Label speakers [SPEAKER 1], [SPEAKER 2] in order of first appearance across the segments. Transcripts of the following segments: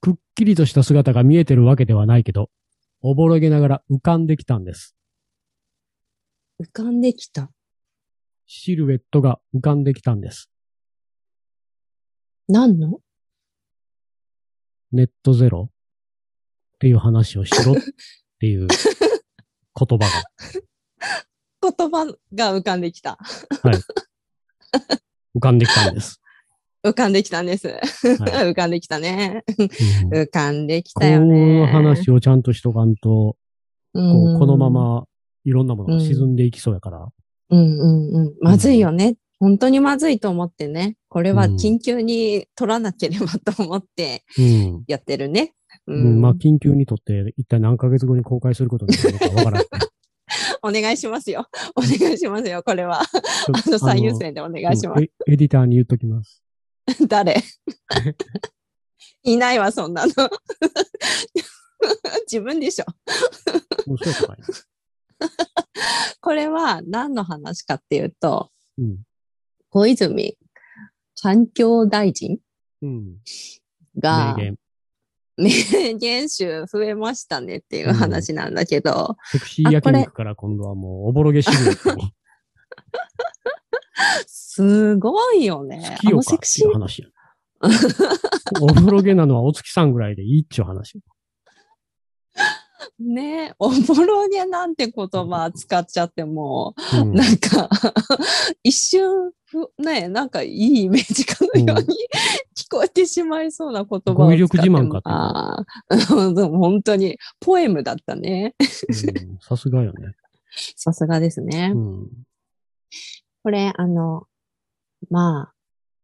[SPEAKER 1] くっきりとした姿が見えてるわけではないけど、おぼろげながら浮かんできたんです。
[SPEAKER 2] 浮かんできた。
[SPEAKER 1] シルエットが浮かんできたんです。
[SPEAKER 2] 何の
[SPEAKER 1] ネットゼロっていう話をしろって いう言葉が
[SPEAKER 2] 言葉が浮かんできた。
[SPEAKER 1] 浮かんできたんです。
[SPEAKER 2] 浮かんできたんです。
[SPEAKER 1] は
[SPEAKER 2] 浮かんできたね。
[SPEAKER 1] うん
[SPEAKER 2] 浮かんでき
[SPEAKER 1] こ
[SPEAKER 2] たよね。
[SPEAKER 1] の話をちゃんとしとかんと、こ
[SPEAKER 2] う
[SPEAKER 1] うんこのま。まいろんなものが沈んでいきそうやから、
[SPEAKER 2] うんうんうん。まずいよね。本当にまずいと思ってね。これは緊急に取らなければと思って
[SPEAKER 1] うん。
[SPEAKER 2] やってるね。う
[SPEAKER 1] うん、まあ、緊急にとって、一体何ヶ月後に公開することになるのかわから ない。
[SPEAKER 2] お願いしますよ。お願いしますよ、これは。あの、最優先でお願いします。
[SPEAKER 1] す。エエディターに言っときます。
[SPEAKER 2] 誰いないわ、そんなの。 自分でしょ。
[SPEAKER 1] もうそうかい。
[SPEAKER 2] これは何の話かっていうと、
[SPEAKER 1] うん。
[SPEAKER 2] 小泉環境大臣
[SPEAKER 1] うん。名
[SPEAKER 2] が
[SPEAKER 1] 言。
[SPEAKER 2] 名言集増えましたねっていう話なんだけど、
[SPEAKER 1] セクシー焼肉から今度はもう、おぼろげシルエットに。
[SPEAKER 2] すごいよね
[SPEAKER 1] 好。き
[SPEAKER 2] あ
[SPEAKER 1] よか
[SPEAKER 2] のセ
[SPEAKER 1] っ
[SPEAKER 2] ク
[SPEAKER 1] て
[SPEAKER 2] シ
[SPEAKER 1] いう
[SPEAKER 2] ー。
[SPEAKER 1] 話や。 おぼろげなのはお月さんぐらいでいいっちゅう話。
[SPEAKER 2] ねえおぼろげなんて言葉使っちゃってもう、
[SPEAKER 1] うん
[SPEAKER 2] なんか、 一瞬、ふね、なんかいいイメージかのように、
[SPEAKER 1] うん
[SPEAKER 2] 聞こえてしまいそうな言葉を使って
[SPEAKER 1] 語彙力自慢かって
[SPEAKER 2] あー でも本当に、ポエムだったね。
[SPEAKER 1] うんさすがよね。
[SPEAKER 2] さすがですね。
[SPEAKER 1] うん。
[SPEAKER 2] これ、あの、ま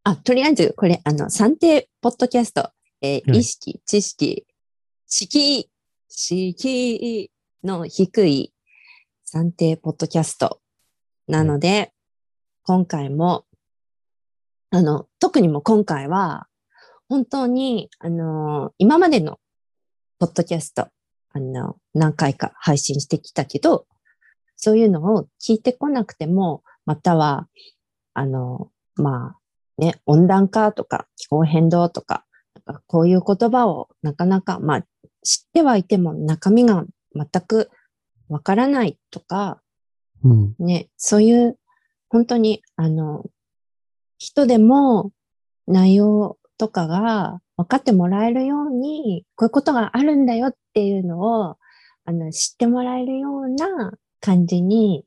[SPEAKER 2] あ、あ、とりあえず、これ、あの、算定ポッドキャスト、えー
[SPEAKER 1] はい
[SPEAKER 2] 意識、知識、敷居、敷居の低い算定ポッドキャスト。なので、今回も、あの、特にもう今回は、本当に、あのー今までのポッドキャスト、あの、何回か配信してきたけど、そういうのを聞いてこなくても、または、あの、まあ、ね、温暖化とか気候変動とか、なんかこういう言葉をなかなか、まあ、知ってはいても中身が全くわからないとか、
[SPEAKER 1] うん。
[SPEAKER 2] ね、そういう、本当に、あの、人でも内容とかが分かってもらえるように、こういうことがあるんだよっていうのを、あの、知ってもらえるような感じに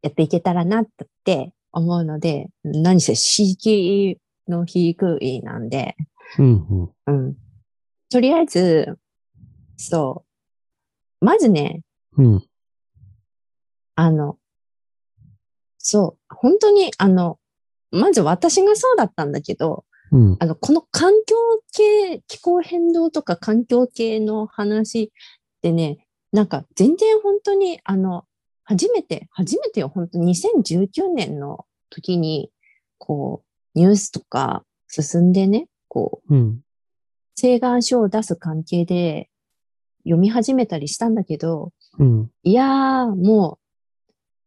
[SPEAKER 2] やっていけたらなって思うので、何せ、敷居の低いなんで、
[SPEAKER 1] うん。うん
[SPEAKER 2] うん。とりあえず、そう。まずね、
[SPEAKER 1] うん。
[SPEAKER 2] あの、そう、本当に、あの、まず私がそうだったんだけど、
[SPEAKER 1] うん。
[SPEAKER 2] あの、この環境系、気候変動とか環境系の話ってね、なんか全然本当に、あの、初めて、初めてよ、本当2019年の時に、こう、ニュースとか進んでね、こう、
[SPEAKER 1] うん。
[SPEAKER 2] 請願書を出す関係で読み始めたりしたんだけど、
[SPEAKER 1] うん。
[SPEAKER 2] いやー、もう、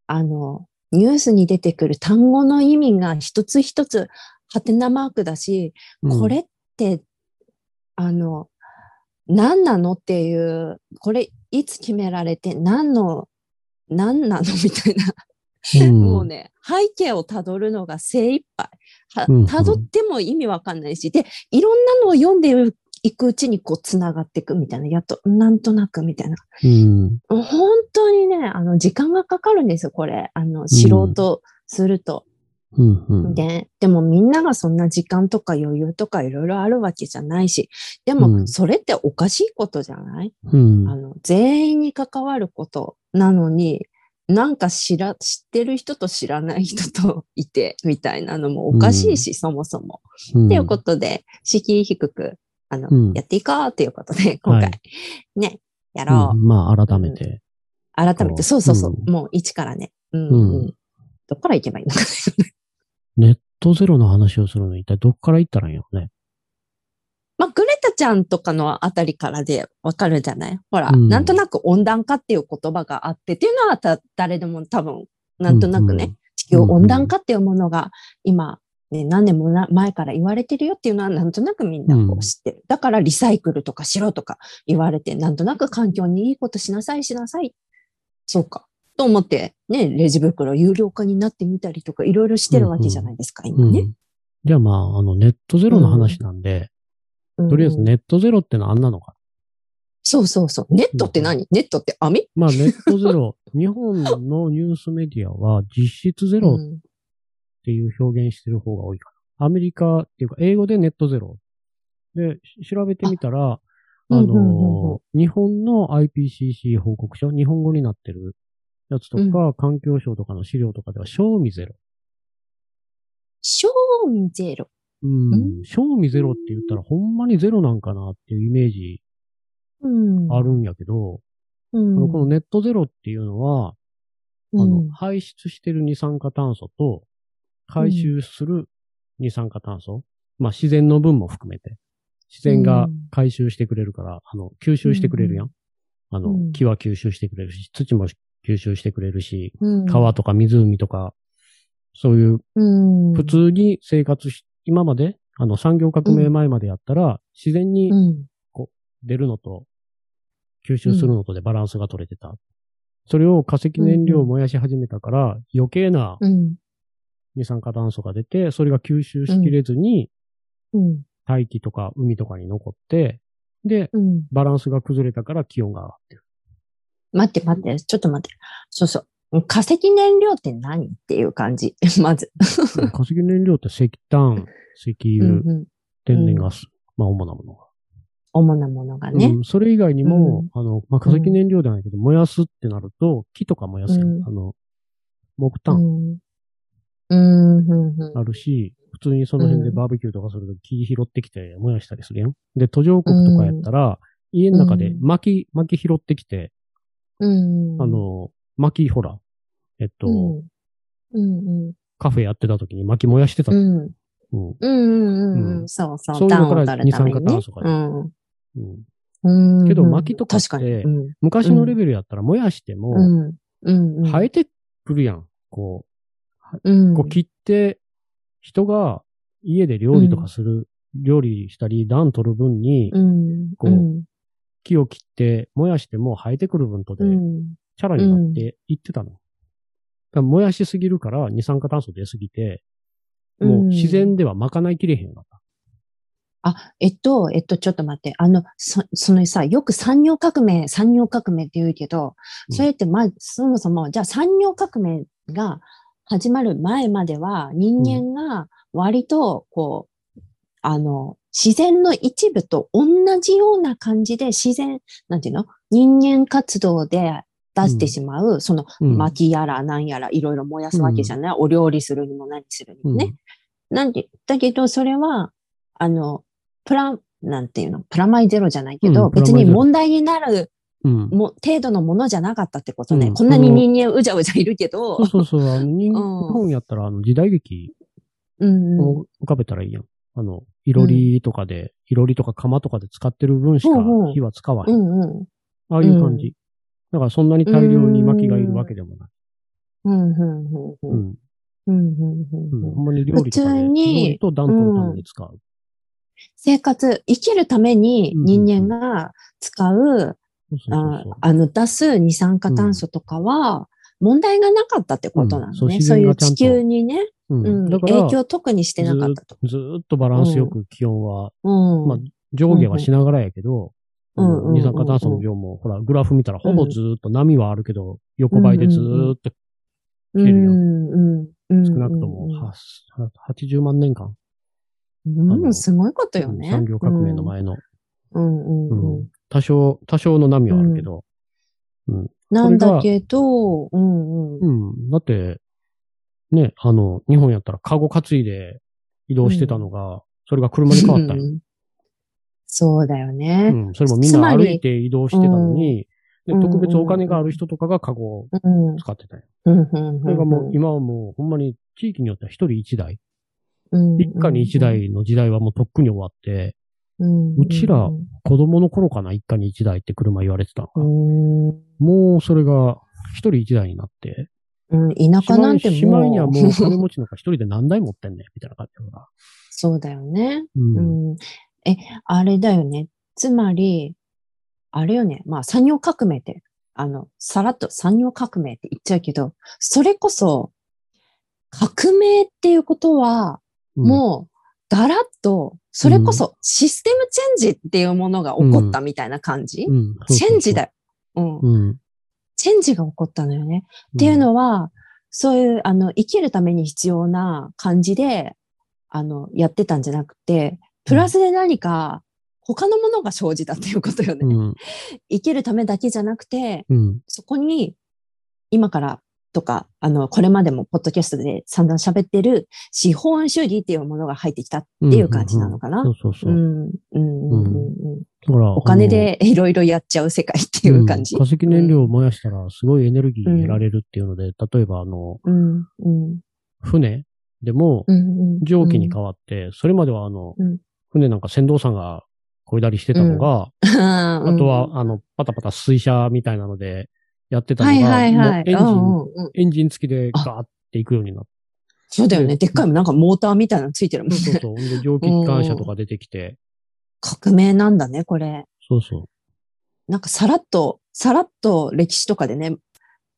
[SPEAKER 2] あの、ニュースに出てくる単語の意味が一つ一つ、ハテナマークだし、
[SPEAKER 1] うん
[SPEAKER 2] これって、あの、何なのっていう、これいつ決められて何の、何なのみたいな
[SPEAKER 1] うん
[SPEAKER 2] もうね、背景をたどるのが精一杯。は
[SPEAKER 1] うんうん
[SPEAKER 2] たどっても意味わかんないし、で、いろんなのを読んでいくうちにこう繋がっていくみたいな、やっと、なんとなくみたいな。
[SPEAKER 1] うん。
[SPEAKER 2] 本当にね、あの、時間がかかるんですよ、これ。あの、素人すると。
[SPEAKER 1] うん。うん。
[SPEAKER 2] で、でもみんながそんな時間とか余裕とかいろいろあるわけじゃないし、で
[SPEAKER 1] う
[SPEAKER 2] も
[SPEAKER 1] ん
[SPEAKER 2] それっておかしいことじゃない
[SPEAKER 1] うん
[SPEAKER 2] あの、全員に関わることなのに、なんか知ら、知ってる人と知らない人といて、 みたいなのもおかしいし、そもそも。っていうことで、敷居低く、あの、
[SPEAKER 1] うん
[SPEAKER 2] やっていこうということで、今回、
[SPEAKER 1] はい
[SPEAKER 2] ね、やろう
[SPEAKER 1] う。んまあ、改めて。
[SPEAKER 2] 改めて、そうそうそう、
[SPEAKER 1] う
[SPEAKER 2] もう一からね。うん、
[SPEAKER 1] う
[SPEAKER 2] うんん。どっから行けばいいのかな。
[SPEAKER 1] ネットゼロの話をするのに一体どっから行ったらいいのね。
[SPEAKER 2] まあ、グレタちゃんとかのあたりからでわかるじゃないほら、
[SPEAKER 1] うん
[SPEAKER 2] なんとなく温暖化っていう言葉があってっていうのはた誰でも多分、なんとなくね、
[SPEAKER 1] うんうん
[SPEAKER 2] 地球温暖化っていうものが今、ね、何年もな前から言われてるよっていうのはなんとなくみんなこ
[SPEAKER 1] うん
[SPEAKER 2] う知ってる。だからリサイクルとかしろとか言われて、なんとなく環境にいいことしなさいしなさい。そうか。と思って、ね、レジ袋有料化になってみたりとかいろいろしてるわけじゃないですか、
[SPEAKER 1] う
[SPEAKER 2] 今
[SPEAKER 1] ん。
[SPEAKER 2] ね。
[SPEAKER 1] じゃあまあ、あの、ネットゼロの話なんで、
[SPEAKER 2] うん
[SPEAKER 1] とりあえずネットゼロってのはあんなのか。
[SPEAKER 2] そうそうそう。ネットって何、ネットって網
[SPEAKER 1] まあ、ネットゼロ、日本のニュースメディアは実質ゼロっ
[SPEAKER 2] うん
[SPEAKER 1] ていう表現してる方が多いかな。アメリカっていうか、英語でネットゼロ。で、し調べてみたら、あ
[SPEAKER 2] うんうんうんうん
[SPEAKER 1] の、日本の IPCC 報告書、日本語になってるやつとか、環境省とかの資料とかでは、賞味ゼロ。
[SPEAKER 2] 賞味ゼロ。
[SPEAKER 1] うん。賞味ゼロって言ったら、ほんまにゼロなんかなっていうイメージ
[SPEAKER 2] うん。
[SPEAKER 1] あるんやけど、
[SPEAKER 2] うん。
[SPEAKER 1] あのこのネットゼロっていうのは、
[SPEAKER 2] うん
[SPEAKER 1] あの、排出してる二酸化炭素と、回収する二酸化炭素、まあ自然の分も含めて、自然が回収してくれるから、あの、吸収してくれるやん。あ
[SPEAKER 2] う
[SPEAKER 1] の
[SPEAKER 2] ん、
[SPEAKER 1] 木は吸収してくれるし、土も吸収してくれるし、
[SPEAKER 2] うん
[SPEAKER 1] 川とか湖とか、そういう
[SPEAKER 2] うん
[SPEAKER 1] 普通に生活し、今まで、あの、産業革命前までやったら、自然に
[SPEAKER 2] うん
[SPEAKER 1] 出るのと、吸収するのとでバランスが取れてた。それを化石燃料を燃やし始めたから、余計な
[SPEAKER 2] うん。
[SPEAKER 1] 二酸化炭素が出て、それが吸収しきれずに、
[SPEAKER 2] うん。
[SPEAKER 1] 大気とか海とかに残って、で、
[SPEAKER 2] うん。
[SPEAKER 1] バランスが崩れたから気温が上がってる。
[SPEAKER 2] 待って待って、ちょっと待って。そうそう。化石燃料って何っていう感じ。 まず。
[SPEAKER 1] 化石燃料って石炭、石
[SPEAKER 2] う
[SPEAKER 1] 油、
[SPEAKER 2] んうん。
[SPEAKER 1] 天然ガス、まあ主なものが。
[SPEAKER 2] 主なものがね。
[SPEAKER 1] うん、それ以外にも、あの、まあ、化石燃料ではないけど、燃やすってなると、木とか燃やすやん、
[SPEAKER 2] うん
[SPEAKER 1] あの、木
[SPEAKER 2] う
[SPEAKER 1] 炭
[SPEAKER 2] ん。うん。うんうん
[SPEAKER 1] あるし、普通にその辺で
[SPEAKER 2] うん
[SPEAKER 1] バーベキューとかすると木拾ってきて燃やしたりするやん。で、途上国とかやったら、家の中で
[SPEAKER 2] うん
[SPEAKER 1] 薪、薪拾ってきて、
[SPEAKER 2] うん。
[SPEAKER 1] あ、の、薪ほら、えっと、
[SPEAKER 2] うん。うんうん。
[SPEAKER 1] カフェやってた時に薪燃やしてた。
[SPEAKER 2] う
[SPEAKER 1] うん
[SPEAKER 2] ん。
[SPEAKER 1] うん
[SPEAKER 2] うんうん
[SPEAKER 1] う
[SPEAKER 2] うんん。そうそ
[SPEAKER 1] そうい
[SPEAKER 2] う。
[SPEAKER 1] う
[SPEAKER 2] 暖
[SPEAKER 1] の
[SPEAKER 2] を
[SPEAKER 1] から
[SPEAKER 2] 取るために
[SPEAKER 1] 二
[SPEAKER 2] ね
[SPEAKER 1] 酸化。
[SPEAKER 2] う
[SPEAKER 1] 炭
[SPEAKER 2] んうん。
[SPEAKER 1] けど薪とかって
[SPEAKER 2] 確にうん
[SPEAKER 1] 昔のレベルやったら燃やしても、
[SPEAKER 2] うん。うん。うん
[SPEAKER 1] 生えてくるやん。こ
[SPEAKER 2] うん
[SPEAKER 1] う、こう切って、人が家で料理とかする、料理したり暖取る分に、
[SPEAKER 2] うん。
[SPEAKER 1] こう木を切って燃やしても生えてくる分とで、
[SPEAKER 2] うん。
[SPEAKER 1] チャラになっていってたの。だから燃やしすぎるから二酸化炭素出すぎて、もう自然ではまかないきれへんようになった。
[SPEAKER 2] あ、えっと、えっと、ちょっと待って。あの、そ、そのさ、よく産業革命、産業革命って言うけど、
[SPEAKER 1] うん
[SPEAKER 2] それってま、そもそも、じゃあ産業革命が始まる前までは、人間が割と、こう、あの、自然の一部と同じような感じで、自然、なんていうの人間活動で出してしまう、その、
[SPEAKER 1] うん
[SPEAKER 2] 薪やらなんやらいろいろ燃やすわけじゃない、お料理するにも何するにもね。なんて、だけど、それは、あの、プラ、なんていうの、プラマイゼロじゃないけ
[SPEAKER 1] う
[SPEAKER 2] ど、
[SPEAKER 1] んプラマイ
[SPEAKER 2] 別
[SPEAKER 1] ゼロ
[SPEAKER 2] に問題になる
[SPEAKER 1] うん。うん
[SPEAKER 2] も程度のものじゃなかったってことね。
[SPEAKER 1] うん
[SPEAKER 2] こんなに人間うじゃうじゃいるけど
[SPEAKER 1] そう、そうそう。あの人
[SPEAKER 2] うん
[SPEAKER 1] 日本やったら、あの、時代劇
[SPEAKER 2] うんうん。
[SPEAKER 1] を浮かべたらいいやん。あの、いろりとかで、いろりとか釜とかで使ってる分しか
[SPEAKER 2] うんうん
[SPEAKER 1] 火は使わ
[SPEAKER 2] う
[SPEAKER 1] へん。
[SPEAKER 2] んうん。
[SPEAKER 1] ああいう感じ。だからそんなに大量に薪がいるわけでもない。
[SPEAKER 2] うんうんうん
[SPEAKER 1] う
[SPEAKER 2] うん。
[SPEAKER 1] ん。
[SPEAKER 2] う
[SPEAKER 1] う。
[SPEAKER 2] んうんうんん
[SPEAKER 1] ほんまに料理とか
[SPEAKER 2] 普
[SPEAKER 1] で、
[SPEAKER 2] 通
[SPEAKER 1] 料
[SPEAKER 2] に
[SPEAKER 1] 理と暖炉のために使う。
[SPEAKER 2] 生活、生きるために人間が使う、
[SPEAKER 1] そうそうそう
[SPEAKER 2] あ
[SPEAKER 1] そう。
[SPEAKER 2] あの、出す二酸化炭素とかは、問題がなかったってことな
[SPEAKER 1] うんそ
[SPEAKER 2] の
[SPEAKER 1] う
[SPEAKER 2] ね。
[SPEAKER 1] 自
[SPEAKER 2] そう
[SPEAKER 1] 然
[SPEAKER 2] いう
[SPEAKER 1] がちゃん
[SPEAKER 2] 地
[SPEAKER 1] と
[SPEAKER 2] 球にね、
[SPEAKER 1] う
[SPEAKER 2] うん
[SPEAKER 1] ん。だから、
[SPEAKER 2] 影響特にしてなかったと。
[SPEAKER 1] ずーっとバランスよく気温は
[SPEAKER 2] うん。
[SPEAKER 1] まあ上下はしながらやけど、あ
[SPEAKER 2] うんうんうんう
[SPEAKER 1] の
[SPEAKER 2] ん
[SPEAKER 1] 二酸化炭素の量も、ほら、グラフ見たらほぼずーっと波はあるけど、横ばいでずーっとて
[SPEAKER 2] う
[SPEAKER 1] るやん
[SPEAKER 2] んうん
[SPEAKER 1] 少なくともはは80万年間、
[SPEAKER 2] うん
[SPEAKER 1] あ
[SPEAKER 2] う
[SPEAKER 1] の
[SPEAKER 2] ん、すごいことよね。
[SPEAKER 1] 産業革命の前の、
[SPEAKER 2] うんうんうん
[SPEAKER 1] う
[SPEAKER 2] うん
[SPEAKER 1] ん多少、多少の波はあるけど、
[SPEAKER 2] なんだけど、うんうん。
[SPEAKER 1] うん、だって、ね、あの、日本やったらカゴ担いで移動してたのが、それが車に変わったんよ
[SPEAKER 2] うんそうだよ
[SPEAKER 1] う
[SPEAKER 2] ね。
[SPEAKER 1] ん、それもみん
[SPEAKER 2] つ
[SPEAKER 1] な
[SPEAKER 2] まり
[SPEAKER 1] 歩いて移動してたのに、で
[SPEAKER 2] うん
[SPEAKER 1] 特別お金がある人とかがカゴを
[SPEAKER 2] うん。うん
[SPEAKER 1] 使ってたよ。
[SPEAKER 2] うんうん
[SPEAKER 1] それがもう、今はもう、ほんまに地域によっては一人一台、
[SPEAKER 2] うん
[SPEAKER 1] 一家に一。台の時代はもうとっくに終わって、
[SPEAKER 2] うん
[SPEAKER 1] うちら子供の頃かな、一家に一台って車言われてたの
[SPEAKER 2] う
[SPEAKER 1] が
[SPEAKER 2] ん。うん
[SPEAKER 1] もうそれが一人一台になって、
[SPEAKER 2] ううん、田舎なんて
[SPEAKER 1] しまいには
[SPEAKER 2] もう、
[SPEAKER 1] もう金持ちの子一人で何台持ってんねん、みたいな感じだから。
[SPEAKER 2] そうだよね。
[SPEAKER 1] うん。
[SPEAKER 2] うん。え、あれだよね。つまり、あれよね。まあ、産業革命って、あの、さらっと産業革命って言っちゃうけど、それこそ、革命っていうことは、
[SPEAKER 1] うん
[SPEAKER 2] もう、ガラッと、それこそシステムチェンジっていうものが起こったみたいな感じ、
[SPEAKER 1] うん、
[SPEAKER 2] チェンジだ
[SPEAKER 1] よ。
[SPEAKER 2] よ。うん。
[SPEAKER 1] うん。っ
[SPEAKER 2] チェンジが起こったのよね。っていうのは、そういう、あの、生きるために必要な感じで、あの、やってたんじゃなくて、プラスで何か他のものが生じたっていうことよね。
[SPEAKER 1] うん。
[SPEAKER 2] 生きるためだけじゃなくて、
[SPEAKER 1] うん。
[SPEAKER 2] そこに、今からとか、あの、これまでもポッドキャストで散々喋ってる資本主義っていうものが入ってきたっていう感じなのかな
[SPEAKER 1] うんうんうんそうそううそう。
[SPEAKER 2] ん、うん、うん、うん。
[SPEAKER 1] だから、
[SPEAKER 2] お金
[SPEAKER 1] あの
[SPEAKER 2] でいろいろやっちゃう世界っていう感じ
[SPEAKER 1] ん。化石燃料を燃やしたらすごいエネルギー得られるっていうので、例えばあの、
[SPEAKER 2] うん、うん、
[SPEAKER 1] 船でも
[SPEAKER 2] うんうん。
[SPEAKER 1] 蒸気に変わって、それまではあの、
[SPEAKER 2] うん
[SPEAKER 1] 船なんか船頭さんが漕いだりしてたのが、
[SPEAKER 2] あ
[SPEAKER 1] あとは、あの、パタパタ水車みたいなのでやってたの
[SPEAKER 2] は
[SPEAKER 1] が、
[SPEAKER 2] いはいは
[SPEAKER 1] も
[SPEAKER 2] い。
[SPEAKER 1] うエンジン、
[SPEAKER 2] うんうんうん
[SPEAKER 1] エンジン付きでガーっていくようになって、
[SPEAKER 2] そうだよね。
[SPEAKER 1] ね
[SPEAKER 2] でっかいもんなんかモーターみたいなのついてるもん
[SPEAKER 1] そうそう
[SPEAKER 2] ね。
[SPEAKER 1] そう。で蒸気機関車とか出てきて、
[SPEAKER 2] 革命なんだね、これ。
[SPEAKER 1] そうそう。
[SPEAKER 2] なんかさらっと、さらっと歴史とかでね、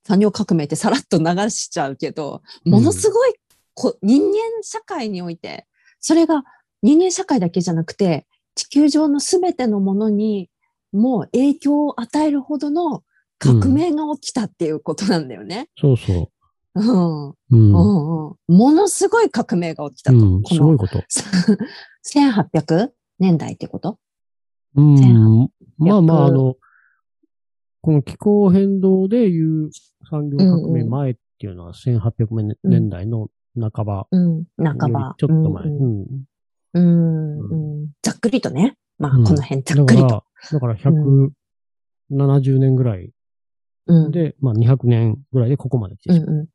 [SPEAKER 2] 産業革命ってさらっと流しちゃうけど、ものすごいこ、人間社会において、それが人間社会だけじゃなくて、地球上のすべてのものにもう影響を与えるほどの革命が起きたっていうことなんだよね。
[SPEAKER 1] そうそ
[SPEAKER 2] うん。うん
[SPEAKER 1] う。うん。
[SPEAKER 2] うんものすごい革命が起きたと。
[SPEAKER 1] うん、
[SPEAKER 2] こ
[SPEAKER 1] す
[SPEAKER 2] の
[SPEAKER 1] ごいこと。
[SPEAKER 2] 1800年代ってこと
[SPEAKER 1] うん。まあまあ、
[SPEAKER 2] 1800
[SPEAKER 1] あの、この気候変動でいう産業革命前っていうのは1800
[SPEAKER 2] うん
[SPEAKER 1] 年代の半ば。
[SPEAKER 2] うん。半ば。
[SPEAKER 1] ちょっと前。
[SPEAKER 2] うん
[SPEAKER 1] うん
[SPEAKER 2] うん。
[SPEAKER 1] う
[SPEAKER 2] うんざっくりとね。まあ、
[SPEAKER 1] うん
[SPEAKER 2] この辺ざっ
[SPEAKER 1] だ
[SPEAKER 2] く
[SPEAKER 1] か
[SPEAKER 2] りと。
[SPEAKER 1] ら、だから170年ぐらい
[SPEAKER 2] うん。
[SPEAKER 1] で、まあ200年ぐらいでここまで来て
[SPEAKER 2] うん
[SPEAKER 1] しま
[SPEAKER 2] うん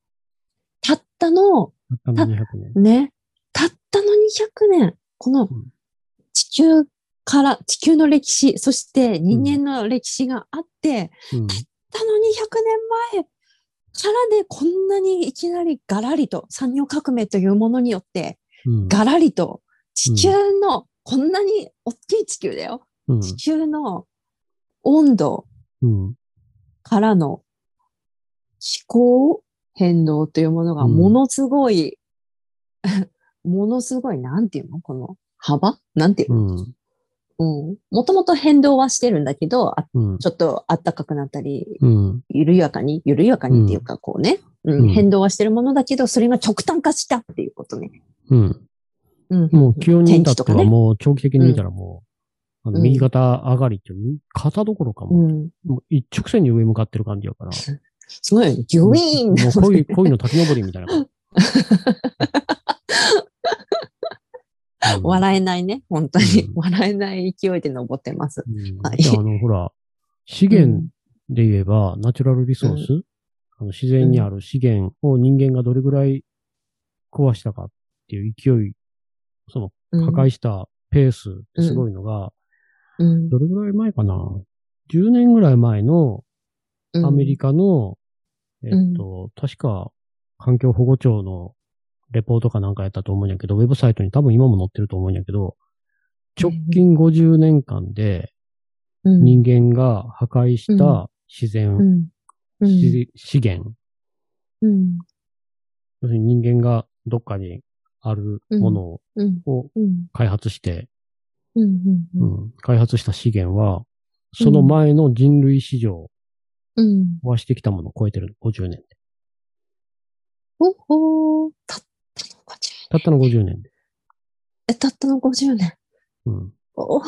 [SPEAKER 2] たったの、
[SPEAKER 1] った。たったの200年。
[SPEAKER 2] ね、たったの200年。こ
[SPEAKER 1] う
[SPEAKER 2] の
[SPEAKER 1] ん
[SPEAKER 2] 地球から、地球の歴史、そして人間の歴史があって、
[SPEAKER 1] うん
[SPEAKER 2] たったの200年前からでこんなにいきなりガラリと産業革命というものによって、
[SPEAKER 1] うん
[SPEAKER 2] ガラリと地球の、こんなに大きい地球だよ。
[SPEAKER 1] うん
[SPEAKER 2] 地球の温度
[SPEAKER 1] うん
[SPEAKER 2] からの気候変動というものが
[SPEAKER 1] うん
[SPEAKER 2] ものすごい、 ものすごい、なんていうのこの幅なんていう
[SPEAKER 1] う
[SPEAKER 2] の、
[SPEAKER 1] ん
[SPEAKER 2] うん、もともと変動はしてるんだけど、あ
[SPEAKER 1] うん
[SPEAKER 2] ちょっと暖かくなったり、
[SPEAKER 1] うん
[SPEAKER 2] 緩やかに、緩やかにっていうか、こうね、うん
[SPEAKER 1] うん
[SPEAKER 2] 変動はしてるものだけど、それが極端化したっていうことね。
[SPEAKER 1] うん
[SPEAKER 2] うん、
[SPEAKER 1] もう気温に至って
[SPEAKER 2] 天気とかね
[SPEAKER 1] はもう長期的に見たらもう、あ
[SPEAKER 2] う
[SPEAKER 1] の
[SPEAKER 2] ん
[SPEAKER 1] 右肩上がりっていう、肩どころかもう
[SPEAKER 2] うん、
[SPEAKER 1] もう一直線に上向かってる感じやから。
[SPEAKER 2] すごいよね、ギュイーン
[SPEAKER 1] もう恋、恋の滝登りみ たいな感じ。うん
[SPEAKER 2] 笑えないね、本当に
[SPEAKER 1] う。ん
[SPEAKER 2] 笑えない勢いで登ってます。
[SPEAKER 1] うん
[SPEAKER 2] はい
[SPEAKER 1] じゃあ、あの、ほら、資源で言えば、ナチュラルリソース、あの自然にある資源を人間がどれぐらい壊したかっていう勢い、その
[SPEAKER 2] うん
[SPEAKER 1] 破壊したペースってすごいのが、
[SPEAKER 2] うん
[SPEAKER 1] どれぐらい前かな ?10 年ぐらい前の
[SPEAKER 2] うん
[SPEAKER 1] アメリカの、えっ
[SPEAKER 2] ん
[SPEAKER 1] と、確か環境保護庁のレポートかなんかやったと思うんやけど、ウェブサイトに多分今も載ってると思うんやけど、直近50年間で、
[SPEAKER 2] うん
[SPEAKER 1] 人間が破壊した自然、
[SPEAKER 2] うんうん
[SPEAKER 1] し資源、
[SPEAKER 2] うん
[SPEAKER 1] 要するに人間がどっかにあるものを
[SPEAKER 2] うん
[SPEAKER 1] を
[SPEAKER 2] うん
[SPEAKER 1] 開発して、
[SPEAKER 2] うんうんう
[SPEAKER 1] うんん開発した資源は、その前の人類史上、
[SPEAKER 2] うん
[SPEAKER 1] 壊してきたものを超えてる、50年で。
[SPEAKER 2] ほほーたったの50
[SPEAKER 1] たったの50年で。
[SPEAKER 2] えたったの50年。
[SPEAKER 1] うん。
[SPEAKER 2] お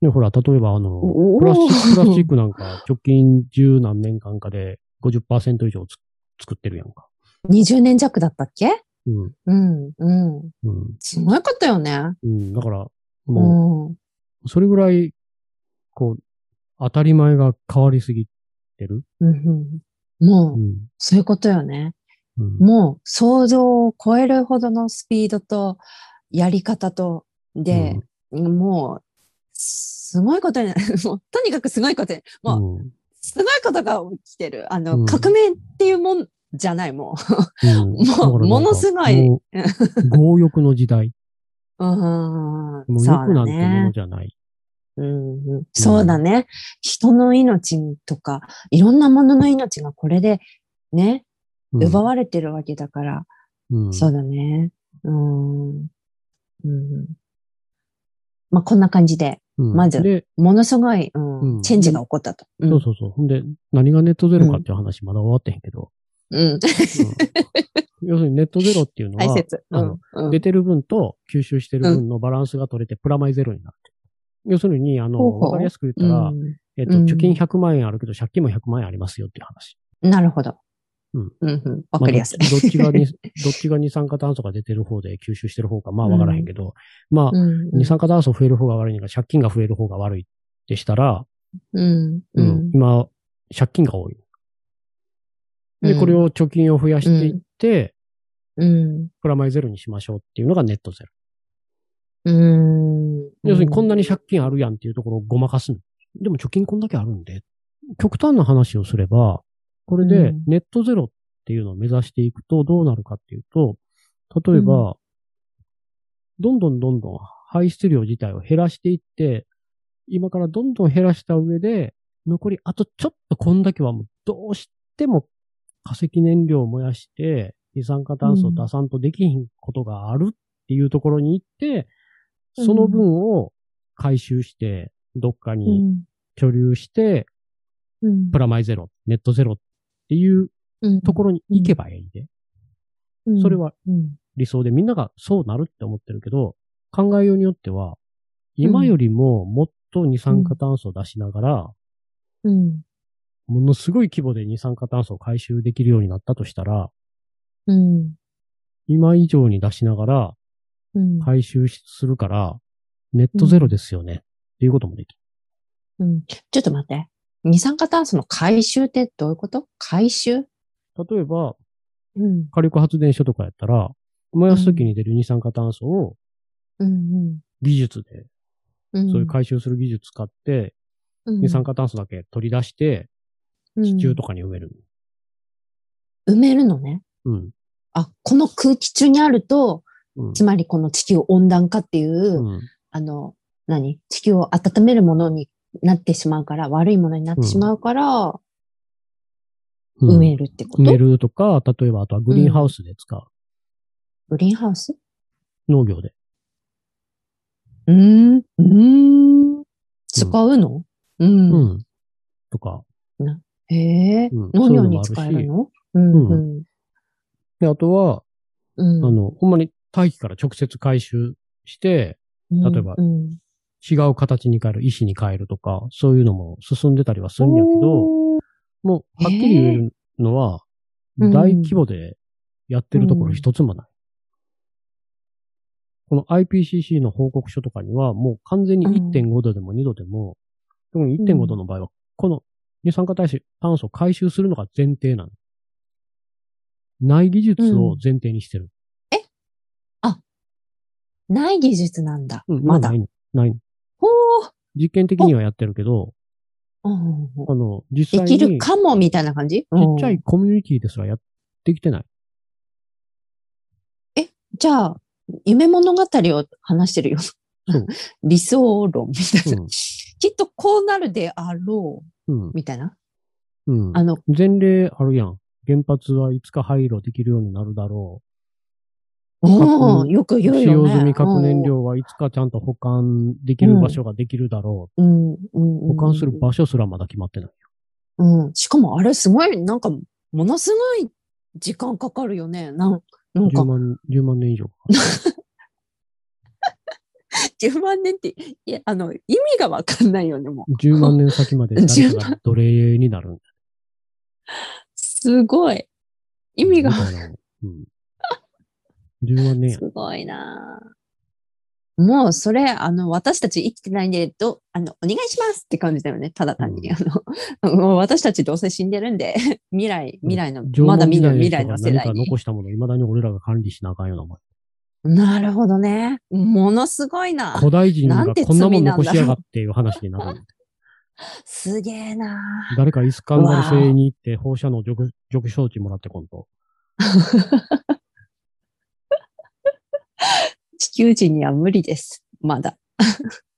[SPEAKER 1] で、ほら、例えばあの、
[SPEAKER 2] お
[SPEAKER 1] プラスチック、プラスチックなんか、直近十何年間かで50%以上つ作ってるやんか。
[SPEAKER 2] 20年弱だったっけ
[SPEAKER 1] うん。
[SPEAKER 2] うん、うん。
[SPEAKER 1] うん。
[SPEAKER 2] すごいことよね。
[SPEAKER 1] うん。だから、
[SPEAKER 2] う
[SPEAKER 1] もう、
[SPEAKER 2] ん。う
[SPEAKER 1] それぐらい、こう、当たり前が変わりすぎてる。
[SPEAKER 2] んうんも
[SPEAKER 1] う
[SPEAKER 2] う、
[SPEAKER 1] ん。
[SPEAKER 2] そういうことよね。
[SPEAKER 1] うん
[SPEAKER 2] もう、想像を超えるほどのスピードと、やり方と、で、もう、すごいことになる。 もう、とにかくすごいことに、もう、
[SPEAKER 1] うん
[SPEAKER 2] すごいことが起きてる。あの、
[SPEAKER 1] うん
[SPEAKER 2] 革命っていうもん、じゃない、も
[SPEAKER 1] うん
[SPEAKER 2] もう
[SPEAKER 1] だからなんか
[SPEAKER 2] ものすごい
[SPEAKER 1] もう強欲の時代。
[SPEAKER 2] う。 うん
[SPEAKER 1] もう
[SPEAKER 2] そう
[SPEAKER 1] 欲な
[SPEAKER 2] だ
[SPEAKER 1] んても
[SPEAKER 2] ね
[SPEAKER 1] の。じゃない。
[SPEAKER 2] うんうんそうだね。人の命とか、いろんなものの命がこれでね、
[SPEAKER 1] うん
[SPEAKER 2] 奪われてるわけだから、
[SPEAKER 1] うん
[SPEAKER 2] そうだね。うん。うん。まあ、こんな感じで、
[SPEAKER 1] うん
[SPEAKER 2] まず
[SPEAKER 1] で、
[SPEAKER 2] ものすごい、うん
[SPEAKER 1] うん
[SPEAKER 2] チェンジが起こったと。うん
[SPEAKER 1] そうそうそう。ほんで、何がネットゼロかっていう話まだ終わってへんけど。
[SPEAKER 2] うん。
[SPEAKER 1] う ん要するにネットゼロっていうの
[SPEAKER 2] 大
[SPEAKER 1] は、
[SPEAKER 2] 切。う
[SPEAKER 1] あ
[SPEAKER 2] ん
[SPEAKER 1] の。出てる分と吸収してる
[SPEAKER 2] う
[SPEAKER 1] 分のバランスが取れてプラマイゼロになってる。要するに、あ
[SPEAKER 2] ほう
[SPEAKER 1] の、
[SPEAKER 2] ほう
[SPEAKER 1] わかりやすく
[SPEAKER 2] う
[SPEAKER 1] 言ったら、
[SPEAKER 2] ん
[SPEAKER 1] えっと、
[SPEAKER 2] うん
[SPEAKER 1] 貯金100万円あるけど借金も100万円ありますよっていう話。
[SPEAKER 2] なるほど。
[SPEAKER 1] うん。
[SPEAKER 2] うんうん。わかりやすい
[SPEAKER 1] まあ。どっちどっちがに、どっちが二酸化炭素が出てる方で吸収してる方か、まあわからへんけど、まあ、
[SPEAKER 2] うん
[SPEAKER 1] 二酸化炭素増える方が悪いのか、借金が増える方が悪いでしたら、
[SPEAKER 2] うん。
[SPEAKER 1] う
[SPEAKER 2] うんん。
[SPEAKER 1] 今、借金が多い。で、
[SPEAKER 2] うん
[SPEAKER 1] これを貯金を増やしていって、
[SPEAKER 2] うん。
[SPEAKER 1] プラマイゼロにしましょうっていうのがネットゼロ。
[SPEAKER 2] うん。
[SPEAKER 1] 要するにこんなに借金あるやんっていうところをごまかすの。でも貯金こんだけあるんで。極端な話をすれば、これ
[SPEAKER 2] う
[SPEAKER 1] で
[SPEAKER 2] ん
[SPEAKER 1] ネットゼロっていうのを目指していくとどうなるかっていうと、例えば、どんどんどんどん排出量自体を減らしていって、今からどんどん減らした上で、残りあとちょっとこんだけはもうどうしても化石燃料を燃やして、二酸化炭素を出さんとできひんことがあるっていうところに行って、
[SPEAKER 2] うん
[SPEAKER 1] その分を回収して、どっか
[SPEAKER 2] う
[SPEAKER 1] に
[SPEAKER 2] ん。
[SPEAKER 1] 居留して、
[SPEAKER 2] うん
[SPEAKER 1] プラマイゼロ、ネットゼロっていう
[SPEAKER 2] うん
[SPEAKER 1] ところに行けばいいで。それ、は
[SPEAKER 2] うん
[SPEAKER 1] 理想でみんながそうなるって思ってるけど、考えようによっては、今よりももっと二酸化炭素を出しながら、
[SPEAKER 2] うん。
[SPEAKER 1] ものすごい規模で二酸化炭素を回収できるようになったとしたら、
[SPEAKER 2] うん。
[SPEAKER 1] 今以上に出しながら
[SPEAKER 2] うん。
[SPEAKER 1] 回収しするから、ネットゼロですよね、っていうこともできる。
[SPEAKER 2] うんちょっと待って。二酸化炭素の回収ってどういうこと回収
[SPEAKER 1] 例えば、
[SPEAKER 2] うん。
[SPEAKER 1] 火力発電所とかやったら、燃やすときに出る二酸化炭素を
[SPEAKER 2] うん。
[SPEAKER 1] 技術で、
[SPEAKER 2] うん。
[SPEAKER 1] そういう回収する技術使って、
[SPEAKER 2] うん
[SPEAKER 1] 二酸化炭素だけ取り出して、地中とかに埋める。
[SPEAKER 2] うん埋めるのね。
[SPEAKER 1] うん。
[SPEAKER 2] あ、この空気中にあると、
[SPEAKER 1] うん。
[SPEAKER 2] つまりこの地球温暖化っていう、
[SPEAKER 1] うん
[SPEAKER 2] あの、何地球を温めるものになってしまうから、悪いものになってしまうから、
[SPEAKER 1] うん
[SPEAKER 2] 埋めるってこと、
[SPEAKER 1] 埋めるとか、例えばあとはグリーンハウスで使う。
[SPEAKER 2] グリーンハウス
[SPEAKER 1] 農業で。
[SPEAKER 2] うーん、うーん。使うのうん。
[SPEAKER 1] うん。とか。
[SPEAKER 2] へえ、
[SPEAKER 1] うん
[SPEAKER 2] 農業に使えるのうん、うん、
[SPEAKER 1] で、あとは、
[SPEAKER 2] うん。
[SPEAKER 1] あの、ほんまに大気から直接回収して、
[SPEAKER 2] うん
[SPEAKER 1] 例えば
[SPEAKER 2] うん、
[SPEAKER 1] 違う形に変える、石に変えるとか、そういうのも進んでたりはするんやけど、
[SPEAKER 2] おー
[SPEAKER 1] もう、はっきり言えるのは、
[SPEAKER 2] えーうん
[SPEAKER 1] 大規模でやってるところ一つもない。この IPCC の報告書とかには、もう完全に
[SPEAKER 2] うん
[SPEAKER 1] 1.5度でも2度でも、特に1.5度の場合は、この二酸化炭素炭素を回収するのが前提なの。ない技術を前提にしてる。
[SPEAKER 2] ない技術なんだ。
[SPEAKER 1] うん、
[SPEAKER 2] まだ。
[SPEAKER 1] ないの。ないの。
[SPEAKER 2] ほ
[SPEAKER 1] 実験的にはやってるけど、
[SPEAKER 2] ーうんうん
[SPEAKER 1] あの、実
[SPEAKER 2] で
[SPEAKER 1] 際に、
[SPEAKER 2] き
[SPEAKER 1] ち
[SPEAKER 2] る
[SPEAKER 1] っ
[SPEAKER 2] かも、みたいな感じ
[SPEAKER 1] ちゃ
[SPEAKER 2] う
[SPEAKER 1] い
[SPEAKER 2] ん
[SPEAKER 1] コミュニティですらやってきてない。
[SPEAKER 2] じゃあ、夢物語を話してるよ
[SPEAKER 1] そう。
[SPEAKER 2] 理想論みたいな、
[SPEAKER 1] うん
[SPEAKER 2] きっとこうなるであろ
[SPEAKER 1] うん
[SPEAKER 2] う、。みたいな。
[SPEAKER 1] うん。
[SPEAKER 2] あの、
[SPEAKER 1] 前例あるやん。原発はいつか廃炉できるようになるだろ
[SPEAKER 2] おーよく
[SPEAKER 1] う。
[SPEAKER 2] 言う
[SPEAKER 1] 使
[SPEAKER 2] よ
[SPEAKER 1] 用
[SPEAKER 2] ね。
[SPEAKER 1] 済み核燃料はいつかちゃんと保管できる場所ができるだろう。
[SPEAKER 2] うん。うん、うん。
[SPEAKER 1] 保管する場所すらまだ決まってない。
[SPEAKER 2] うん。しかもあれすごい、なんか、ものすごい時間かかるよね。なんなんか
[SPEAKER 1] 10、万、10万年以上か。
[SPEAKER 2] 10万年って、いや、あの、意味がわかんないよね、もう。
[SPEAKER 1] 10万年先まで誰かが奴隷になる。
[SPEAKER 2] すごい。 意味が
[SPEAKER 1] み、たいなうん。10万年 や
[SPEAKER 2] す。ごいなぁもう、それ、あの、私たち生きてないんで、ど、あの、お願いしますって感じだよね、ただ単に。
[SPEAKER 1] う
[SPEAKER 2] あの、 もう私たちどうせ死んでるんで、 未来、未来の、
[SPEAKER 1] 縄
[SPEAKER 2] まだ
[SPEAKER 1] 文
[SPEAKER 2] 見
[SPEAKER 1] 時
[SPEAKER 2] ぬ
[SPEAKER 1] 代の
[SPEAKER 2] 未
[SPEAKER 1] 人が
[SPEAKER 2] 来の世
[SPEAKER 1] 何か
[SPEAKER 2] 代に。
[SPEAKER 1] 残したもの、未だに俺らが管理しなあかんようなもん。
[SPEAKER 2] なるほどね。ものすごいなぁ
[SPEAKER 1] 古代人がこんなもん残しやがっていう話になる。
[SPEAKER 2] すげえなぁ
[SPEAKER 1] 誰かイスカンダル星に行って放射能除去除去装置もらってこんと。
[SPEAKER 2] 地球人には無理です。まだ。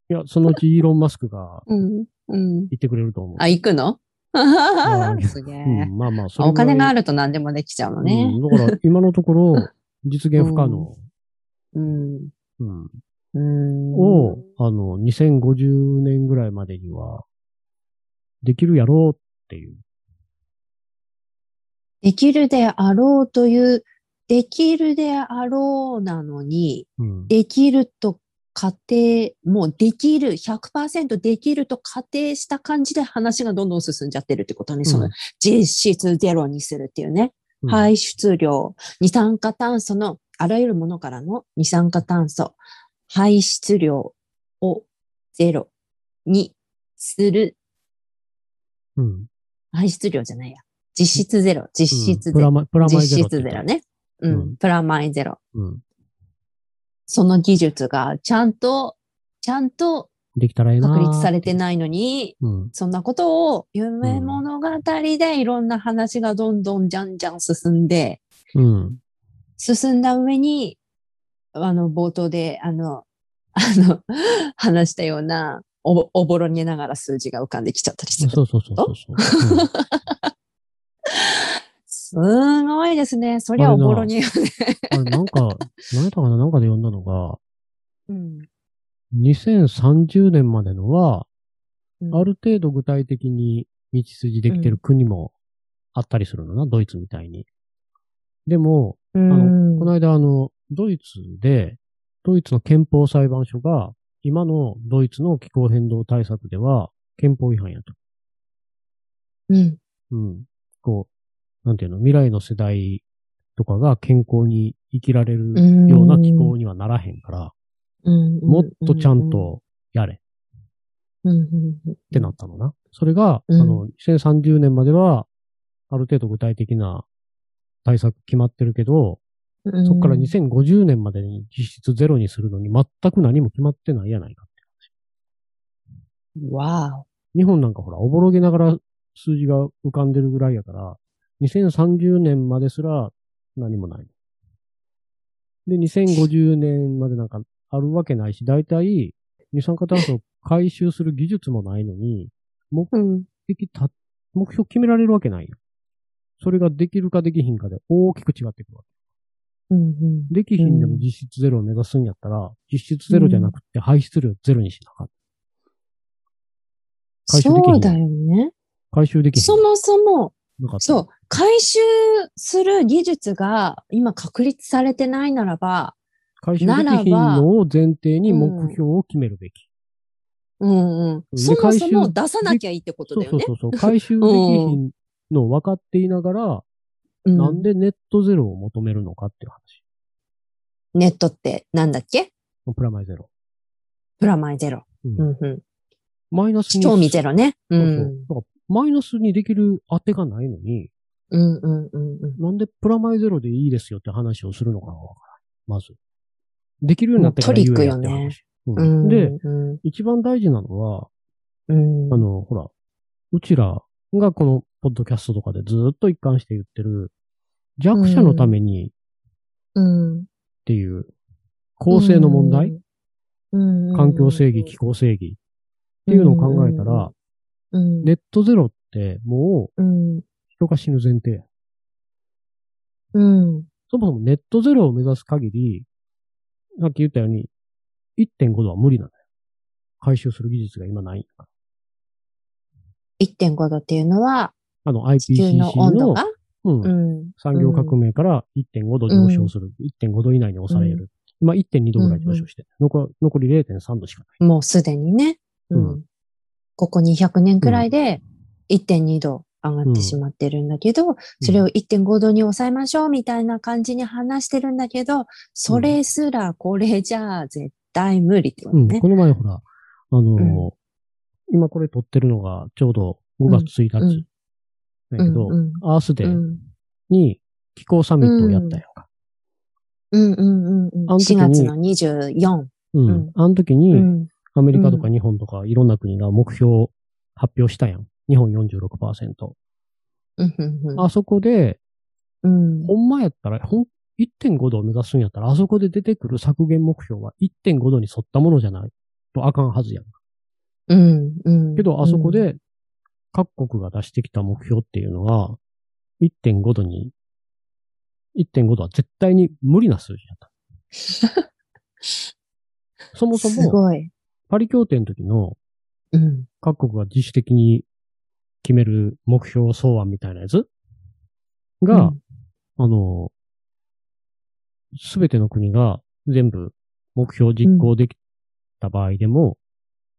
[SPEAKER 1] いや、そのうちイーロン・マスクが
[SPEAKER 2] うん。うん。
[SPEAKER 1] 言ってくれると思う。
[SPEAKER 2] あ、行くの
[SPEAKER 1] ー
[SPEAKER 2] すげえ、
[SPEAKER 1] うん、まあまあ、そ
[SPEAKER 2] あお金があ
[SPEAKER 1] る
[SPEAKER 2] ると何でもできちゃうのね。
[SPEAKER 1] うん、だから今のところ、実現不可能。
[SPEAKER 2] うん。
[SPEAKER 1] うん。
[SPEAKER 2] うん。
[SPEAKER 1] を、あの、2050年ぐらいまでには、できるやろうっていう。
[SPEAKER 2] できるであろうという、できるであろうなのに、
[SPEAKER 1] うん。
[SPEAKER 2] できると仮定、もうできる、100%できると仮定した感じで話がどんどん進んじゃってるってことね。その
[SPEAKER 1] うん
[SPEAKER 2] 実質ゼロにするっていうね。
[SPEAKER 1] うん
[SPEAKER 2] 排出量、二酸化炭素の、あらゆるものからの二酸化炭素、排出量をゼロにする、
[SPEAKER 1] うん。
[SPEAKER 2] 排出量じゃないや。実質ゼロ、実質
[SPEAKER 1] うん
[SPEAKER 2] ゼ
[SPEAKER 1] プ
[SPEAKER 2] ロ
[SPEAKER 1] ラ。マプラマイゼ
[SPEAKER 2] 実
[SPEAKER 1] ロって
[SPEAKER 2] 質
[SPEAKER 1] 言
[SPEAKER 2] ゼ
[SPEAKER 1] った
[SPEAKER 2] ロ。ね。う、
[SPEAKER 1] うん
[SPEAKER 2] プラマイゼロ。
[SPEAKER 1] うん。
[SPEAKER 2] その技術がちゃんと、ちゃんと
[SPEAKER 1] できたらええなー
[SPEAKER 2] 確立されてないのに、
[SPEAKER 1] うん。
[SPEAKER 2] そんなことを夢物語でいろんな話がどんどんじゃんじゃん進んで、
[SPEAKER 1] うん。
[SPEAKER 2] 進んだ上に、あの、冒頭で、あの、 あの、話したような、おぼおぼろげながら数字が浮かんできちゃったりす
[SPEAKER 1] そ
[SPEAKER 2] る。
[SPEAKER 1] うそうそうそうそう。うん
[SPEAKER 2] すごいですね。そりゃおぼろげよね。
[SPEAKER 1] あれ、なんか、何やったかななんかで読んだのが、
[SPEAKER 2] うん
[SPEAKER 1] 2030年までのは、
[SPEAKER 2] うん
[SPEAKER 1] ある程度具体的に道筋できてる国もあったりするのな、ドイツみたいに。でも、
[SPEAKER 2] うん
[SPEAKER 1] この間あの、ドイツで、ドイツの憲法裁判所が、今のドイツの気候変動対策では憲法違反やと。
[SPEAKER 2] うん
[SPEAKER 1] うん。こう、なんていうの、未来の世代とかが健康に生きられるような気候にはならへんから、
[SPEAKER 2] うん
[SPEAKER 1] もっとちゃんとやれっ
[SPEAKER 2] うんうんうん
[SPEAKER 1] てなったのな。それが、
[SPEAKER 2] うん
[SPEAKER 1] あの、2030年までは、ある程度具体的な対策決まってるけど、
[SPEAKER 2] うん
[SPEAKER 1] そこから2050年までに実質ゼロにするのに全く何も決まってないやないか。
[SPEAKER 2] わ
[SPEAKER 1] 日本なんかほら、おぼろげながら数字が浮かんでるぐらいやから、2030年まですら何もない。で、2050年までなんかあるわけないし、だいたい二酸化炭素を回収する技術もないのに、
[SPEAKER 2] お。うん。
[SPEAKER 1] 目的た、目標決められるわけないやん。それができるかできひんかで大きく違ってくるわ
[SPEAKER 2] うんうん
[SPEAKER 1] け。できひんでも実質ゼロを目指すんやったら、実質ゼロじゃなくて排出量ゼロにしなあかん。回収できへん
[SPEAKER 2] そうだよね。
[SPEAKER 1] 回収できひ
[SPEAKER 2] そ
[SPEAKER 1] ん。
[SPEAKER 2] もそも、
[SPEAKER 1] なかった
[SPEAKER 2] そう、回収する技術が今確立されてないならば、
[SPEAKER 1] 回収できひんのを前提に目標を決めるべき。
[SPEAKER 2] うんうん。
[SPEAKER 1] で
[SPEAKER 2] そもそも
[SPEAKER 1] 回収
[SPEAKER 2] 出さなきゃいいってことだよ
[SPEAKER 1] そう
[SPEAKER 2] ね
[SPEAKER 1] そ。うそうそう。回収できひんのを分かっていながら、
[SPEAKER 2] うん
[SPEAKER 1] なんでネットゼロを求めるのかっていう話。
[SPEAKER 2] ネットってなんだっけ
[SPEAKER 1] プラマイゼロ。
[SPEAKER 2] プラマイゼロ。
[SPEAKER 1] う
[SPEAKER 2] うんんうん。
[SPEAKER 1] マイナスに。
[SPEAKER 2] 興味ゼロね。う
[SPEAKER 1] そうそ
[SPEAKER 2] ん。
[SPEAKER 1] う。だからマイナスにできる当てがないのに、
[SPEAKER 2] うんうんうんうん。
[SPEAKER 1] なんでプラマイゼロでいいですよって話をするのかがわからない。まず。できるようになってから言えやって話
[SPEAKER 2] もうト
[SPEAKER 1] う
[SPEAKER 2] リッうんん、
[SPEAKER 1] で、
[SPEAKER 2] うん
[SPEAKER 1] 一番大事なのは、
[SPEAKER 2] うん
[SPEAKER 1] あの、ほら、うちらがこのポッドキャストとかでずっと一貫して言ってる、弱者のためにっ
[SPEAKER 2] うん
[SPEAKER 1] ていう、構成の問題、
[SPEAKER 2] うんうん
[SPEAKER 1] 環境正義、気候正義っていうのを考えたら、、
[SPEAKER 2] うん
[SPEAKER 1] ネットゼロってもう
[SPEAKER 2] うん
[SPEAKER 1] 人が死ぬ前提。
[SPEAKER 2] うん
[SPEAKER 1] そもそもネットゼロを目指す限り、さっき言ったように、1.5度は無理なんだよ。回収する技術が今ないんだから。
[SPEAKER 2] 1.5度っていうのは、
[SPEAKER 1] あの
[SPEAKER 2] 地球
[SPEAKER 1] IPCC
[SPEAKER 2] の温度
[SPEAKER 1] の
[SPEAKER 2] が、
[SPEAKER 1] うん
[SPEAKER 2] うん。
[SPEAKER 1] 産業革命から1.5度上昇する。1.5度以内に抑える。まあ1.2度ぐらい上昇して、残残り0.3度しかない。
[SPEAKER 2] もうすでにね、うん
[SPEAKER 1] う
[SPEAKER 2] ここ200年くらいで1.2度上がってしまってるんだけど、それを1.5度に抑えましょうみたいな感じに話してるんだけど、それすらこれじゃあ絶対無理ってこと
[SPEAKER 1] うん、
[SPEAKER 2] ね
[SPEAKER 1] こ。の前ほら、あのー
[SPEAKER 2] うん
[SPEAKER 1] 今これ撮ってるのがちょうど5月1
[SPEAKER 2] うんう
[SPEAKER 1] 日
[SPEAKER 2] ん
[SPEAKER 1] だ
[SPEAKER 2] う
[SPEAKER 1] け
[SPEAKER 2] ん
[SPEAKER 1] ど、
[SPEAKER 2] うん
[SPEAKER 1] アースデ
[SPEAKER 2] う
[SPEAKER 1] ー
[SPEAKER 2] ん
[SPEAKER 1] に気候サミットをやったやんか。
[SPEAKER 2] うんうんうんうん
[SPEAKER 1] あの時
[SPEAKER 2] 4
[SPEAKER 1] に
[SPEAKER 2] 月の24。
[SPEAKER 1] うん。
[SPEAKER 2] うん
[SPEAKER 1] あの時
[SPEAKER 2] う
[SPEAKER 1] に、
[SPEAKER 2] ん
[SPEAKER 1] アメリカとか日本とかいろんな国が目標を発表したやん。日本46%。
[SPEAKER 2] うんうんうん
[SPEAKER 1] あそこで、
[SPEAKER 2] うん
[SPEAKER 1] ほんまやったら、ほん、1.5度を目指すんやったら、あそこで出てくる削減目標は1.5度に沿ったものじゃないとあかんはずやん。
[SPEAKER 2] うんうん
[SPEAKER 1] けど、あそこ、で、各国が出してきた目標っていうのは、1.5度に、1.5度は絶対に無理な数字や った。そもそ
[SPEAKER 2] す
[SPEAKER 1] も、
[SPEAKER 2] ごい。
[SPEAKER 1] パリ協定の時の
[SPEAKER 2] うん。
[SPEAKER 1] 各国が自主的に決める目標草案みたいなやつが、あの、すべての国が全部目標実行できた場合でも、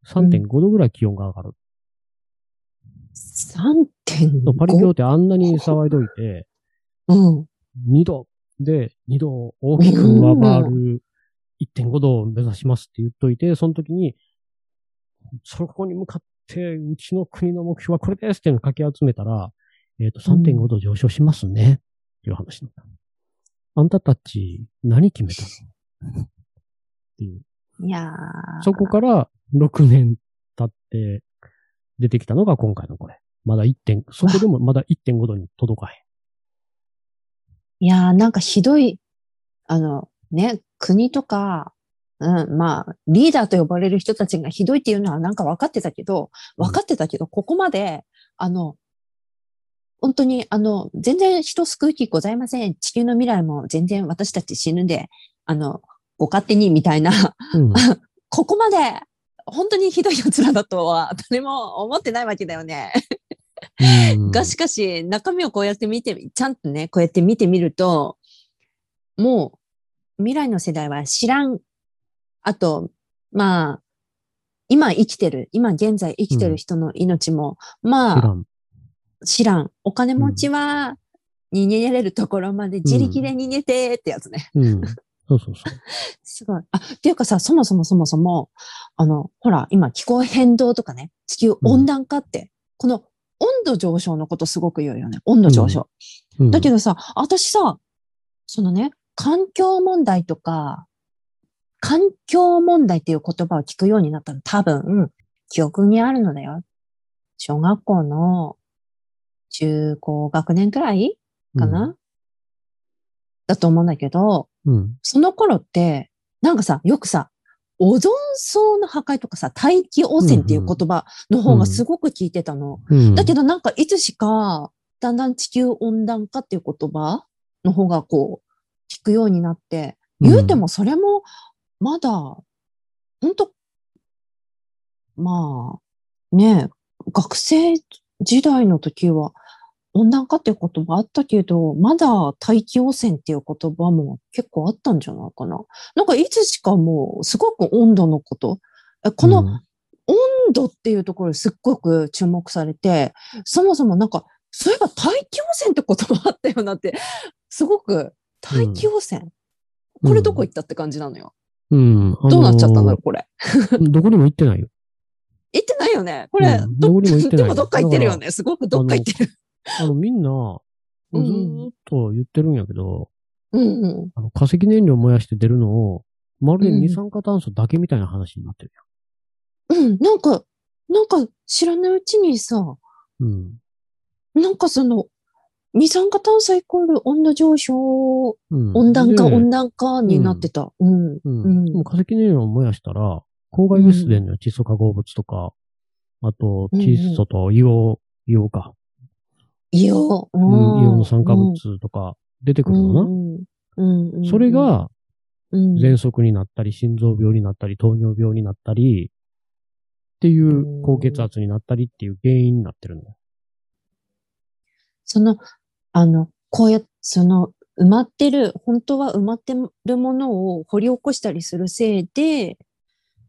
[SPEAKER 2] ん
[SPEAKER 1] 3.5度ぐらい気温が上がる。
[SPEAKER 2] 三点
[SPEAKER 1] そうパリ協定あんなに騒いどいて、
[SPEAKER 2] うん。
[SPEAKER 1] 2度で2度を大きく上回る1.5度を目指しますって言っといて、その時に、そこに向かって、うちの国の目標はこれですっていうのをかき集めたら、えっ、と、3.5度上昇しますね。っていう話になった。あんたたち、何決めたのっていう。
[SPEAKER 2] いやー
[SPEAKER 1] そこから6年経って出てきたのが今回のこれ。まだ1点、そこでもまだ1.5度に届かへん。
[SPEAKER 2] いやーなんかひどい、あの、ね、国とか、うん、まあ、リーダーと呼ばれる人たちがひどいっていうのはなんか分かってたけど、
[SPEAKER 1] うん
[SPEAKER 2] 分かってたけど、ここまで、あの、本当に、あの、全然人救う気ございません。地球の未来も全然私たち死ぬんで、あの、ご勝手にみたいな、
[SPEAKER 1] うん。
[SPEAKER 2] ここまで、本当にひどい奴らだとは誰も思ってないわけだよね。
[SPEAKER 1] うん
[SPEAKER 2] がしかし、中身をこうやって見て、ちゃんとね、こうやって見てみると、もう、未来の世代は知らん。あと、まあ、今生きてる、今現在生きてる人の命も、ま
[SPEAKER 1] 知ら
[SPEAKER 2] あ、
[SPEAKER 1] ん。
[SPEAKER 2] 知らん。お金持ちは、逃げれるところまで自力で逃げてってやつね。
[SPEAKER 1] うん。そうそうそう。
[SPEAKER 2] すごい。あ、っていうかさ、そもそもそもそも、あの、ほら、今気候変動とかね、地球温暖化って、この温度上昇のことすごく言うよね。温度上昇。
[SPEAKER 1] うん、
[SPEAKER 2] だけどさ、私さ、そのね、環境問題とか、環境問題っていう言葉を聞くようになったの多分、記憶にあるのだよ。小学校の中高学年くらいかな、だと思うんだけど、
[SPEAKER 1] うん。
[SPEAKER 2] その頃って、なんかさ、よくさ、オゾン層の破壊とかさ、大気汚染っていう言葉の方がすごく聞いてたの。
[SPEAKER 1] うん。
[SPEAKER 2] だけ
[SPEAKER 1] ど、
[SPEAKER 2] どなんかいつしか、だんだん地球温暖化っていう言葉の方がこう、聞くようになって、言うてもそれも、まだ、ほんと、まあ、ねえ、学生時代の時は、温暖化っていう言葉あったけど、まだ大気汚染っていう言葉も結構あったんじゃないかな。なんかいつしかもう、すごく温度のこと、えこの
[SPEAKER 1] うん、
[SPEAKER 2] 温度っていうところですっごく注目されて、そもそもなんか、そういえば大気汚染って言葉あったよなって、すごく大気汚染、
[SPEAKER 1] うん
[SPEAKER 2] これどこ行ったって感じなのよ。
[SPEAKER 1] うん
[SPEAKER 2] どうなっちゃったんだろう、これ。
[SPEAKER 1] あ のーどこにも行ってない よ。
[SPEAKER 2] 行ってないよね。これ、
[SPEAKER 1] うん
[SPEAKER 2] ど
[SPEAKER 1] どこにも行ってない
[SPEAKER 2] でもどっか行ってるよね。すごくどっか行ってる。
[SPEAKER 1] あの、みんな、ず
[SPEAKER 2] うん
[SPEAKER 1] ーっと言ってるんやけど、
[SPEAKER 2] うんうん。
[SPEAKER 1] あの化石燃料燃やして出るのを、まるで
[SPEAKER 2] うん
[SPEAKER 1] 二酸化炭素だけみたいな話になってる
[SPEAKER 2] うん、なんか、なんか知らないうちにさ、
[SPEAKER 1] やん。うん。
[SPEAKER 2] なんかその、二酸化炭素イコール温度上昇、
[SPEAKER 1] うん、
[SPEAKER 2] 温暖化、
[SPEAKER 1] で
[SPEAKER 2] 温暖化になってた。うん。
[SPEAKER 1] うん
[SPEAKER 2] うん
[SPEAKER 1] でも化石燃料を燃やしたら、郊外物質でのよ、窒素化合物とか、あと、
[SPEAKER 2] うんうん
[SPEAKER 1] 窒素と硫黄、硫黄か。
[SPEAKER 2] 硫黄。う
[SPEAKER 1] うんん、硫黄の酸化物とか出てくるのな。
[SPEAKER 2] うんうん、
[SPEAKER 1] それが、
[SPEAKER 2] うん、
[SPEAKER 1] 喘息になったり、心臓病になったり、糖尿病になったり、っていう高血圧になったりっていう原因になってるのよ。
[SPEAKER 2] その、あの、こうやその、埋まってる、本当は埋まってるものを掘り起こしたりするせいで、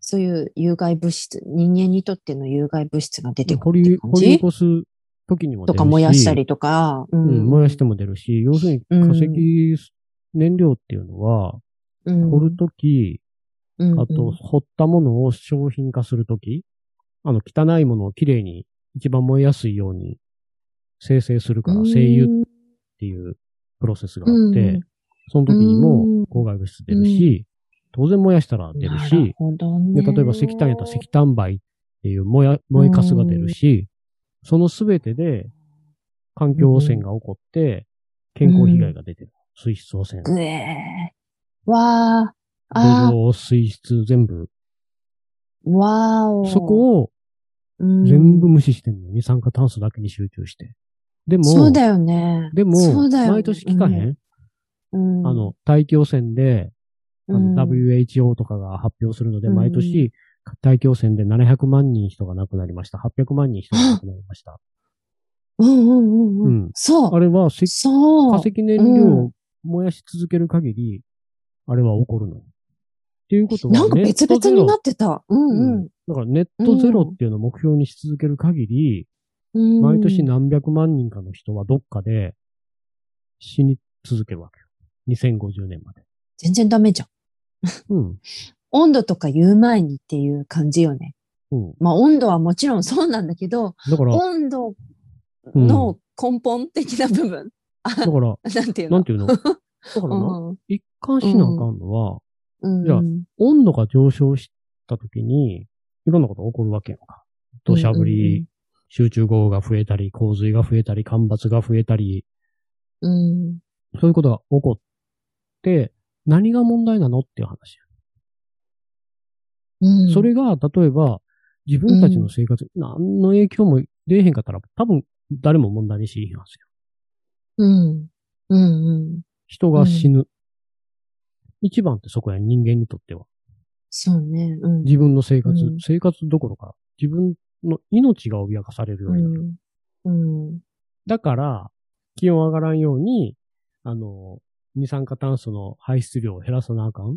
[SPEAKER 2] そういう有害物質、人間にとっての有害物質が出てく
[SPEAKER 1] 掘
[SPEAKER 2] るって
[SPEAKER 1] り、
[SPEAKER 2] 感
[SPEAKER 1] 掘り起
[SPEAKER 2] じ
[SPEAKER 1] こす時にも出
[SPEAKER 2] と
[SPEAKER 1] るし。
[SPEAKER 2] か燃やしたりとか、う
[SPEAKER 1] うん、燃やしても出るし、要するに
[SPEAKER 2] うん
[SPEAKER 1] 化石燃料っていうのは、掘るとき、
[SPEAKER 2] うん、
[SPEAKER 1] あと、掘ったものを商品化するとき、あの、汚いものをきれいに一番燃えやすいように生成するから、精油っていうプロセスがあって、その時に
[SPEAKER 2] うん
[SPEAKER 1] も郊外物質出るし、当然燃やしたら出る
[SPEAKER 2] なる
[SPEAKER 1] し、
[SPEAKER 2] ほどね、
[SPEAKER 1] で、例えば石炭やったら石炭灰っていう燃や、燃えかすが出るし、そのすべてで、環境汚染が起こって、健康被害が出てる。水質汚染。
[SPEAKER 2] ぐえー。わー。
[SPEAKER 1] 土
[SPEAKER 2] あ
[SPEAKER 1] 壌、水質、全部。
[SPEAKER 2] ー。わーお。
[SPEAKER 1] そこを
[SPEAKER 2] うん、
[SPEAKER 1] 全部無視してんの。二酸化炭素だけに集中して。でも、
[SPEAKER 2] そうだよね。
[SPEAKER 1] で
[SPEAKER 2] そ
[SPEAKER 1] も、
[SPEAKER 2] うだよね
[SPEAKER 1] 毎年聞かへん、
[SPEAKER 2] うん、
[SPEAKER 1] あの、大気汚染で、あの
[SPEAKER 2] うん
[SPEAKER 1] WHO とかが発表するので、
[SPEAKER 2] うん
[SPEAKER 1] 毎年、大気汚染で700万人人が亡くなりました。800万人人が亡くなりました。
[SPEAKER 2] うんうんうんう。
[SPEAKER 1] うんん。
[SPEAKER 2] そ
[SPEAKER 1] あ
[SPEAKER 2] う。
[SPEAKER 1] れは、石
[SPEAKER 2] そ
[SPEAKER 1] 化
[SPEAKER 2] う。
[SPEAKER 1] 石燃料を燃やし続ける限り、あれは起こるのよ。っていうことは、
[SPEAKER 2] なんか別々になってた。うんうん。
[SPEAKER 1] だからネットゼロっていうのを目標にし続ける限り、
[SPEAKER 2] うん、
[SPEAKER 1] 毎年何百万人かの人はどっかで死に続けるわけよ。2050年まで。
[SPEAKER 2] 全然ダメじゃん。
[SPEAKER 1] うん。
[SPEAKER 2] 温度とか言う前にっていう感じよね。
[SPEAKER 1] うん。
[SPEAKER 2] まあ温度はもちろんそうなんだけど、
[SPEAKER 1] だから、
[SPEAKER 2] 温度
[SPEAKER 1] うん
[SPEAKER 2] の根本的な部分。
[SPEAKER 1] だ から、
[SPEAKER 2] なんていうの
[SPEAKER 1] なんていうのだからな、
[SPEAKER 2] うん
[SPEAKER 1] 一貫しなあかんのは、
[SPEAKER 2] うん
[SPEAKER 1] じゃあ温度が上昇した時に、いろんなことが起こるわけやんか。土砂降
[SPEAKER 2] うんうんう
[SPEAKER 1] り
[SPEAKER 2] ん、
[SPEAKER 1] 集中豪雨が増えたり、洪水が増えたり、干ばつが増えたり、
[SPEAKER 2] うん
[SPEAKER 1] そういうことが起こって、何が問題なのっていう話。
[SPEAKER 2] うん
[SPEAKER 1] それが、例えば、自分たちの生活に何の影響も出えへんかったら、多分、誰も問題にしへんはずよ。
[SPEAKER 2] うん。うんうん。
[SPEAKER 1] 人が死ぬ。一番ってそこや、人間にとっては。
[SPEAKER 2] そうね。うん。
[SPEAKER 1] 自分の生活、
[SPEAKER 2] うん
[SPEAKER 1] 生活どころか、自分の命が脅かされるようになる。
[SPEAKER 2] うん。うん。
[SPEAKER 1] だから、気温上がらんように、あの、二酸化炭素の排出量を減らさなあかんっ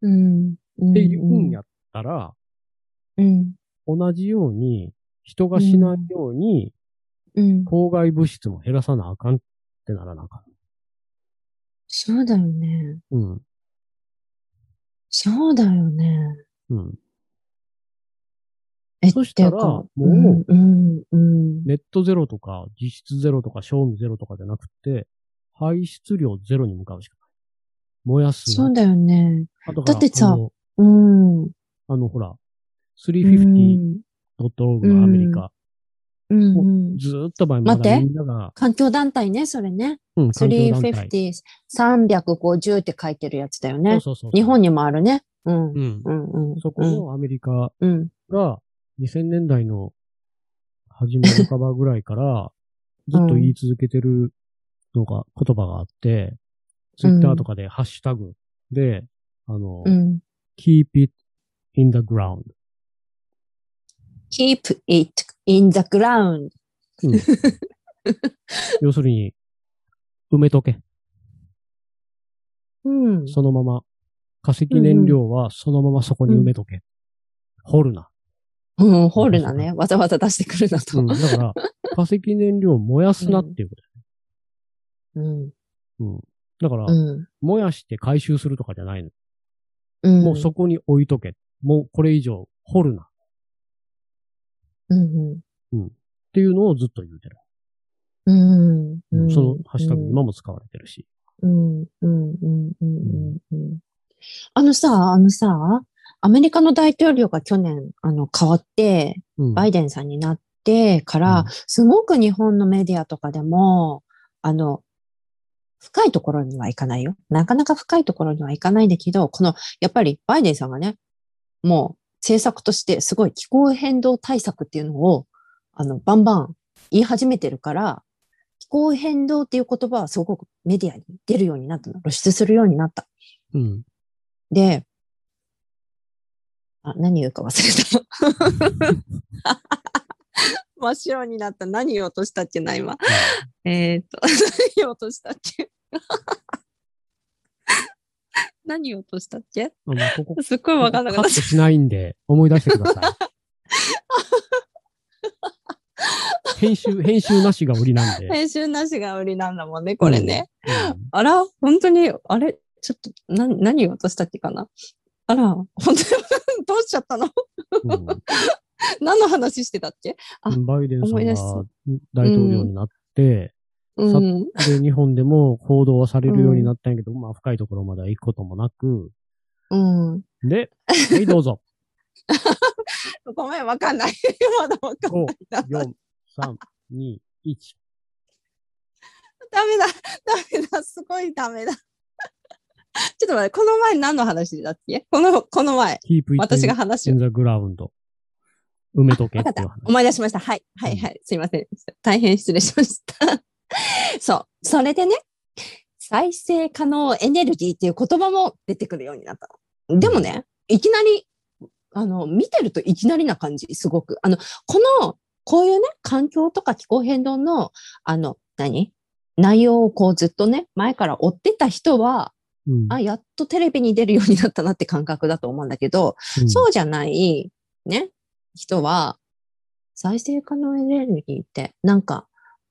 [SPEAKER 2] うん。うん。
[SPEAKER 1] ていうんやったら、
[SPEAKER 2] うん。
[SPEAKER 1] 同じように、人が死ないように、
[SPEAKER 2] うん。
[SPEAKER 1] 公害物質も減らさなあかんってならなあかん。
[SPEAKER 2] そうだよね。
[SPEAKER 1] うん。
[SPEAKER 2] そうだよね。
[SPEAKER 1] うん。
[SPEAKER 2] え、
[SPEAKER 1] そしたら
[SPEAKER 2] っていうか
[SPEAKER 1] もう
[SPEAKER 2] うん、うん、うん。
[SPEAKER 1] ネットゼロとか、実質ゼロとか、賞味ゼロとかじゃなくて、排出量ゼロに向かうしかない。燃やすな。
[SPEAKER 2] そうだよね。
[SPEAKER 1] あとほら
[SPEAKER 2] だってさ
[SPEAKER 1] あの、
[SPEAKER 2] うん。
[SPEAKER 1] あのほら、
[SPEAKER 2] うん。
[SPEAKER 1] 350.org のアメリカ、
[SPEAKER 2] うんうん。
[SPEAKER 1] ずーっと前ま
[SPEAKER 2] 待っ
[SPEAKER 1] だ
[SPEAKER 2] て
[SPEAKER 1] みんなが、
[SPEAKER 2] 環境団体ね、それね。
[SPEAKER 1] うん、環境団体。
[SPEAKER 2] 350、350って書いてるやつだよね。
[SPEAKER 1] そうそうそう。
[SPEAKER 2] 日本にもあるね。う
[SPEAKER 1] に。
[SPEAKER 2] ん。
[SPEAKER 1] うん
[SPEAKER 2] う。ん、うん。
[SPEAKER 1] そこのアメリカ
[SPEAKER 2] うん、うん。
[SPEAKER 1] が、2000年代の初めのカバーぐらいから、ずっと言い続けてるのが、言葉があって、ツイッターとかでハッシュタグで、あの、
[SPEAKER 2] うん。
[SPEAKER 1] keep it in the ground.
[SPEAKER 2] keep it in the ground.
[SPEAKER 1] 要するに、埋めとけ。
[SPEAKER 2] うん。
[SPEAKER 1] そのまま。化石燃料はそのままそこに埋めとけ。掘るな。
[SPEAKER 2] うん、ホールなね。わざわざ出してくるなと。
[SPEAKER 1] うんだか ら、化石燃料を燃やすなっていうこ
[SPEAKER 2] うん。
[SPEAKER 1] と。うんだから
[SPEAKER 2] う、ん。
[SPEAKER 1] 燃やして回収するとかじゃないの。
[SPEAKER 2] うん。
[SPEAKER 1] もうそこに置いとけ。もうこれ以上掘るな。っ
[SPEAKER 2] うん。
[SPEAKER 1] ていうのをずっと言うてる。
[SPEAKER 2] うん。うん。
[SPEAKER 1] そのハッシュタグ
[SPEAKER 2] うん
[SPEAKER 1] 今も使われてるし。
[SPEAKER 2] うんうんうんうんうんうんあのさ、あのさ、アメリカの大統領が去年、あの、変わって、
[SPEAKER 1] うん
[SPEAKER 2] バイデンさんになってから、
[SPEAKER 1] うん
[SPEAKER 2] すごく日本のメディアとかでも、あの、深いところにはいかないよ。なかなか深いところにはいかないんだけど、この、やっぱりバイデンさんがね、もう政策としてすごい気候変動対策っていうのを、あの、バンバン言い始めてるから、気候変動っていう言葉はすごくメディアに出るようになったの。露出するようになった。
[SPEAKER 1] うん。
[SPEAKER 2] で、あ、何言うか忘れ た。真っ白になった。何言おうとしたっけな、今。えーっと、何言おうとしたっけ何言おうとしたっけ
[SPEAKER 1] あのここ、
[SPEAKER 2] すっごいわかんなか
[SPEAKER 1] カ
[SPEAKER 2] っ
[SPEAKER 1] ットしないんで、思い出してくださ い。編集、編集なしが売りなんで
[SPEAKER 2] た。。編集なしが売りなんだもん ね、これね。
[SPEAKER 1] うん。
[SPEAKER 2] あら、本当に、あれ、ちょっと、な、何言おうとしたっけかな。あら、本当に、 どうしちゃったの
[SPEAKER 1] うん
[SPEAKER 2] 何の話してたっけあ
[SPEAKER 1] バイデンさん
[SPEAKER 2] 思い出し
[SPEAKER 1] が大統領になって、
[SPEAKER 2] うん。
[SPEAKER 1] で、日本でも報道はされるようになったんやけど、まあ深いところまでは行くこともなく、
[SPEAKER 2] うん。
[SPEAKER 1] で、はい、どう ぞ。
[SPEAKER 2] ごめん、わかんない。まだわかんない
[SPEAKER 1] 5、4、3、2、1。
[SPEAKER 2] ダメだ、ダメだ、すごいダメだ。ちょ っと待って、この前何の話だっけこの、この前、
[SPEAKER 1] キープイッ
[SPEAKER 2] 私が話を
[SPEAKER 1] ンザグラウンド。埋めとけっていう話。
[SPEAKER 2] 思い出しました。はい、はい、はい。すいません。大変失礼しました。 そう。それでね、再生可能エネルギーっていう言葉も出てくるようになったの。でもね、いきなり、あの、見てるといきなりな感じ、すごく。あの、この、こういうね、環境とか気候変動の、あの、何内容をこうずっとね、前から追ってた人は、
[SPEAKER 1] うん
[SPEAKER 2] あ、やっとテレビに出るようになったなって感覚だと思うんだけど、
[SPEAKER 1] うん
[SPEAKER 2] そうじゃない、ね、人は、再生可能エネルギーって、なんか、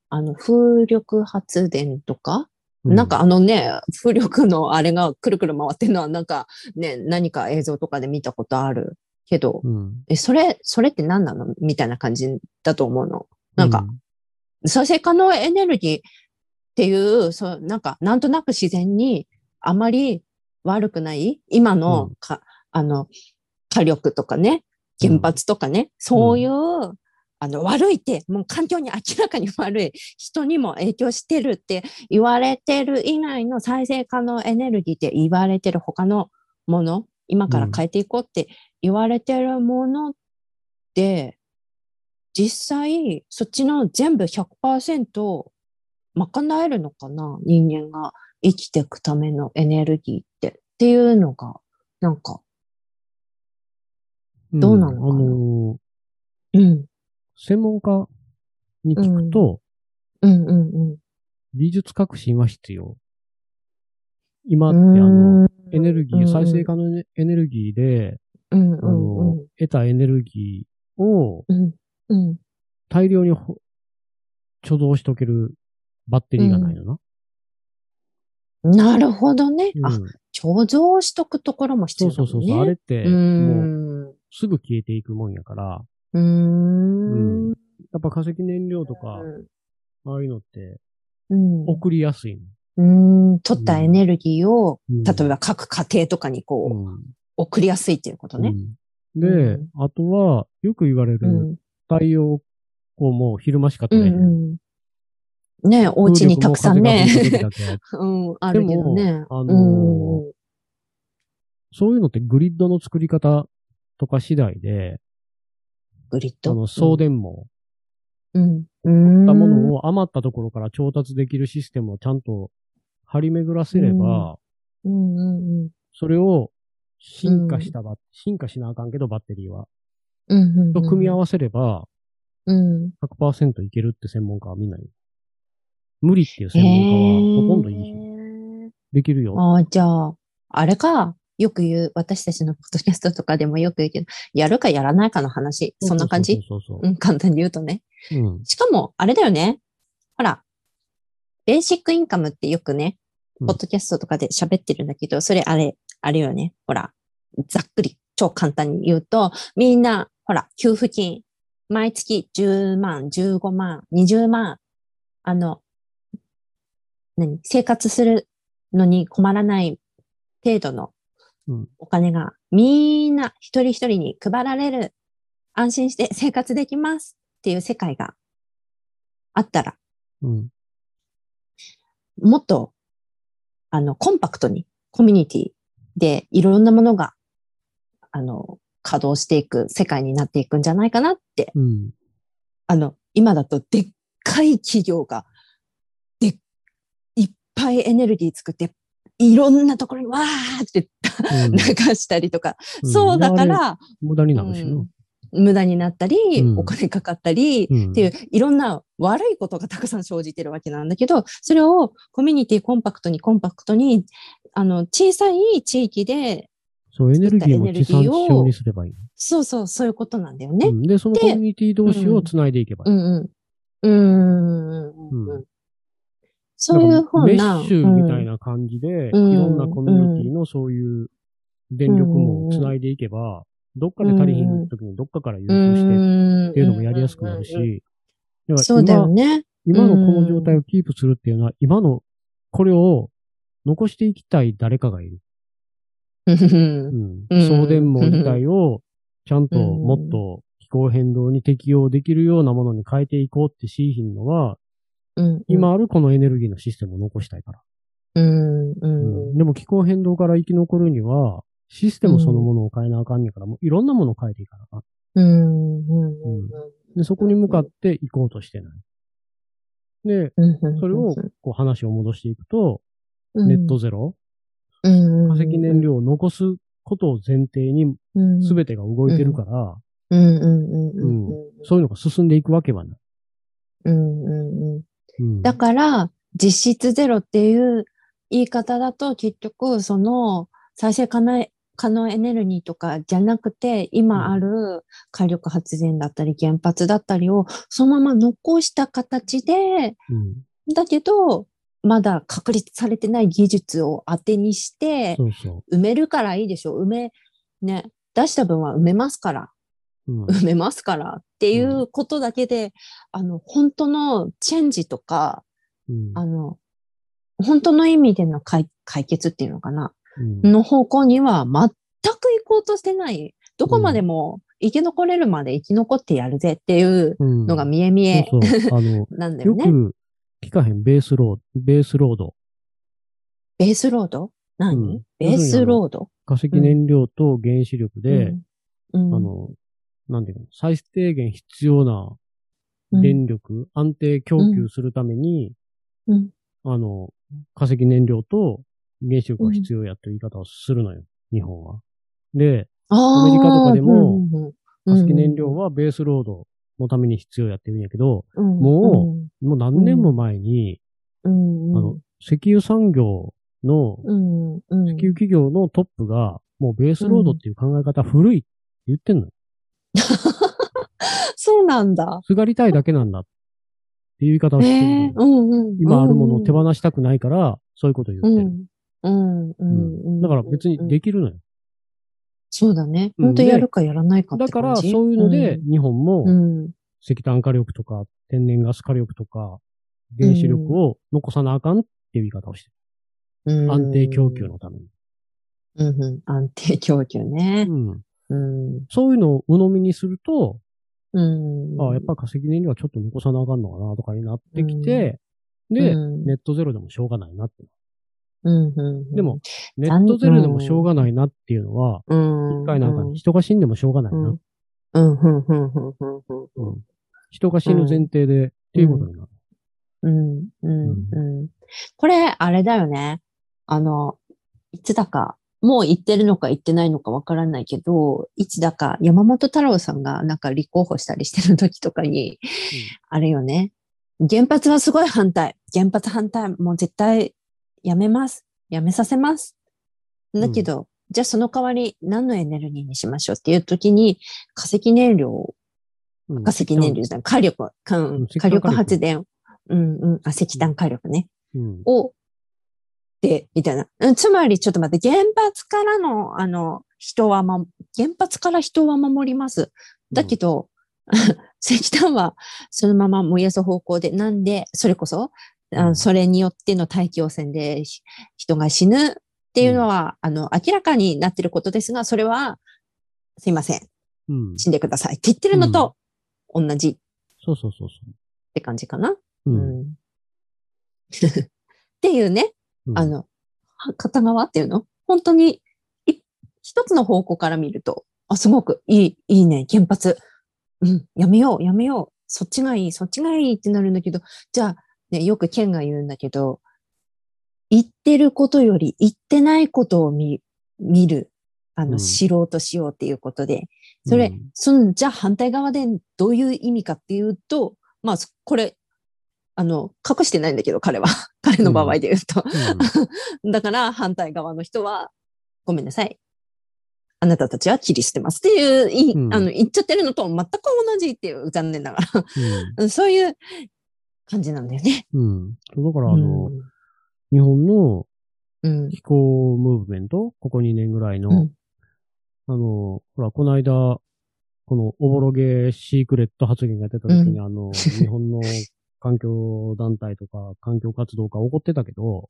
[SPEAKER 2] あの、風力発電とか、
[SPEAKER 1] う
[SPEAKER 2] なんかあのね、風力のあれがくるくる回ってるのは、なんかね、何か映像とかで見たことあるけど、
[SPEAKER 1] うん
[SPEAKER 2] え、それ、それって何なのみたいな感じだと思うの。なんか、
[SPEAKER 1] う
[SPEAKER 2] 再生可能エネルギーっていう、そう、なんか、なんとなく自然にあまり悪くない今の
[SPEAKER 1] うん
[SPEAKER 2] か、あの、火力とかね、原発とかね、そういう、あの、悪いって、もう環境に明らかに悪い人にも影響してるって言われてる以外の再生可能エネルギーって言われてる他のもの、今から変えていこうって言われてるものって、実際、そっちの全部100%賄えるのかな人間が生きていくためのエネルギーって。っていうのが、なんか、どうなのかな
[SPEAKER 1] あのー
[SPEAKER 2] うん、
[SPEAKER 1] 専門家に聞くと、
[SPEAKER 2] うん、うん、
[SPEAKER 1] 技術革新は必要。今
[SPEAKER 2] う
[SPEAKER 1] ってあ
[SPEAKER 2] ん。
[SPEAKER 1] の、
[SPEAKER 2] うーん
[SPEAKER 1] エネルギ
[SPEAKER 2] うん
[SPEAKER 1] ー、再生可能エネルギーで、
[SPEAKER 2] うん、
[SPEAKER 1] あの
[SPEAKER 2] うん、
[SPEAKER 1] 得たエネルギーを
[SPEAKER 2] うん、うん。
[SPEAKER 1] 大量にほ貯蔵しとけるバッテリーがないよな。
[SPEAKER 2] なるほどね。
[SPEAKER 1] うん
[SPEAKER 2] あ、貯蔵しとくところも必
[SPEAKER 1] そ
[SPEAKER 2] 要
[SPEAKER 1] う
[SPEAKER 2] だ
[SPEAKER 1] そ
[SPEAKER 2] もん
[SPEAKER 1] うそ
[SPEAKER 2] ね。
[SPEAKER 1] うそう。あれって、
[SPEAKER 2] うー。
[SPEAKER 1] もうん
[SPEAKER 2] う
[SPEAKER 1] すぐ消えていくもんやから、
[SPEAKER 2] ー
[SPEAKER 1] うん
[SPEAKER 2] ん。
[SPEAKER 1] やっぱ化石燃料とか、ああいうのって
[SPEAKER 2] うん。
[SPEAKER 1] 送りやすいの。
[SPEAKER 2] うん。取ったエネルギーを、
[SPEAKER 1] うん
[SPEAKER 2] 例えば各家庭とかにこう、
[SPEAKER 1] うん
[SPEAKER 2] 送りやすいっていうことね。
[SPEAKER 1] うんで、
[SPEAKER 2] うん
[SPEAKER 1] あとは、よく言われ
[SPEAKER 2] う
[SPEAKER 1] る
[SPEAKER 2] ん。
[SPEAKER 1] 太陽光も昼間しか
[SPEAKER 2] う
[SPEAKER 1] 取
[SPEAKER 2] ん
[SPEAKER 1] れへん。
[SPEAKER 2] うん。ねお家にたくさんね。
[SPEAKER 1] 風力も風が吹いて るだけ
[SPEAKER 2] うん、あるけどね。
[SPEAKER 1] でもあのー
[SPEAKER 2] うんうん
[SPEAKER 1] そういうのってグリッドの作り方とか次第で、
[SPEAKER 2] グリッ
[SPEAKER 1] あ
[SPEAKER 2] ド。
[SPEAKER 1] の、送電網、
[SPEAKER 2] うん。うん。
[SPEAKER 1] たも
[SPEAKER 2] を。
[SPEAKER 1] のを余ったところから調達できるシステムをちゃんと張り巡らせれば、
[SPEAKER 2] うんうんうん。
[SPEAKER 1] それを進化したば、進化しなあかんけど、バッテリーは。
[SPEAKER 2] うんうんうん。
[SPEAKER 1] と組み合
[SPEAKER 2] わ
[SPEAKER 1] わせれば、
[SPEAKER 2] うん。
[SPEAKER 1] 100%いけるって専門家はみんな言う。無理っていう
[SPEAKER 2] へ
[SPEAKER 1] 専門家はほとんどいい人。
[SPEAKER 2] ー
[SPEAKER 1] できるよ。
[SPEAKER 2] ああ、じゃあ、あれか。よく言う、私たちのポッドキャストとかでもよく言うけど、やるかやらないかの話。そんな感じ
[SPEAKER 1] そうそうそう
[SPEAKER 2] うん、簡単に言うとね。
[SPEAKER 1] そう。うん。
[SPEAKER 2] しかも、あれだよね。ほら、ベーシックインカムってよくね、
[SPEAKER 1] う
[SPEAKER 2] ポ
[SPEAKER 1] ん
[SPEAKER 2] ッドキャストとかで喋ってるんだけど、それあれ、あれよね。ほら、ざっくり、超簡単に言うと、みんな、ほら、給付金、毎月10万、15万、20万、あの、何、生活するのに困らない程度の
[SPEAKER 1] うん
[SPEAKER 2] お金が、みんな一人一人に配られる、安心して生活できますっていう世界があったら、
[SPEAKER 1] うん。
[SPEAKER 2] もっと、あの、コンパクトに、コミュニティでいろんなものが、あの、稼働していく世界になっていくんじゃないかなって、
[SPEAKER 1] うん。
[SPEAKER 2] あの、今だとでっかい企業が、でっ、いっぱいエネルギー作って、いろんなところにわーって
[SPEAKER 1] うん
[SPEAKER 2] 流したりとか、 そうだか、
[SPEAKER 1] ん
[SPEAKER 2] ら、
[SPEAKER 1] 無駄になるしな。
[SPEAKER 2] うん無駄になったり、
[SPEAKER 1] うん
[SPEAKER 2] お金かかったり、
[SPEAKER 1] うん
[SPEAKER 2] っていういろんな悪いことがたくさん生じてるわけなんだけど、それをコミュニティコンパクトにコンパクトに、あの、小さい地域で、
[SPEAKER 1] そう、エネルギーも
[SPEAKER 2] 作ったエネル
[SPEAKER 1] 地
[SPEAKER 2] ギーを
[SPEAKER 1] 産地消にすればいい。
[SPEAKER 2] そうそう、そういうことなんだよね。
[SPEAKER 1] うんで、その
[SPEAKER 2] で
[SPEAKER 1] コミュニティ同士を繋いでいけば
[SPEAKER 2] う
[SPEAKER 1] いい。
[SPEAKER 2] んうん。うーんうんう。
[SPEAKER 1] うん
[SPEAKER 2] そういうふうな。
[SPEAKER 1] メッシュみたいな感じで、い
[SPEAKER 2] うん
[SPEAKER 1] ろんなコミュニティのそういう電力網を繋いでいけば、どっかで足りひん時にどっかから融通して
[SPEAKER 2] て
[SPEAKER 1] っていうのもやりやすくなる。
[SPEAKER 2] うんうんうん
[SPEAKER 1] し、だから
[SPEAKER 2] そうだよね。
[SPEAKER 1] 今のこの状態をキープするっていうのは、今のこれを残していきたい誰かがいる。
[SPEAKER 2] うん
[SPEAKER 1] う
[SPEAKER 2] うん
[SPEAKER 1] ん、送電網自体 をちゃんともっと気候変動に適応できるようなものに変えていこうってしいひんのは、
[SPEAKER 2] うん。
[SPEAKER 1] 今あるこのエネルギーのシステムを残したいから。
[SPEAKER 2] うん。う。
[SPEAKER 1] うんんでも気候変動から生き残るには、システムそのものを変えなあかんねんから、もういろんなものを変えていかなあかん。
[SPEAKER 2] うん。うん。
[SPEAKER 1] で、そこに向かって行こうとしてない。で、
[SPEAKER 2] うん。
[SPEAKER 1] それをこう話を戻していくと、ネットゼロ、
[SPEAKER 2] うん、
[SPEAKER 1] 化石燃料を残すことを前提に
[SPEAKER 2] 料
[SPEAKER 1] 全てが動いてるから、
[SPEAKER 2] うんうんうんうんうん。
[SPEAKER 1] そういうのが進んでいくわけはない。
[SPEAKER 2] うんうんうん。
[SPEAKER 1] うん
[SPEAKER 2] だから、実質ゼロっていう言い方だと、結局、その、再生可能可能エネルギーとかじゃなくて、今ある火力発電だったり、原発だったりを、そのまま残した形で、
[SPEAKER 1] うん
[SPEAKER 2] だけど、まだ確立されてない技術を当てにして、
[SPEAKER 1] そうそ
[SPEAKER 2] 埋めるからいいでしょ。埋め、ね、出した分は埋めますから。
[SPEAKER 1] う。うん
[SPEAKER 2] 埋めますからっていうことだけで、あの、本当のチェンジとか、
[SPEAKER 1] うん
[SPEAKER 2] あの、本当の意味での解解決っていうのかな、
[SPEAKER 1] うん
[SPEAKER 2] の方向には全く行こうとしてない。どこまでも生き残れるまで生き残ってやるぜっていう
[SPEAKER 1] うん
[SPEAKER 2] のが見え見え
[SPEAKER 1] そうそうあの
[SPEAKER 2] なん だよ
[SPEAKER 1] よ
[SPEAKER 2] ね。
[SPEAKER 1] く聞かへん、ベースロード、ベースロード。
[SPEAKER 2] ベースロード何、
[SPEAKER 1] うん
[SPEAKER 2] ベースロード
[SPEAKER 1] 化石燃料と原子力で、
[SPEAKER 2] うん、
[SPEAKER 1] あの、なんていうの、最低限必要な
[SPEAKER 2] うん、
[SPEAKER 1] 電力、安定供給するために、
[SPEAKER 2] うん
[SPEAKER 1] あの、化石燃料と原子力が必要やという言い方をするのよ、日本は。で、ア
[SPEAKER 2] ア
[SPEAKER 1] メリカとかでも
[SPEAKER 2] うん
[SPEAKER 1] 化石燃料はベースロードのために必要やって言うんやけど、
[SPEAKER 2] も
[SPEAKER 1] ももう何年も前に、
[SPEAKER 2] うん、うん、
[SPEAKER 1] あの、石油産業の、
[SPEAKER 2] うん、うん、
[SPEAKER 1] 石油企業のトップが、もうベースロードっていう考え方古いって言ってんのよ。
[SPEAKER 2] そうなんだ。
[SPEAKER 1] すがりたいだけなんだっていう言い方をしてるのよ、
[SPEAKER 2] えーうんうん、
[SPEAKER 1] 今あるものを手放したくないから、そういうことを言ってる。
[SPEAKER 2] うんうんう
[SPEAKER 1] うん
[SPEAKER 2] ん
[SPEAKER 1] だから別にで
[SPEAKER 2] き
[SPEAKER 1] きるのよ。
[SPEAKER 2] そうだね。
[SPEAKER 1] うん
[SPEAKER 2] 本当やるかやらないかって
[SPEAKER 1] だか
[SPEAKER 2] 感
[SPEAKER 1] ら、
[SPEAKER 2] じ
[SPEAKER 1] そういうので、日本
[SPEAKER 2] う
[SPEAKER 1] も
[SPEAKER 2] んうん
[SPEAKER 1] 石炭火力とか天然ガス火力とか原子力を残さなあかんっていう言い方をして
[SPEAKER 2] う
[SPEAKER 1] る。
[SPEAKER 2] ん
[SPEAKER 1] 安定供給のために。
[SPEAKER 2] うんうん安定供給ね。
[SPEAKER 1] うん
[SPEAKER 2] うん。
[SPEAKER 1] そういうのを鵜呑みにすると、
[SPEAKER 2] うん。
[SPEAKER 1] ああやっぱ化石燃料はちょっと残さなあかんのかなとかになってきて、で、
[SPEAKER 2] うん
[SPEAKER 1] ネットゼロでもしょうがないなって。
[SPEAKER 2] うんうん。
[SPEAKER 1] でも、ネットゼロでもしょうがないなっていうのは、
[SPEAKER 2] うん、
[SPEAKER 1] 一回なんか人が死んでもしょうがない
[SPEAKER 2] うん、う。
[SPEAKER 1] なん
[SPEAKER 2] うんうんうんうんうんうん
[SPEAKER 1] 人が死ぬ前提で、っていうことになる。
[SPEAKER 2] うんうんうんこれ、あれだよね。あの、いつだか、もう行ってるのか行ってないのかわからないけど、いつだか山本太郎さんがなんか立候補したりしてる時とかに、あれよね。原発はすごい反対。原発反対。もう絶対やめます。やめさせます。だけど、じゃあその代わり何のエネルギーにしましょうっていう時に、化石燃料を
[SPEAKER 1] うん
[SPEAKER 2] 化石燃料じゃない、火力、か
[SPEAKER 1] うん
[SPEAKER 2] ん
[SPEAKER 1] 石炭
[SPEAKER 2] 火
[SPEAKER 1] 火力
[SPEAKER 2] 力発電、うんうん、あ石炭火力ね、
[SPEAKER 1] うん
[SPEAKER 2] を、で、みたいな。うんつまり、ちょっと待って、原発からの、あの、人は、ま、原発から人は守ります。だけど、 石炭はそのまま燃やす方向で、なんで、それこそ、あ
[SPEAKER 1] うん
[SPEAKER 2] それによっての大気汚染でひ人が死ぬっていうのは、あの、明らかになってることですが、それは、すいません、
[SPEAKER 1] うん。
[SPEAKER 2] 死んでくださいって言ってるのと、同じ
[SPEAKER 1] そうそうそうそ
[SPEAKER 2] って感じかな。
[SPEAKER 1] う。う
[SPEAKER 2] う
[SPEAKER 1] ん
[SPEAKER 2] ん。 っていうね、
[SPEAKER 1] うん
[SPEAKER 2] あの、は片側っていうの本当にい一つの方向から見ると、あ、すごくいい、いいね、原発。うん、やめよう、やめよう。そっちがいい、そっちがいいってなるんだけど、じゃあ、ね、よく県が言うんだけど、言ってることより言ってないことを見、見る。あの、
[SPEAKER 1] うん
[SPEAKER 2] 知ろうとしようっていうことで、それ、
[SPEAKER 1] うん
[SPEAKER 2] その、じゃあ反対側でどういう意味かっていうと、まあ、そこれ、あの、隠してないんだけど、彼は。 彼の場合で言うと。だから、反対側の人は、ごめんなさい。あなたたちは切り捨てますっていう、い
[SPEAKER 1] うん
[SPEAKER 2] あの、言っちゃってるのと全く同じっていう、残念ながら。 うんそういう感じなんだよね。
[SPEAKER 1] うん。うんそうだから、あ
[SPEAKER 2] う
[SPEAKER 1] の、
[SPEAKER 2] ん
[SPEAKER 1] 日本の
[SPEAKER 2] うん。
[SPEAKER 1] 気候ムーブメント、ここ2年ぐらいの、
[SPEAKER 2] うん
[SPEAKER 1] あの、ほら、この間、このおぼろげシークレット発言が出た時に、あの、日本の環境団体とか環境活動家怒ってたけど、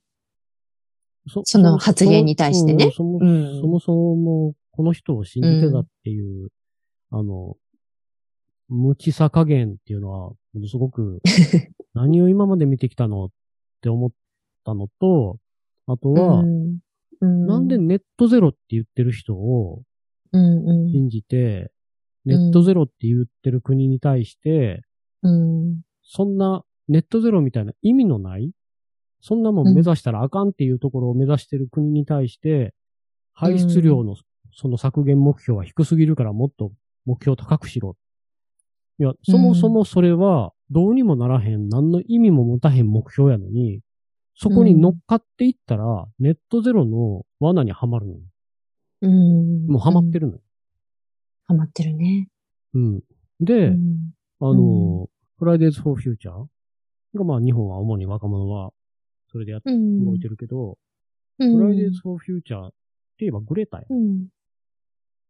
[SPEAKER 1] そ
[SPEAKER 2] その発言に対してね
[SPEAKER 1] そも
[SPEAKER 2] うん
[SPEAKER 1] そもそも、この人を信じてたっていう、あの、無知さ加減っていうのは、ものすごく、何を今まで見てきたのって思ったのと、あとは、な
[SPEAKER 2] なん
[SPEAKER 1] でネットゼロって言ってる人を
[SPEAKER 2] うんうん
[SPEAKER 1] 信じて、ネットゼロって言ってる国に対して、
[SPEAKER 2] うん
[SPEAKER 1] そんなネットゼロみたいな意味のない、そんなもん目指したらあかんっていうところを目指してる国に対して、排出量のその削減目標は低すぎるからもっと目標高くしろ。いや、そもそもそれはどうにもならへん、何の意味も持たへん目標やのに、そこに乗っかっていったら、ネットゼロの罠にはまるのよ。
[SPEAKER 2] うん
[SPEAKER 1] もうはまって
[SPEAKER 2] る。
[SPEAKER 1] るのよ。
[SPEAKER 2] はまってるね。
[SPEAKER 1] うん。で、
[SPEAKER 2] うん
[SPEAKER 1] あの、フライデーズ・フォー・フューチャーが、まあ日本は主に若者は、それでやっ
[SPEAKER 2] うん
[SPEAKER 1] 動いてるけど、
[SPEAKER 2] うん
[SPEAKER 1] フライデーズ・フォー・フューチャーって言えばグレタや。
[SPEAKER 2] うん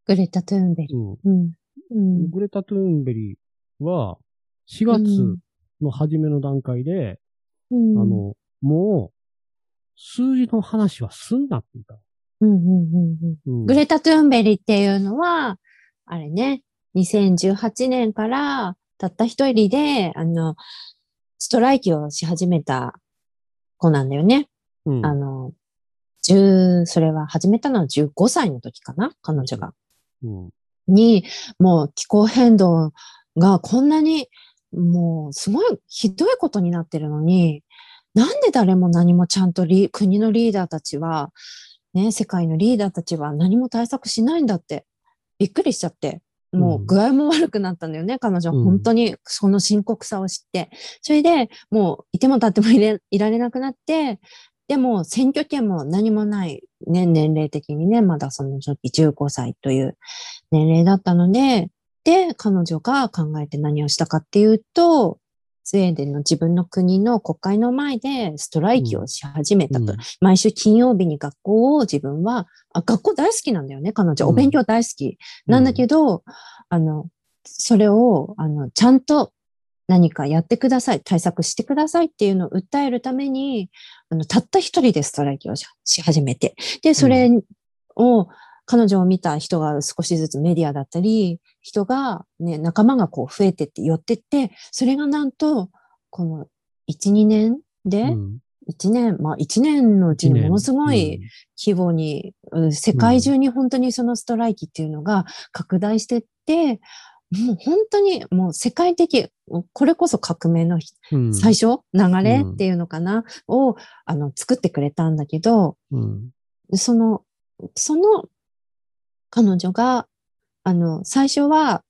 [SPEAKER 2] グレタ・トゥーンベリー。
[SPEAKER 1] う
[SPEAKER 2] うんうん
[SPEAKER 1] ん。グレタ・トゥーンベリーは、4月の初めの段階で、
[SPEAKER 2] うん
[SPEAKER 1] あの、もう、数字の話はすんなって言った。
[SPEAKER 2] うんうんうんう
[SPEAKER 1] う
[SPEAKER 2] ん
[SPEAKER 1] ん
[SPEAKER 2] グレタ・トゥーンベリっていうのは、あれね、2018年からたった一人で、あの、ストライキをし始めた子なんだよね。
[SPEAKER 1] うん
[SPEAKER 2] あの、10、それは始めたのは15歳の時かな彼女が。
[SPEAKER 1] うん
[SPEAKER 2] に、もう気候変動がこんなに、もうすごいひどいことになってるのに、なんで誰も何もちゃんとリ国のリーダーたちは、ね、世界のリーダーたちは何も対策しないんだって、びっくりしちゃって、も
[SPEAKER 1] うん
[SPEAKER 2] う具合も悪くなったんだよね、彼女は。
[SPEAKER 1] うん
[SPEAKER 2] 本当にその深刻さを知って。それでもういても立ってもいれいられなくなって、でも選挙権も何もない、ね、年齢的にね、まだその時15歳という年齢だったので、で、彼女が考えて何をしたかっていうと、スウェーデンの自分の国の国会の前でストライキをし始めたと。毎週金曜日に学校を自分は、あ学校大好きなんだよね、彼女。
[SPEAKER 1] うん
[SPEAKER 2] お勉強大好き。なんだけど、あの、それを、あの、ちゃんと何かやってください、対策してくださいっていうのを訴えるために、あの、たった一人でストライキをしし始めて。で、それを、彼女を見た人が少しずつメディアだったり、人がね、仲間がこう増えてって寄ってって、それがなんと、この1、2年で、
[SPEAKER 1] うん
[SPEAKER 2] 一年、まあ一年のうちにものすごい、規模に、うん世界中に本当にそのストライキっていうのが拡大してって、もう本当にもう世界的、これこそ革命の
[SPEAKER 1] うんうん
[SPEAKER 2] 最初、流れっていうのかな、をあの作ってくれたんだけど、
[SPEAKER 1] うん
[SPEAKER 2] その、その彼女が、あの、最初は、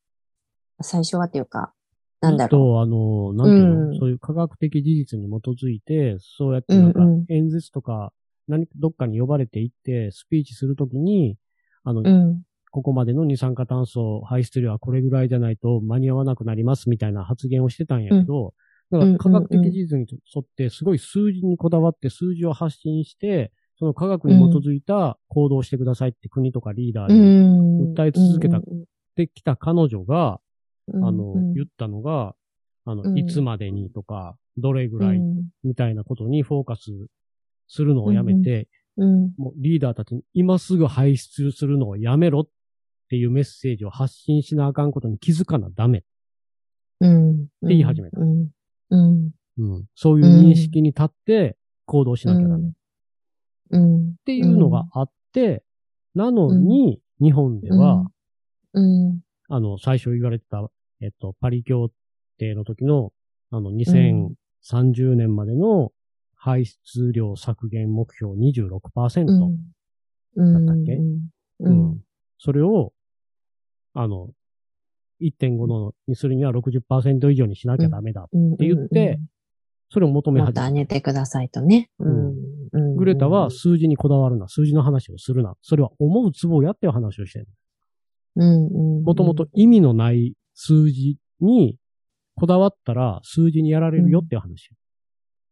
[SPEAKER 2] 最初はっていうか、なんだ
[SPEAKER 1] あと、
[SPEAKER 2] ろ
[SPEAKER 1] あの、なんていうの、
[SPEAKER 2] うん
[SPEAKER 1] そういう科学的事実に基づいて、そうやって
[SPEAKER 2] う
[SPEAKER 1] なんんか
[SPEAKER 2] うん
[SPEAKER 1] 演説とか、何どっかに呼ばれて行って、スピーチするときに、あの、
[SPEAKER 2] う。うん。
[SPEAKER 1] ここまでの二酸化炭素排出量はこれぐらいじゃないと間に合わなくなりますみたいな発言をしてたんやけど、だから科学的事実に沿ってすごい数字にこだわって数字を発信して、その科学に基づいた行動をしてくださいって国とかリーダー
[SPEAKER 2] う
[SPEAKER 1] に言っ
[SPEAKER 2] ん。
[SPEAKER 1] 訴え続けた
[SPEAKER 2] うんうん
[SPEAKER 1] てきた彼女が、
[SPEAKER 2] うん、
[SPEAKER 1] あの
[SPEAKER 2] う、ん
[SPEAKER 1] 言ったのが、あの、
[SPEAKER 2] うん
[SPEAKER 1] いつまでにとか、どれぐらいみたいなことにフォーカスするのをやめて、
[SPEAKER 2] うんうん
[SPEAKER 1] もうリーダーたちに今すぐ排出するのをやめろっていうメッセージを発信しなあかんことに気づかなダメ。
[SPEAKER 2] うん。って
[SPEAKER 1] 言い始めた
[SPEAKER 2] うん。うん。
[SPEAKER 1] うん。そういう認識に立って行動しなきゃダメっ
[SPEAKER 2] うん。って
[SPEAKER 1] いうのがあって、なのに、日本では、
[SPEAKER 2] うん、
[SPEAKER 1] あの、最初言われてた、えっと、パリ協定の時の、あの、
[SPEAKER 2] ん
[SPEAKER 1] 2030年までの排出量削減目標26%。
[SPEAKER 2] うん。うん。
[SPEAKER 1] だったっけ
[SPEAKER 2] うん。
[SPEAKER 1] う
[SPEAKER 2] うんん。
[SPEAKER 1] それを、あの、1.5のにするには60%以上にしなきゃダメだ。
[SPEAKER 2] うん。って
[SPEAKER 1] 言って、それを求め
[SPEAKER 2] もっ
[SPEAKER 1] 始
[SPEAKER 2] と上
[SPEAKER 1] め
[SPEAKER 2] げてくださいとね。うん。うん
[SPEAKER 1] た。グレタは、数字にこだわるな、数字の話をするな、それは思うツボやっていう話をしてる。
[SPEAKER 2] うん。うん。
[SPEAKER 1] もともと意味のない数字にこだわったら数字にやられるよっていう話。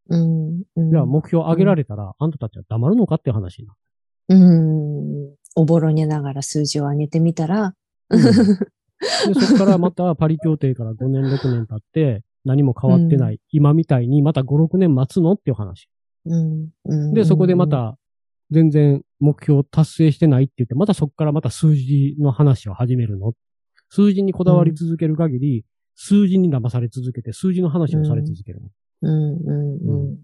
[SPEAKER 2] うん。うん。
[SPEAKER 1] じゃあ目標上げられたら、あんたたちは黙るのかっていう話にな
[SPEAKER 2] うん。おぼろげながら数字を上げてみたら、
[SPEAKER 1] る。で、そこからまたパリ協定から5年、6年経って、何も変わってない。今みたいにまた5、6年待つのっていう話。
[SPEAKER 2] うん。うん。
[SPEAKER 1] で、そこでま、た、全然目標達成してないって言って、またそこからまた数字の話を始めるの。数字にこだわり続ける限り、数字に騙され続けて、数字の話をされ続けるの。
[SPEAKER 2] うんうんうん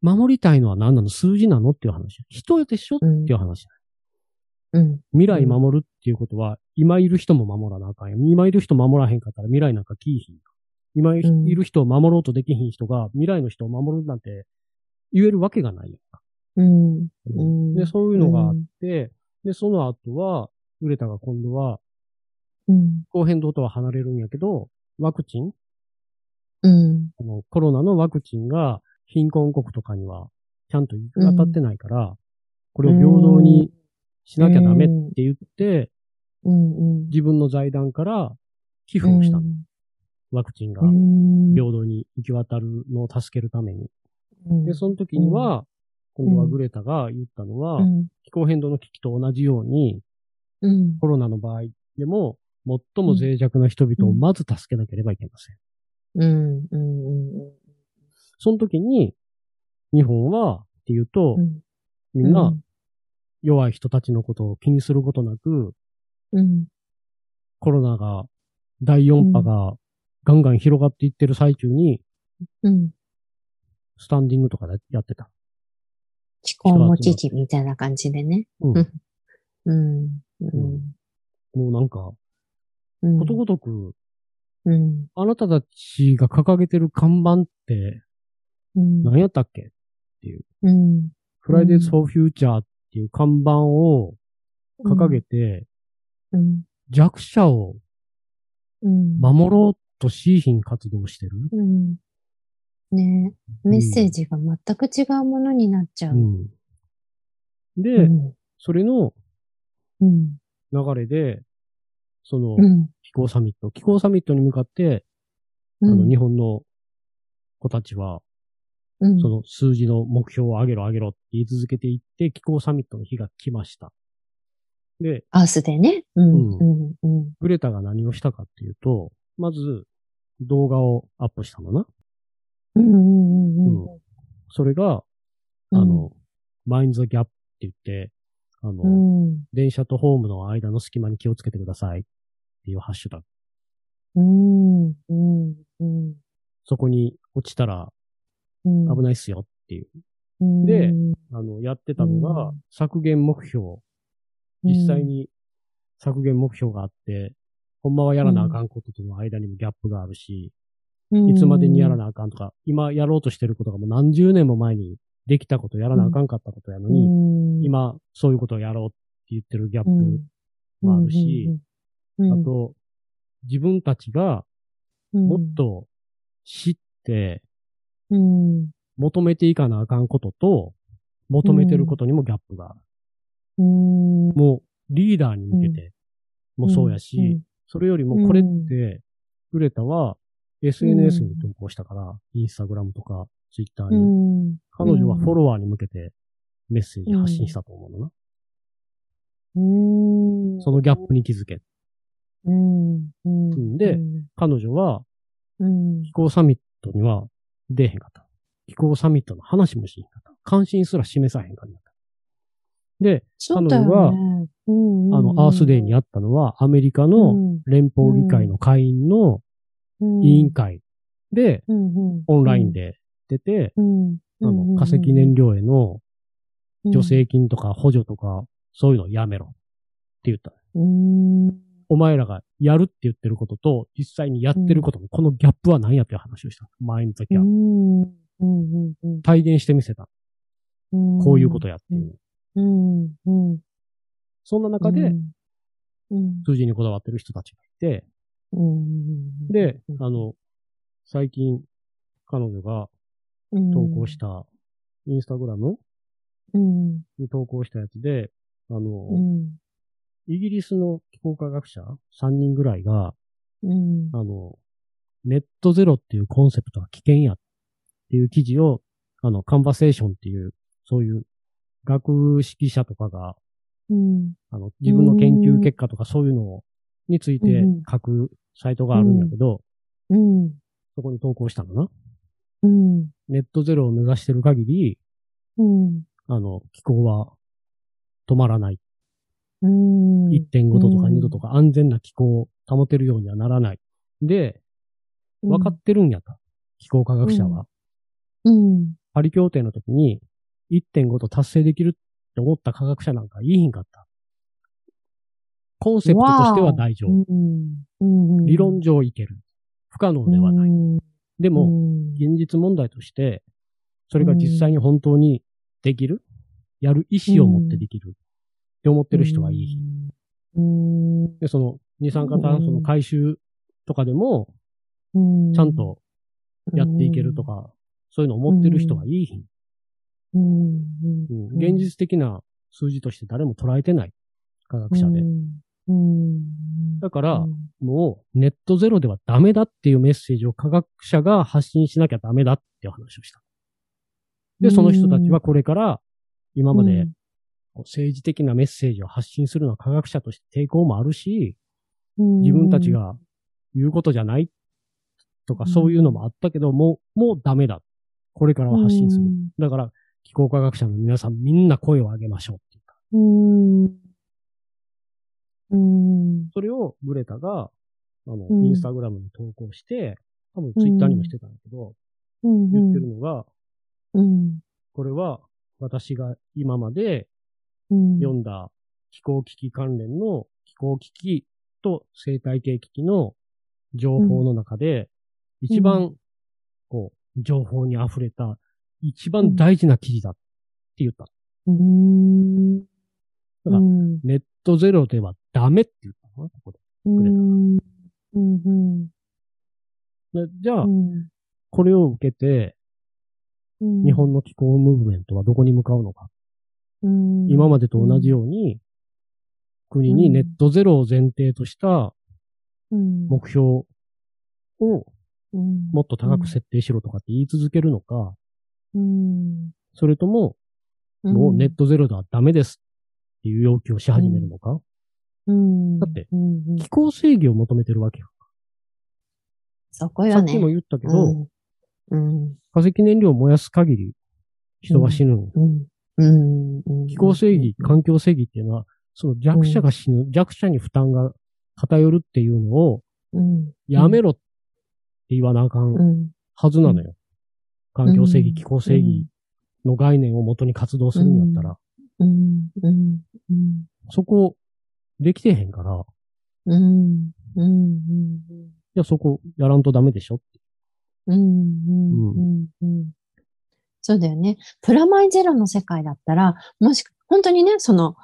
[SPEAKER 1] 守りたいのは何なの数字なのっていう話。人でしょっ
[SPEAKER 2] うん。
[SPEAKER 1] ていう話。
[SPEAKER 2] うん。
[SPEAKER 1] 未来守るっていうことは、今いる人も守らなあかんやん。今いる人守らへんかったら未来なんか来いひん。今い
[SPEAKER 2] うん
[SPEAKER 1] る人を守ろうとできひん人が、未来の人を守るなんて言えるわけがないやんか。
[SPEAKER 2] うん。うん。
[SPEAKER 1] で、そういうのがあっ
[SPEAKER 2] うん
[SPEAKER 1] て、で、その後は、ウレタが今度は、
[SPEAKER 2] うん。
[SPEAKER 1] 気候変動とは離れるんやけど、ワクチン、
[SPEAKER 2] うん。
[SPEAKER 1] このコロナのワクチンが貧困国とかにはちゃんと行き渡ってないから、これを平等にしなきゃダメって言って、
[SPEAKER 2] うん。うん。
[SPEAKER 1] 自分の財団から寄付をしたの。ワクチンが
[SPEAKER 2] うん。
[SPEAKER 1] 平等に行き渡るのを助けるために。
[SPEAKER 2] うん
[SPEAKER 1] で、その時には、今度はグレタが言ったのは
[SPEAKER 2] う、ん。
[SPEAKER 1] 気候変動の危機と同じように、
[SPEAKER 2] うん。
[SPEAKER 1] コロナの場合でも、最も脆弱な人々をまず助けなければいけません。
[SPEAKER 2] うん。うん。うん。
[SPEAKER 1] その時に、日本は、っていうと
[SPEAKER 2] う、ん。
[SPEAKER 1] みんな弱い人たちのことを気にすることなく、
[SPEAKER 2] うん。
[SPEAKER 1] コロナが、第4波がガンガン広がっていってる最中に、
[SPEAKER 2] うん。
[SPEAKER 1] スタンディングとかでやってた。
[SPEAKER 2] 気候も危機みたいな感じでね。
[SPEAKER 1] うん
[SPEAKER 2] うんうん。うん。
[SPEAKER 1] もうなんか、
[SPEAKER 2] うん
[SPEAKER 1] ことごとく、
[SPEAKER 2] うん。
[SPEAKER 1] あなたたちが掲げてる看板って
[SPEAKER 2] うん。
[SPEAKER 1] 何やったっけ
[SPEAKER 2] うん。
[SPEAKER 1] ?Fridays for Future っていう看板を掲げて、
[SPEAKER 2] うん。
[SPEAKER 1] 弱者を
[SPEAKER 2] うん。
[SPEAKER 1] 守ろうとしいひん活動してる。
[SPEAKER 2] うん。ねえメッセージが全く違うものになっちゃ
[SPEAKER 1] う
[SPEAKER 2] う。
[SPEAKER 1] ん。で、
[SPEAKER 2] うん。
[SPEAKER 1] それの
[SPEAKER 2] うん。
[SPEAKER 1] 流れで、その
[SPEAKER 2] う、ん。
[SPEAKER 1] 気候サミット、気候サミットに向かって、
[SPEAKER 2] う
[SPEAKER 1] あの、
[SPEAKER 2] ん
[SPEAKER 1] 日本の子たちは、
[SPEAKER 2] うん
[SPEAKER 1] その数字の目標を上げろ上げろって言い続けていって、気候サミットの日が来ました。で、
[SPEAKER 2] アースでね。うん。うん。うん。
[SPEAKER 1] グレタが何をしたかっていうと、まず、動画をアップしたのな。
[SPEAKER 2] うん。うん。うん。うん。
[SPEAKER 1] それが、あの、マインズギャップって言って、あの、
[SPEAKER 2] うん。
[SPEAKER 1] 電車とホームの間の隙間に気をつけてくださいっていうハッシュタグ。
[SPEAKER 2] うん。うん。うん。
[SPEAKER 1] そこに落ちたら
[SPEAKER 2] うん。
[SPEAKER 1] 危ないっすよっていう、
[SPEAKER 2] うん
[SPEAKER 1] で、あの、やってたのが
[SPEAKER 2] う、
[SPEAKER 1] 削減目標。実際に削減目標があって、ほんまはやらなあかんこととの間にもギャップがあるし、いつまでにやら
[SPEAKER 2] な
[SPEAKER 1] なあかんとか、今やろうとしてることがもう何十年も前にできたこと、やらなあかんかったことやのに、
[SPEAKER 2] に、
[SPEAKER 1] 今そういうことをやろうって言ってるギャップ
[SPEAKER 2] うん
[SPEAKER 1] もあるし、、
[SPEAKER 2] うん
[SPEAKER 1] あ、と、自分たちが
[SPEAKER 2] も
[SPEAKER 1] もっ、と知って
[SPEAKER 2] うん
[SPEAKER 1] 求めていかなあかんことと、求めてることにもギャップがある。
[SPEAKER 2] うん、
[SPEAKER 1] もうリーダーに向けてもそうやし、それよりもこれっ
[SPEAKER 2] うん
[SPEAKER 1] て、グレタは SNS に投稿したから、インスタグラムとかツイッター
[SPEAKER 2] う
[SPEAKER 1] に、
[SPEAKER 2] ん、
[SPEAKER 1] 彼女はフォロワーに向けてメッセージ発信したと思うのな。
[SPEAKER 2] うん、
[SPEAKER 1] そのギャップに気づけ。
[SPEAKER 2] うん、うん、
[SPEAKER 1] で、彼女は
[SPEAKER 2] うん、
[SPEAKER 1] 気候サミットには出えへんかった。気候サミットの話もしへんかった。関心すら示さへんかった。で、
[SPEAKER 2] そうだよね
[SPEAKER 1] 彼女は
[SPEAKER 2] うん、
[SPEAKER 1] あの、アースデーに
[SPEAKER 2] あ
[SPEAKER 1] あったのは、アメリカの連邦議会の会員の委員会で、オンライン、で出て、
[SPEAKER 2] うん
[SPEAKER 1] あの、化石燃料への助、成金とか補助とか、そういうのやめろ。って言った。
[SPEAKER 2] うん、
[SPEAKER 1] お前らがやるって言ってることと、実際にやってることの、このギャップは何やっていう話をした。前の時は。体現してみせた。こういうことやっていう。
[SPEAKER 2] うん、うん、
[SPEAKER 1] そんな中で、、
[SPEAKER 2] うん、
[SPEAKER 1] 数字にこだわってる人たちがいて、で、あの、最近、彼女が投稿した、インスタグラム
[SPEAKER 2] うん、
[SPEAKER 1] に投稿したやつで、あ
[SPEAKER 2] う
[SPEAKER 1] の、
[SPEAKER 2] ん、
[SPEAKER 1] イギリスの気候科学者3人ぐらいが、
[SPEAKER 2] うん、
[SPEAKER 1] あの、ネットゼロっていうコンセプトは危険やっていう記事を、あの、カンバセーションっていう、そういう学識者とかが、
[SPEAKER 2] うん、
[SPEAKER 1] あの、自分の研究結果とかそういうのをについて
[SPEAKER 2] うんうん
[SPEAKER 1] 書くサイトがあるんだけど、
[SPEAKER 2] うん、
[SPEAKER 1] そこに投稿したのな。
[SPEAKER 2] うん、
[SPEAKER 1] ネットゼロを目指してる限り、
[SPEAKER 2] うん。
[SPEAKER 1] あの、気候は止まらない。
[SPEAKER 2] うん。
[SPEAKER 1] 1.5度とか
[SPEAKER 2] うん
[SPEAKER 1] 2度とか安全な気候を保てるようにはならない。で、分かってるんやと。気候科学者は。
[SPEAKER 2] うん。
[SPEAKER 1] パリ協定の時に1.5と達成できるって思った科学者なんかいいひんかった。コンセプトとしては大丈夫。
[SPEAKER 2] うん。
[SPEAKER 1] 理論上いける。不可能ではない。
[SPEAKER 2] い。
[SPEAKER 1] でも、
[SPEAKER 2] も
[SPEAKER 1] 現実問題として、それが実際に本当にできる、やる意思を持ってできるって思ってる人はいい人。
[SPEAKER 2] うん。うん。
[SPEAKER 1] で、その二酸化炭素の回収とかでも、
[SPEAKER 2] うん
[SPEAKER 1] ちゃんとやっていけるとか、そういうの思ってる人はいい人。
[SPEAKER 2] うん。
[SPEAKER 1] うん
[SPEAKER 2] うん
[SPEAKER 1] 現実的な数字として誰も捉えてない科学者で。
[SPEAKER 2] うん。
[SPEAKER 1] だか
[SPEAKER 2] か
[SPEAKER 1] ら、もうネットゼロではダメだっていうメッセージを科学者が発信しなきゃダメだっていう話をした。で、その人たちはこれから、今までこう政治的なメッセージを発信するのは科学者として抵抗もあるし、自
[SPEAKER 2] 自
[SPEAKER 1] 分たちが言うことじゃないとか
[SPEAKER 2] うん
[SPEAKER 1] そういうのもあったけど、もう、もうダメだ。これからは発信する。だから、気候科学者の皆さんみんな声を上げましょうっていうか。
[SPEAKER 2] うん。うん。
[SPEAKER 1] それをグレタが、あの、
[SPEAKER 2] うん
[SPEAKER 1] インスタグラムに投稿して、多分ツイッターにもしてたんだけど、
[SPEAKER 2] うん。
[SPEAKER 1] 言ってるのが、
[SPEAKER 2] うん。
[SPEAKER 1] これは私が今まで
[SPEAKER 2] うん。
[SPEAKER 1] 読んだ気候危機関連の気候危機と生態系危機の情報の中で、一番、こう、情報に溢れた、一番大事な記事だって言った。
[SPEAKER 2] うん。
[SPEAKER 1] だから
[SPEAKER 2] うん
[SPEAKER 1] ネットゼロではダメって言ったのかな、ここでくれた
[SPEAKER 2] うん。うん。
[SPEAKER 1] でじゃあ
[SPEAKER 2] う、ん。
[SPEAKER 1] これを受けて、
[SPEAKER 2] うん
[SPEAKER 1] 日本の気候ムーブメントはどこに向かうのか。
[SPEAKER 2] うん
[SPEAKER 1] 今までと同じように、国にネットゼロを前提とした
[SPEAKER 2] うん
[SPEAKER 1] 目標を
[SPEAKER 2] うん
[SPEAKER 1] もっと高く設定しろとかって言い続けるのか、
[SPEAKER 2] うん
[SPEAKER 1] それとも、
[SPEAKER 2] うん
[SPEAKER 1] もうネットゼロではダメですっていう要求をし始めるのか、
[SPEAKER 2] うん
[SPEAKER 1] だって
[SPEAKER 2] うんうん
[SPEAKER 1] 気候制御を求めてるわけよ。
[SPEAKER 2] そこ
[SPEAKER 1] さ
[SPEAKER 2] よ
[SPEAKER 1] っ
[SPEAKER 2] ね。
[SPEAKER 1] きも言ったけど、
[SPEAKER 2] うん。
[SPEAKER 1] 化石燃料を燃やす限り人は死ぬ、
[SPEAKER 2] うん。うん。うん
[SPEAKER 1] 気候正義、環境正義っていうのは、その弱者が死ぬ、弱者に負担が偏るっていうのを
[SPEAKER 2] うん。
[SPEAKER 1] やめろって言わなあかん
[SPEAKER 2] うん。
[SPEAKER 1] はずなのよ。環境正
[SPEAKER 2] う
[SPEAKER 1] 義、
[SPEAKER 2] ん
[SPEAKER 1] 気候正義の概念を元に活動するんだったら、
[SPEAKER 2] うん。うん。うん。
[SPEAKER 1] そこできてへんから、い
[SPEAKER 2] うん。うん。うん。
[SPEAKER 1] や、そこやらんとダメでしょって。
[SPEAKER 2] うん。うん。うん。そうだよね。プラマイゼロの世界だったら、もし、本当にね、その、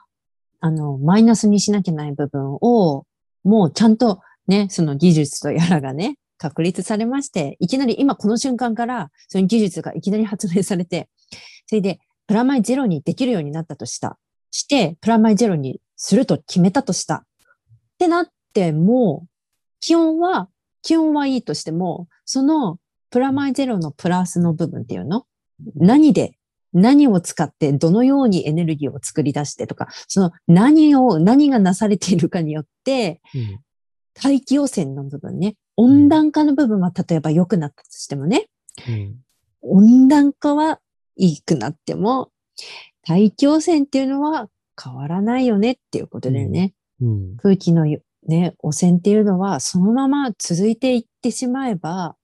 [SPEAKER 2] あの、マイナスにしなきゃいけない部分を、もうちゃんとね、その技術とやらがね、確立されまして、いきなり今この瞬間から、その技術がいきなり発明されて、それで、プラマイゼロにできるようになったとした。して、プラマイゼロにすると決めたとした。ってなっても、気温は、気温はいいとしても、そのプラマイゼロのプラスの部分っていうの何で、何を使って、どのようにエネルギーを作り出してとか、その何を、何がなされているかによって、
[SPEAKER 1] うん
[SPEAKER 2] 大気汚染の部分ね、温暖化の部分は例えば良くなったとしてもね、
[SPEAKER 1] うん
[SPEAKER 2] 温暖化はいくなっても、大気汚染っていうのは変わらないよねっていうことだよね。
[SPEAKER 1] うん。
[SPEAKER 2] 空気のよね、汚染っていうのはそのまま続いていってしまえば、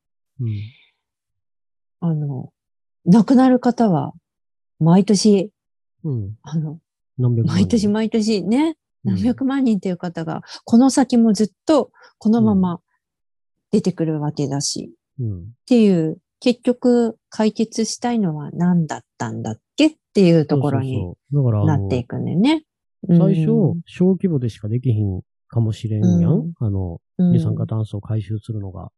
[SPEAKER 1] うん。
[SPEAKER 2] あの、亡くなる方は毎年、
[SPEAKER 1] うん。
[SPEAKER 2] あの、
[SPEAKER 1] 何百万
[SPEAKER 2] 毎年
[SPEAKER 1] 人
[SPEAKER 2] 毎年ね、
[SPEAKER 1] うん
[SPEAKER 2] 何百万人という方が、この先もずっとこのまま出てくるわけだし、っ
[SPEAKER 1] うん。
[SPEAKER 2] ていう、結局解決したいのは何だったんだっけっていうところに
[SPEAKER 1] そうそうそうだからあ
[SPEAKER 2] な
[SPEAKER 1] の
[SPEAKER 2] っていくんだよね。
[SPEAKER 1] 最初、小規模でしかできひんかもしれんやん。
[SPEAKER 2] うん
[SPEAKER 1] あの、
[SPEAKER 2] うん、
[SPEAKER 1] 二酸化炭素を回収するのが。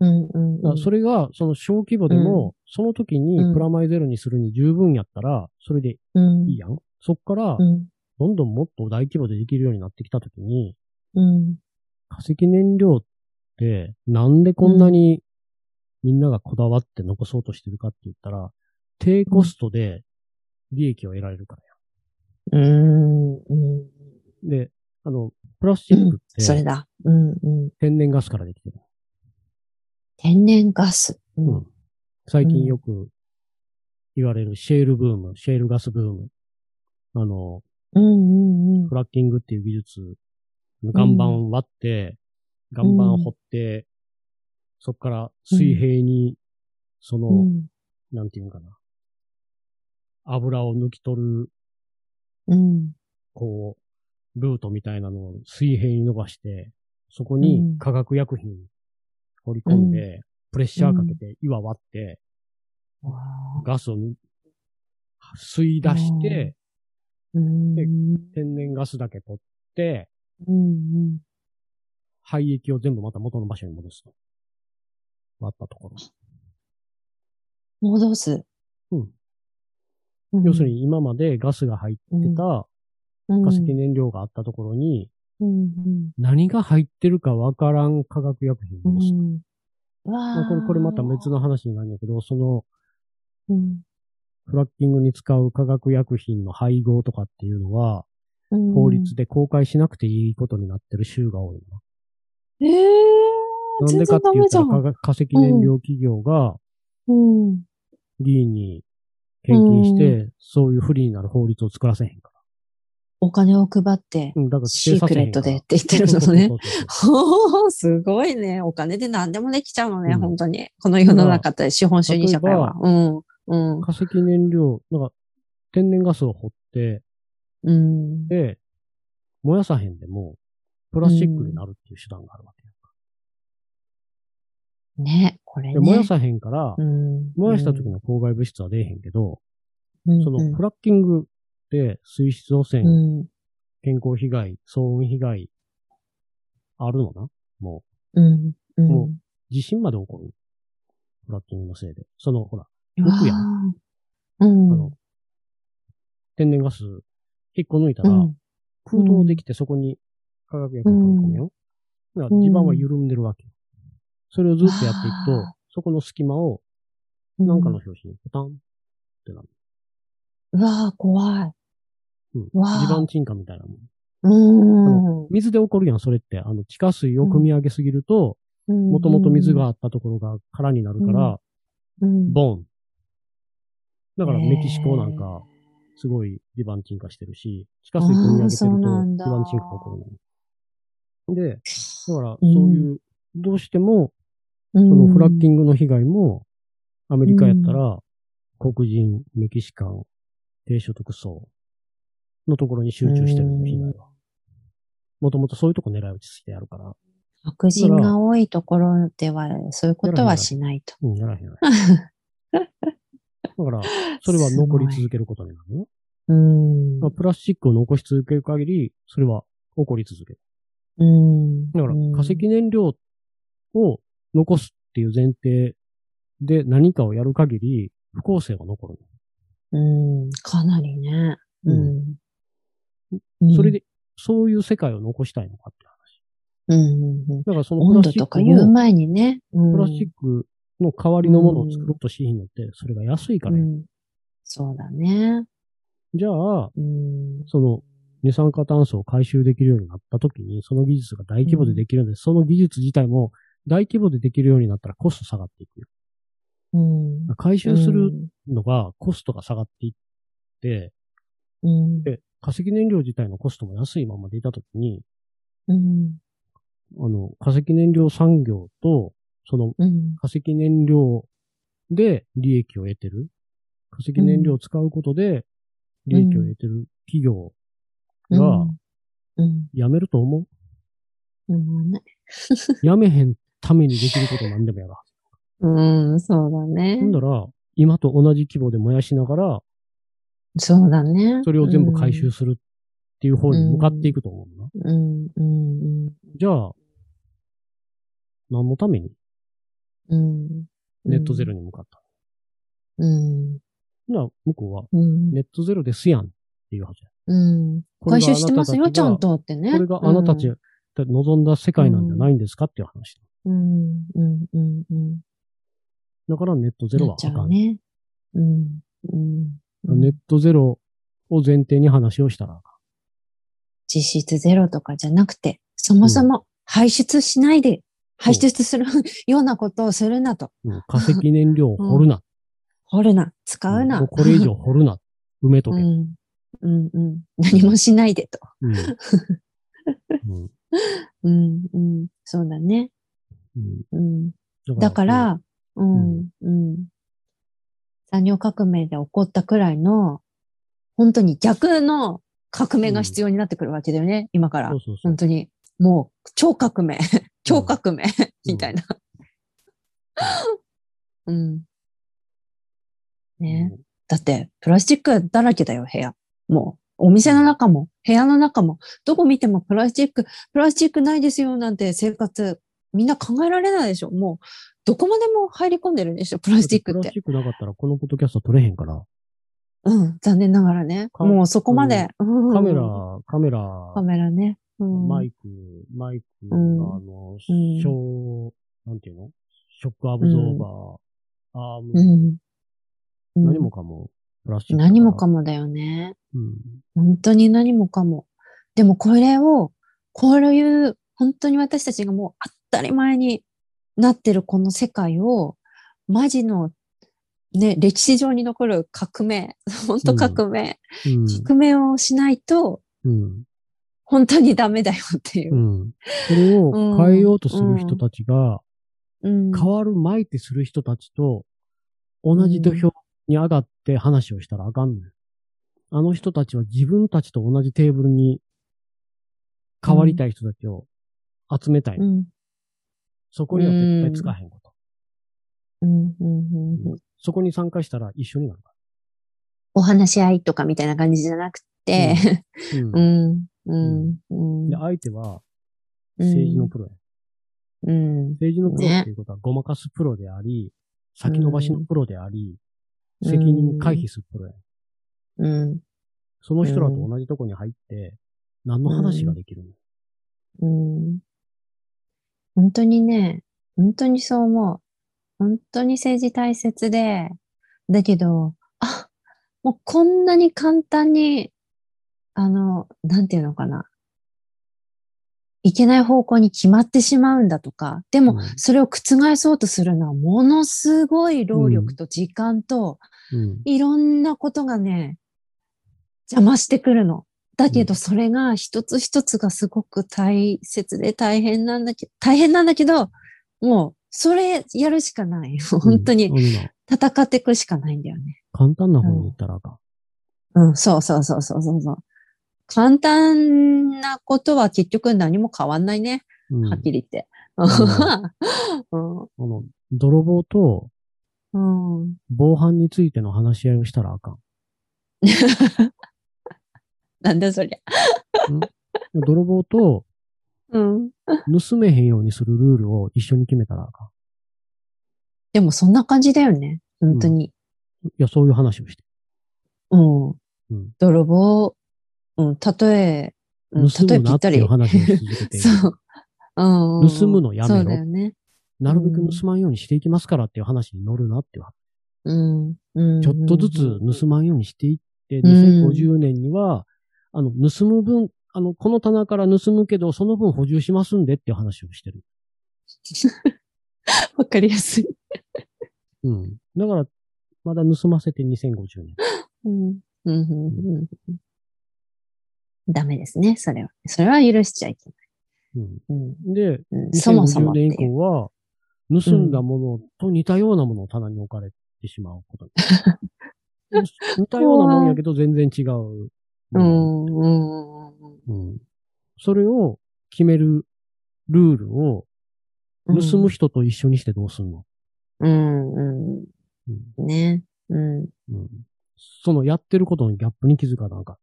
[SPEAKER 2] うんうん
[SPEAKER 1] だからそれが、その小規模でも、その時
[SPEAKER 2] う
[SPEAKER 1] に
[SPEAKER 2] ん
[SPEAKER 1] プラマイゼロにするに十分やったら、それでい
[SPEAKER 2] うん
[SPEAKER 1] いやん。そっから
[SPEAKER 2] う、ん
[SPEAKER 1] どんどんもっと大規模でできるようになってきた時に、
[SPEAKER 2] うん
[SPEAKER 1] 化石燃料って、なんでこんなにみんながこだわって残そうとしてるかって言ったら、低コストで利益を得られるから
[SPEAKER 2] うんうん
[SPEAKER 1] や。で、あの、プラスチックっ
[SPEAKER 2] それ
[SPEAKER 1] て
[SPEAKER 2] だ。うんうん、
[SPEAKER 1] 天然ガスからできてる。
[SPEAKER 2] 天然ガス。うん
[SPEAKER 1] うん最近よく言われるシェールブーム、シェールガスブーム。あの、
[SPEAKER 2] うんうん
[SPEAKER 1] フラッキングっていう技術、岩盤割って、岩盤掘って、そこから水平に、そうの
[SPEAKER 2] ん
[SPEAKER 1] なんていうんかな。油を抜き取る、
[SPEAKER 2] うん。
[SPEAKER 1] こう、ルートみたいなのを水平に伸ばして、そこに化学薬品掘り込んで、プレッシャーかけて岩割って、
[SPEAKER 2] わあ
[SPEAKER 1] ガスをぬ吸い出して、
[SPEAKER 2] うん。
[SPEAKER 1] で
[SPEAKER 2] うん
[SPEAKER 1] 天然ガスだけ取って、
[SPEAKER 2] うん。
[SPEAKER 1] 廃液を全部また元の場所に戻すと。割ったところ。
[SPEAKER 2] 戻す。
[SPEAKER 1] うん
[SPEAKER 2] うん。
[SPEAKER 1] 要するに今までガスが入って
[SPEAKER 2] うん、
[SPEAKER 1] た
[SPEAKER 2] うん、
[SPEAKER 1] 化石燃料があったところに、
[SPEAKER 2] うん。うん。
[SPEAKER 1] 何が入ってるかわからん化学薬品を
[SPEAKER 2] う
[SPEAKER 1] 戻す。
[SPEAKER 2] ん。うわ
[SPEAKER 1] まあ、これ、これまた別
[SPEAKER 2] の。
[SPEAKER 1] の話になるんやけど、その、
[SPEAKER 2] うん。
[SPEAKER 1] フラッキングに使う化学薬品の配合とかっていうのは、
[SPEAKER 2] うん
[SPEAKER 1] 法律で公開しなくていいことになってる州が多いな。
[SPEAKER 2] ええー、
[SPEAKER 1] なん
[SPEAKER 2] 全
[SPEAKER 1] でかって
[SPEAKER 2] 然ダ
[SPEAKER 1] 言
[SPEAKER 2] メ
[SPEAKER 1] っ
[SPEAKER 2] じ
[SPEAKER 1] た
[SPEAKER 2] ゃ
[SPEAKER 1] ら化
[SPEAKER 2] ん。
[SPEAKER 1] 学化石燃料企業が
[SPEAKER 2] うん。
[SPEAKER 1] 議員に献金して、そういう不利になる法律を作らせへんか
[SPEAKER 2] お金を配って、
[SPEAKER 1] ら。うん、だから規
[SPEAKER 2] シ
[SPEAKER 1] 制さ
[SPEAKER 2] ーク
[SPEAKER 1] せへ
[SPEAKER 2] レ
[SPEAKER 1] ん
[SPEAKER 2] ッ
[SPEAKER 1] か
[SPEAKER 2] ト
[SPEAKER 1] ら。
[SPEAKER 2] でって言ってるのね
[SPEAKER 1] そう。そうそうそう
[SPEAKER 2] ほーすごいね。お金で何でもできちゃうのね、
[SPEAKER 1] うん
[SPEAKER 2] 本当に。この世の中って資本主義社会は。うん。うん。
[SPEAKER 1] 化石燃料、なんか天然ガスを掘って、
[SPEAKER 2] うん。
[SPEAKER 1] で、燃やさへんでも、プラスチックになるっていう手段があるわけよ。
[SPEAKER 2] ね、これ
[SPEAKER 1] で、燃や
[SPEAKER 2] ね。
[SPEAKER 1] さへんから、
[SPEAKER 2] うん
[SPEAKER 1] 燃やした時の公害物質は出えへんけど、
[SPEAKER 2] うん
[SPEAKER 1] そのフラッキングって水質汚染、
[SPEAKER 2] うん。
[SPEAKER 1] 健康被害、騒音被害、あるのなも
[SPEAKER 2] うん。う
[SPEAKER 1] も
[SPEAKER 2] ん。
[SPEAKER 1] う、地震まで起こる。フラッキングのせいで。その、ほら、
[SPEAKER 2] うわ
[SPEAKER 1] 浮くやん
[SPEAKER 2] ーうん。
[SPEAKER 1] あの、天然ガス、引っこ抜いたら、
[SPEAKER 2] うん
[SPEAKER 1] 空洞できてそこに化学薬品を込めよう。だから地盤は緩んでるわけ。それをずっとやっていく
[SPEAKER 2] わ
[SPEAKER 1] と、そこの隙間をなんかの表紙にポタン。
[SPEAKER 2] うわあ、怖い。
[SPEAKER 1] うん。
[SPEAKER 2] わあ
[SPEAKER 1] 地盤沈下みたいなもん。
[SPEAKER 2] うーん。
[SPEAKER 1] 水で起こるやん、それって。あの、地下水を汲み上げすぎると、も
[SPEAKER 2] も
[SPEAKER 1] ともと水があったところが空になるから、
[SPEAKER 2] うん、
[SPEAKER 1] ボン。だからメキシコなんか、すごい地盤沈下してるし、地下水汲み上げてると
[SPEAKER 2] あー
[SPEAKER 1] 地
[SPEAKER 2] そうな
[SPEAKER 1] 盤
[SPEAKER 2] ん
[SPEAKER 1] 沈
[SPEAKER 2] だ
[SPEAKER 1] 下起こるの。で、だから、そう
[SPEAKER 2] うん
[SPEAKER 1] いう、どうしても、
[SPEAKER 2] へー、
[SPEAKER 1] そ
[SPEAKER 2] そ
[SPEAKER 1] のフラッキ
[SPEAKER 2] ン
[SPEAKER 1] ングの被害も、アメリカやったら、黒人、メキシカン、低所得層のところに集中してるの、被害は。もともとそういうとこ狙い撃ちしてやるから、
[SPEAKER 2] グ。白人が多いところでは、そういうことはしないと。
[SPEAKER 1] うん、やらへんやらへん。だから、それは残り続けることになるの。
[SPEAKER 2] うん。
[SPEAKER 1] まあ、プラスチックを残し続ける限り、それは起こり続ける。
[SPEAKER 2] うん。
[SPEAKER 1] だから
[SPEAKER 2] うん、
[SPEAKER 1] 化石燃料を残すっていう前提で何かをやる限り、不公正は残るの。
[SPEAKER 2] うん。かなりね。うん。うん
[SPEAKER 1] それ。で、そういう世界を残したいのかって話。
[SPEAKER 2] うんうんうん。
[SPEAKER 1] だからそのプラ
[SPEAKER 2] 温
[SPEAKER 1] ス
[SPEAKER 2] 度
[SPEAKER 1] チッ
[SPEAKER 2] とか
[SPEAKER 1] ク
[SPEAKER 2] 言う
[SPEAKER 1] の、
[SPEAKER 2] 前にね。うん
[SPEAKER 1] プラスチックの代わりのものを作ろうとしひんのって、それが安いから
[SPEAKER 2] う
[SPEAKER 1] や。
[SPEAKER 2] ん。そうだね。
[SPEAKER 1] じゃあ、
[SPEAKER 2] うん。
[SPEAKER 1] その、二酸化炭素を回収できるようになった時に、その技術が大規模でできるので、その技術自体も大規模でできるようになったらコスト下がっていくよ。
[SPEAKER 2] うん。
[SPEAKER 1] 回収するのがコストが下がっていって、
[SPEAKER 2] うん。
[SPEAKER 1] で、化石燃料自体のコストも安いままでいたときに、
[SPEAKER 2] うん。
[SPEAKER 1] あの、化石燃料産業と、その
[SPEAKER 2] うん。
[SPEAKER 1] 化石燃料で利益を得てる。化石燃料を使うことで利益を得てる企業が
[SPEAKER 2] うん。
[SPEAKER 1] 辞めると思う、
[SPEAKER 2] うん。ね
[SPEAKER 1] 辞めへんためにできることなんでもやら。
[SPEAKER 2] うん、そうだね
[SPEAKER 1] ほん。だら、今と同じ規模で燃やしながら、
[SPEAKER 2] そうだね。
[SPEAKER 1] それを全部回収するっていう方に向かっていくと思うな。
[SPEAKER 2] うん。うん。うん。
[SPEAKER 1] じゃあ、何のために
[SPEAKER 2] うん。
[SPEAKER 1] ネットゼロに向かった
[SPEAKER 2] うん。
[SPEAKER 1] の、な、向こうは、
[SPEAKER 2] うん。
[SPEAKER 1] ネットゼロですやんっていうはずや。
[SPEAKER 2] うん。
[SPEAKER 1] これ
[SPEAKER 2] 回
[SPEAKER 1] があなた
[SPEAKER 2] 収してますよ、
[SPEAKER 1] た
[SPEAKER 2] ち
[SPEAKER 1] ち
[SPEAKER 2] ゃ
[SPEAKER 1] が
[SPEAKER 2] んとってね。
[SPEAKER 1] これがあなたたちが望んだ世界なんじゃないんですかっていう話。
[SPEAKER 2] うん。うん。うん。うん。
[SPEAKER 1] だからネットゼロは
[SPEAKER 2] なっちゃ
[SPEAKER 1] あか。
[SPEAKER 2] うんね。うん。うん。
[SPEAKER 1] ネットゼロを前提に話をしたらあか
[SPEAKER 2] 実質ゼロとかじゃなくて、そもそも排出しないで、排出するようなことをするなと。
[SPEAKER 1] ん、うん化石燃料 を掘るな。
[SPEAKER 2] 掘るな、使
[SPEAKER 1] う
[SPEAKER 2] うんな。
[SPEAKER 1] もうこれ以上掘るな。埋めと
[SPEAKER 2] う
[SPEAKER 1] け。
[SPEAKER 2] ん。うんうん。何もしないでと。
[SPEAKER 1] うんうん
[SPEAKER 2] うんうん。そうだね。
[SPEAKER 1] うん
[SPEAKER 2] うん。だか、ら、
[SPEAKER 1] う
[SPEAKER 2] う
[SPEAKER 1] ん
[SPEAKER 2] ん。うん。産業革命で起こったくらいの、本当に逆の革命が必要になってくるわけだよね、今から
[SPEAKER 1] そう。そうそう
[SPEAKER 2] 本。当に、もう、超革命、超革命、みたいな。 うん。ね。だって、プラスチックだらけだよ、部屋。もう。お店の中も、部屋の中も、どこ見てもプラスチック、プラスチックないですよ、なんて生活、みんな考えられないでしょ。もう、どこまでも入り込んでるでしょ、プ
[SPEAKER 1] プ
[SPEAKER 2] ラスチックっ
[SPEAKER 1] プラス
[SPEAKER 2] て。
[SPEAKER 1] チックなかったらこのポッドキャスト撮れへんから。
[SPEAKER 2] うん、残念ながらね。
[SPEAKER 1] か
[SPEAKER 2] もうそこまで。うん
[SPEAKER 1] カメラ、カメラ、
[SPEAKER 2] カメラね。うん
[SPEAKER 1] マイク、マイク、
[SPEAKER 2] う
[SPEAKER 1] あ
[SPEAKER 2] ん
[SPEAKER 1] の、
[SPEAKER 2] うん
[SPEAKER 1] 小、なんていうのショックアブゾーバー、アーム、
[SPEAKER 2] うん。うん
[SPEAKER 1] 何もかも、プラスチック。
[SPEAKER 2] 何もか
[SPEAKER 1] も。
[SPEAKER 2] もだよね。
[SPEAKER 1] うん。
[SPEAKER 2] 本当に何もかも。でもこれを、こういう、本当に私たちがもう当たり前になってるこの世界を、マジの、ね、歴史上に残る革命、 本当革命、
[SPEAKER 1] うん
[SPEAKER 2] 革命をしないと、
[SPEAKER 1] うん。
[SPEAKER 2] 本当にダメだよっていうう。
[SPEAKER 1] ん。それを変えようとする人たちが、
[SPEAKER 2] うん。
[SPEAKER 1] 変わるまいてする人たちと、同じ土俵に上がって話をしたらあかんのよ。あの人たちは自分たちと同じテーブルに変わりたい人たちを集めたい。
[SPEAKER 2] うん。
[SPEAKER 1] そこには絶対つかへんこと。
[SPEAKER 2] うん。うん。うん。
[SPEAKER 1] そこに参加したら一緒になるか
[SPEAKER 2] お話し合いとかみたいな感じじゃなくて、
[SPEAKER 1] ら。
[SPEAKER 2] うん。 うん。うん。
[SPEAKER 1] で、相手は政治のプロや。
[SPEAKER 2] うん。
[SPEAKER 1] 政治のプロ
[SPEAKER 2] ね
[SPEAKER 1] っていうことはごまかすプロであり、先延ばしのプロであり、
[SPEAKER 2] うん
[SPEAKER 1] 責任回避するプロや。
[SPEAKER 2] うん。
[SPEAKER 1] その人らと同じとこに入って、何の話ができるの
[SPEAKER 2] うん。本当にね、本当にそう思う。本当に政治大切で、だけど、あ、もうこんなに簡単に、あの、なんていうのかな。いけない方向に決まってしまうんだとか、でも
[SPEAKER 1] うん
[SPEAKER 2] それを覆そうとするのはものすごい労力と時間と
[SPEAKER 1] うん。
[SPEAKER 2] いろんなことがね、邪魔してくるの。だけ
[SPEAKER 1] う
[SPEAKER 2] ど、
[SPEAKER 1] ん
[SPEAKER 2] それが一つ一つがすごく大切で大変なんだけど、大変なんだけど、もう、それやるしかない。本当
[SPEAKER 1] う
[SPEAKER 2] に
[SPEAKER 1] ん。あのな
[SPEAKER 2] 戦っていくしかないんだよね。
[SPEAKER 1] 簡単な方に言ったらあかん。
[SPEAKER 2] うん、そうそうそうそうそうそう。簡単なことは結局何も変わんないね。
[SPEAKER 1] うん。
[SPEAKER 2] は
[SPEAKER 1] あ
[SPEAKER 2] っきり言って。 う
[SPEAKER 1] の、泥棒と
[SPEAKER 2] ん。うん。
[SPEAKER 1] 防犯についての話し合いをしたらあかん。
[SPEAKER 2] なんだそりゃ。
[SPEAKER 1] 泥棒と
[SPEAKER 2] うん。
[SPEAKER 1] 盗めへんようにするルールを一緒に決めたらあかん。
[SPEAKER 2] でもそんな感じだよね。本当に。
[SPEAKER 1] いや、そういう話をして。
[SPEAKER 2] うん。
[SPEAKER 1] うん
[SPEAKER 2] 泥棒、うん、例え、うん、
[SPEAKER 1] 盗
[SPEAKER 2] 例え
[SPEAKER 1] む
[SPEAKER 2] ぴ
[SPEAKER 1] な
[SPEAKER 2] っ
[SPEAKER 1] って
[SPEAKER 2] た
[SPEAKER 1] い
[SPEAKER 2] り
[SPEAKER 1] う。話をし続けている。
[SPEAKER 2] そう。うん、
[SPEAKER 1] 盗むのやめろ
[SPEAKER 2] そうだよね。
[SPEAKER 1] なるべく盗まんようにしていきますからっていう話に乗るなっていう話。
[SPEAKER 2] うん。うん、
[SPEAKER 1] ちょっとずつ盗まんようにしていって、2050年には、あの、盗む分、あの、この棚から盗むけど、その分補充しますんでっていう話をしてる。
[SPEAKER 2] わかりやすい。
[SPEAKER 1] うん。だから、まだ盗ませて2050年。
[SPEAKER 2] うん。うん、うん、うん。ダメですね、それは。それは許しちゃいけ
[SPEAKER 1] うん。
[SPEAKER 2] ない。
[SPEAKER 1] で、
[SPEAKER 2] うん。うん、そもそも
[SPEAKER 1] 2050
[SPEAKER 2] って
[SPEAKER 1] 年
[SPEAKER 2] い
[SPEAKER 1] 以
[SPEAKER 2] う。
[SPEAKER 1] 降は、盗んだものと似たようなものを棚に置かれてしまう ことに。似たようなもんやけど全然違う。
[SPEAKER 2] うん、うん、うん
[SPEAKER 1] うん。それを決めるルールを
[SPEAKER 2] うん。
[SPEAKER 1] 盗む人と一緒にしてどうすんの、
[SPEAKER 2] うん、うん
[SPEAKER 1] うん
[SPEAKER 2] うん。ね。うん。
[SPEAKER 1] うんそのやってることのギャップに気づかなあか。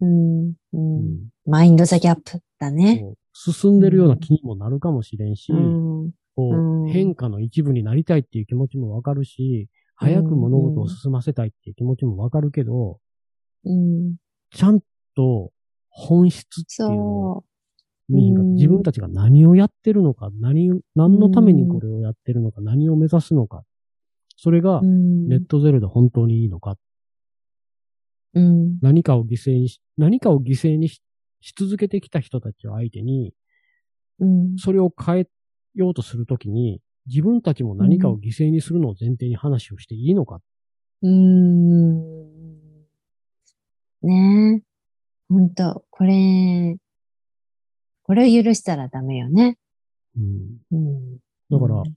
[SPEAKER 2] うん、うん。
[SPEAKER 1] うんん
[SPEAKER 2] マインドザギャップだね。
[SPEAKER 1] こう進んでるような気にもなるかもしれんし、
[SPEAKER 2] うん。
[SPEAKER 1] こ
[SPEAKER 2] うん
[SPEAKER 1] う変化の一部になりたいっていう気持ちもわかるし、早く物事を進ませたいっていう気持ちもわかるけど、
[SPEAKER 2] うん。
[SPEAKER 1] ちゃんと本質っていうのを
[SPEAKER 2] そう。
[SPEAKER 1] 見えへんかった
[SPEAKER 2] うん
[SPEAKER 1] 自分たちが何をやってるのか、何を、何のためにこれをやってるのか、何を目指すのか、それが
[SPEAKER 2] うん
[SPEAKER 1] ネットゼロで本当にいいのか、
[SPEAKER 2] うん。
[SPEAKER 1] 何かを犠牲にし、何かを犠牲にしし続けてきた人たちを相手に、
[SPEAKER 2] うん。
[SPEAKER 1] それを変えようとするときに、自分たちも何かを犠牲にするのを前提に話をしていいのか。
[SPEAKER 2] うーん。ねえ。ほんと、これ、これを許したらダメよね。
[SPEAKER 1] うん、
[SPEAKER 2] うん。
[SPEAKER 1] だから
[SPEAKER 2] う、ん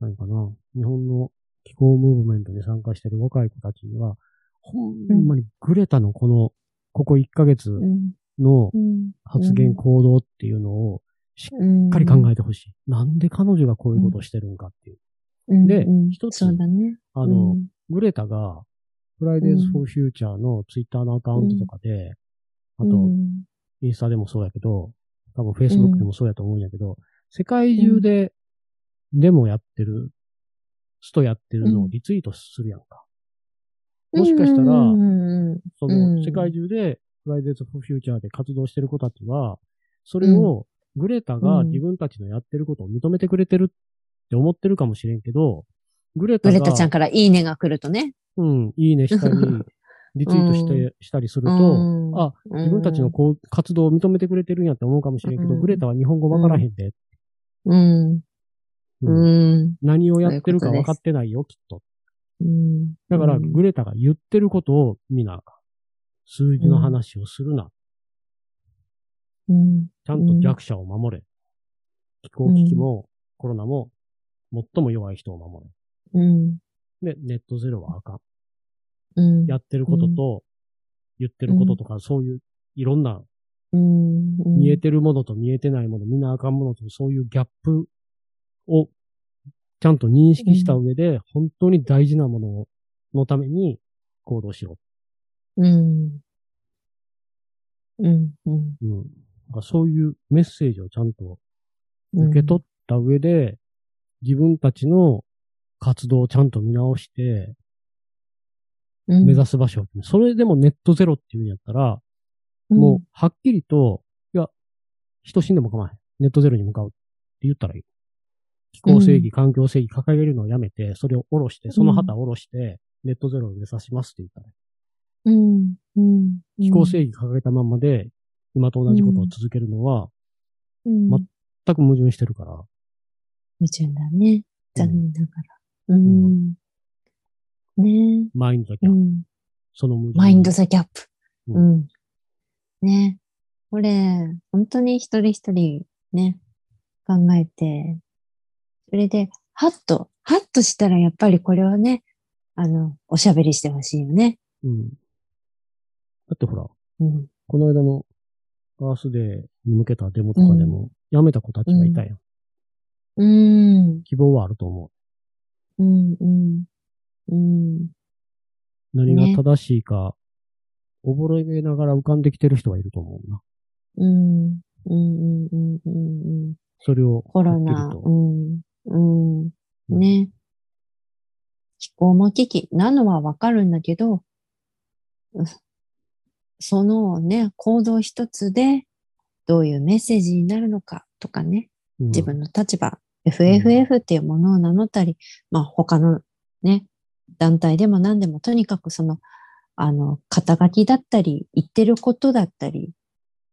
[SPEAKER 1] 何かな、日本の気候ムーブメントに参加してる若い子たちには、ほんまにグレタのこの、ここ1ヶ月
[SPEAKER 2] うん
[SPEAKER 1] の
[SPEAKER 2] うん
[SPEAKER 1] 発言行動っていうのを
[SPEAKER 2] う
[SPEAKER 1] し
[SPEAKER 2] ん
[SPEAKER 1] っかり考えてほしい。なんで彼女がこういうことをしてるんかっていう。で
[SPEAKER 2] うんうん
[SPEAKER 1] 一つ
[SPEAKER 2] そうだね。
[SPEAKER 1] あの、
[SPEAKER 2] うん
[SPEAKER 1] グレタが、Fridays for Future のツイッターのアカウントとかで、あ
[SPEAKER 2] う
[SPEAKER 1] と、
[SPEAKER 2] ん
[SPEAKER 1] インスタでもそうやけど、多分 Facebook でもそうやと思うんやけど、世界中で、デモやってる、ストやってるのをリツイートするやんか。もしかしたら
[SPEAKER 2] うんうんうん
[SPEAKER 1] そうの、
[SPEAKER 2] ん
[SPEAKER 1] 世界中で Fridays for Future で活動してる子たちは、それを、グレタが
[SPEAKER 2] うん
[SPEAKER 1] 自分たちのやってることを認めてくれてるって思ってるかもしれんけど、グレタ
[SPEAKER 2] グ
[SPEAKER 1] が、
[SPEAKER 2] レタちゃんからいいねが来るとね。
[SPEAKER 1] うん、いいねした り、リツイートして、
[SPEAKER 2] う
[SPEAKER 1] したりする
[SPEAKER 2] う
[SPEAKER 1] と、
[SPEAKER 2] ん
[SPEAKER 1] あ、自分たちの、こう活動を認めてくれてるんやって思うかもしれんけど、
[SPEAKER 2] うん
[SPEAKER 1] グレタは日本語わからへんで、
[SPEAKER 2] うん。う
[SPEAKER 1] うん
[SPEAKER 2] ん。
[SPEAKER 1] 何をやってるか
[SPEAKER 2] そういうこと
[SPEAKER 1] 分
[SPEAKER 2] です
[SPEAKER 1] かってないよ、きっと。
[SPEAKER 2] うん
[SPEAKER 1] だから、
[SPEAKER 2] うん
[SPEAKER 1] グレタが言ってることを見なあかん。数字の話をするな。
[SPEAKER 2] うん
[SPEAKER 1] ちゃんと弱者を守れ。気候危機も、コロナも、最も弱い人を守
[SPEAKER 2] うん。
[SPEAKER 1] れ。で、ネットゼロはあかん。
[SPEAKER 2] うん。
[SPEAKER 1] やってることと、言ってることとか、そういう、いろんな、
[SPEAKER 2] うんうん
[SPEAKER 1] 見えてるものと見えてないもの、見なあかんものと、そういうギャップを、ちゃんと認識した上で、本当に大事なものを、のために行動しろ。
[SPEAKER 2] うん。うん。うん
[SPEAKER 1] うん。なんかそういうメッセージをちゃんと受け取った上で、自分たちの活動をちゃんと見直して、
[SPEAKER 2] うん
[SPEAKER 1] 目指す場所を決める、それでもネットゼロっていうんやったら、もう、はっきりと、いや、人死んでも構わへん。ネットゼロに向かうって言ったらいい。気候正義、環境正義掲げるのをやめて、それを下ろして、その旗を下ろして、ネットゼロを目指しますって言ったらいい。
[SPEAKER 2] うん、うん。
[SPEAKER 1] 気候正義掲げたまんまで、今と同じことを続けるのは、
[SPEAKER 2] うん。
[SPEAKER 1] ま全く矛盾してるから、
[SPEAKER 2] 矛盾だね。残念ながら。うん
[SPEAKER 1] ん。
[SPEAKER 2] ね
[SPEAKER 1] マインドだ
[SPEAKER 2] え。
[SPEAKER 1] け
[SPEAKER 2] う
[SPEAKER 1] は、
[SPEAKER 2] ん。
[SPEAKER 1] その矛盾。
[SPEAKER 2] マインドザギャップ。
[SPEAKER 1] う
[SPEAKER 2] うん。ねえ。これ、本当に一人一人ね、考えて、それで、ハッと、ハッとしたらやっぱりこれはね、あの、おしゃべりしてほしいよね。
[SPEAKER 1] うん。だってほら、
[SPEAKER 2] うん。
[SPEAKER 1] この間のバースデーに向けたデモとかでも、辞めた子たちがいたやん。
[SPEAKER 2] うん。
[SPEAKER 1] 希望はあると思う。
[SPEAKER 2] うん。うん。うん。
[SPEAKER 1] 何が正しいか、溺れながら浮かんできてる人はいると思うな。
[SPEAKER 2] うん。うん。うん。うん。うん。
[SPEAKER 1] それを、
[SPEAKER 2] コロ
[SPEAKER 1] はっ
[SPEAKER 2] ナ
[SPEAKER 1] きり。
[SPEAKER 2] う
[SPEAKER 1] と
[SPEAKER 2] ん。うん。ね。気候も危機なのはわかるんだけど、うそのね、行動一つで、どういうメッセージになるのかとかね、
[SPEAKER 1] うん
[SPEAKER 2] 自分の立場、FFF っていうものを名乗ったり、まあ他のね、団体でも何でも、とにかくその、あの、肩書きだったり、言ってることだったりっ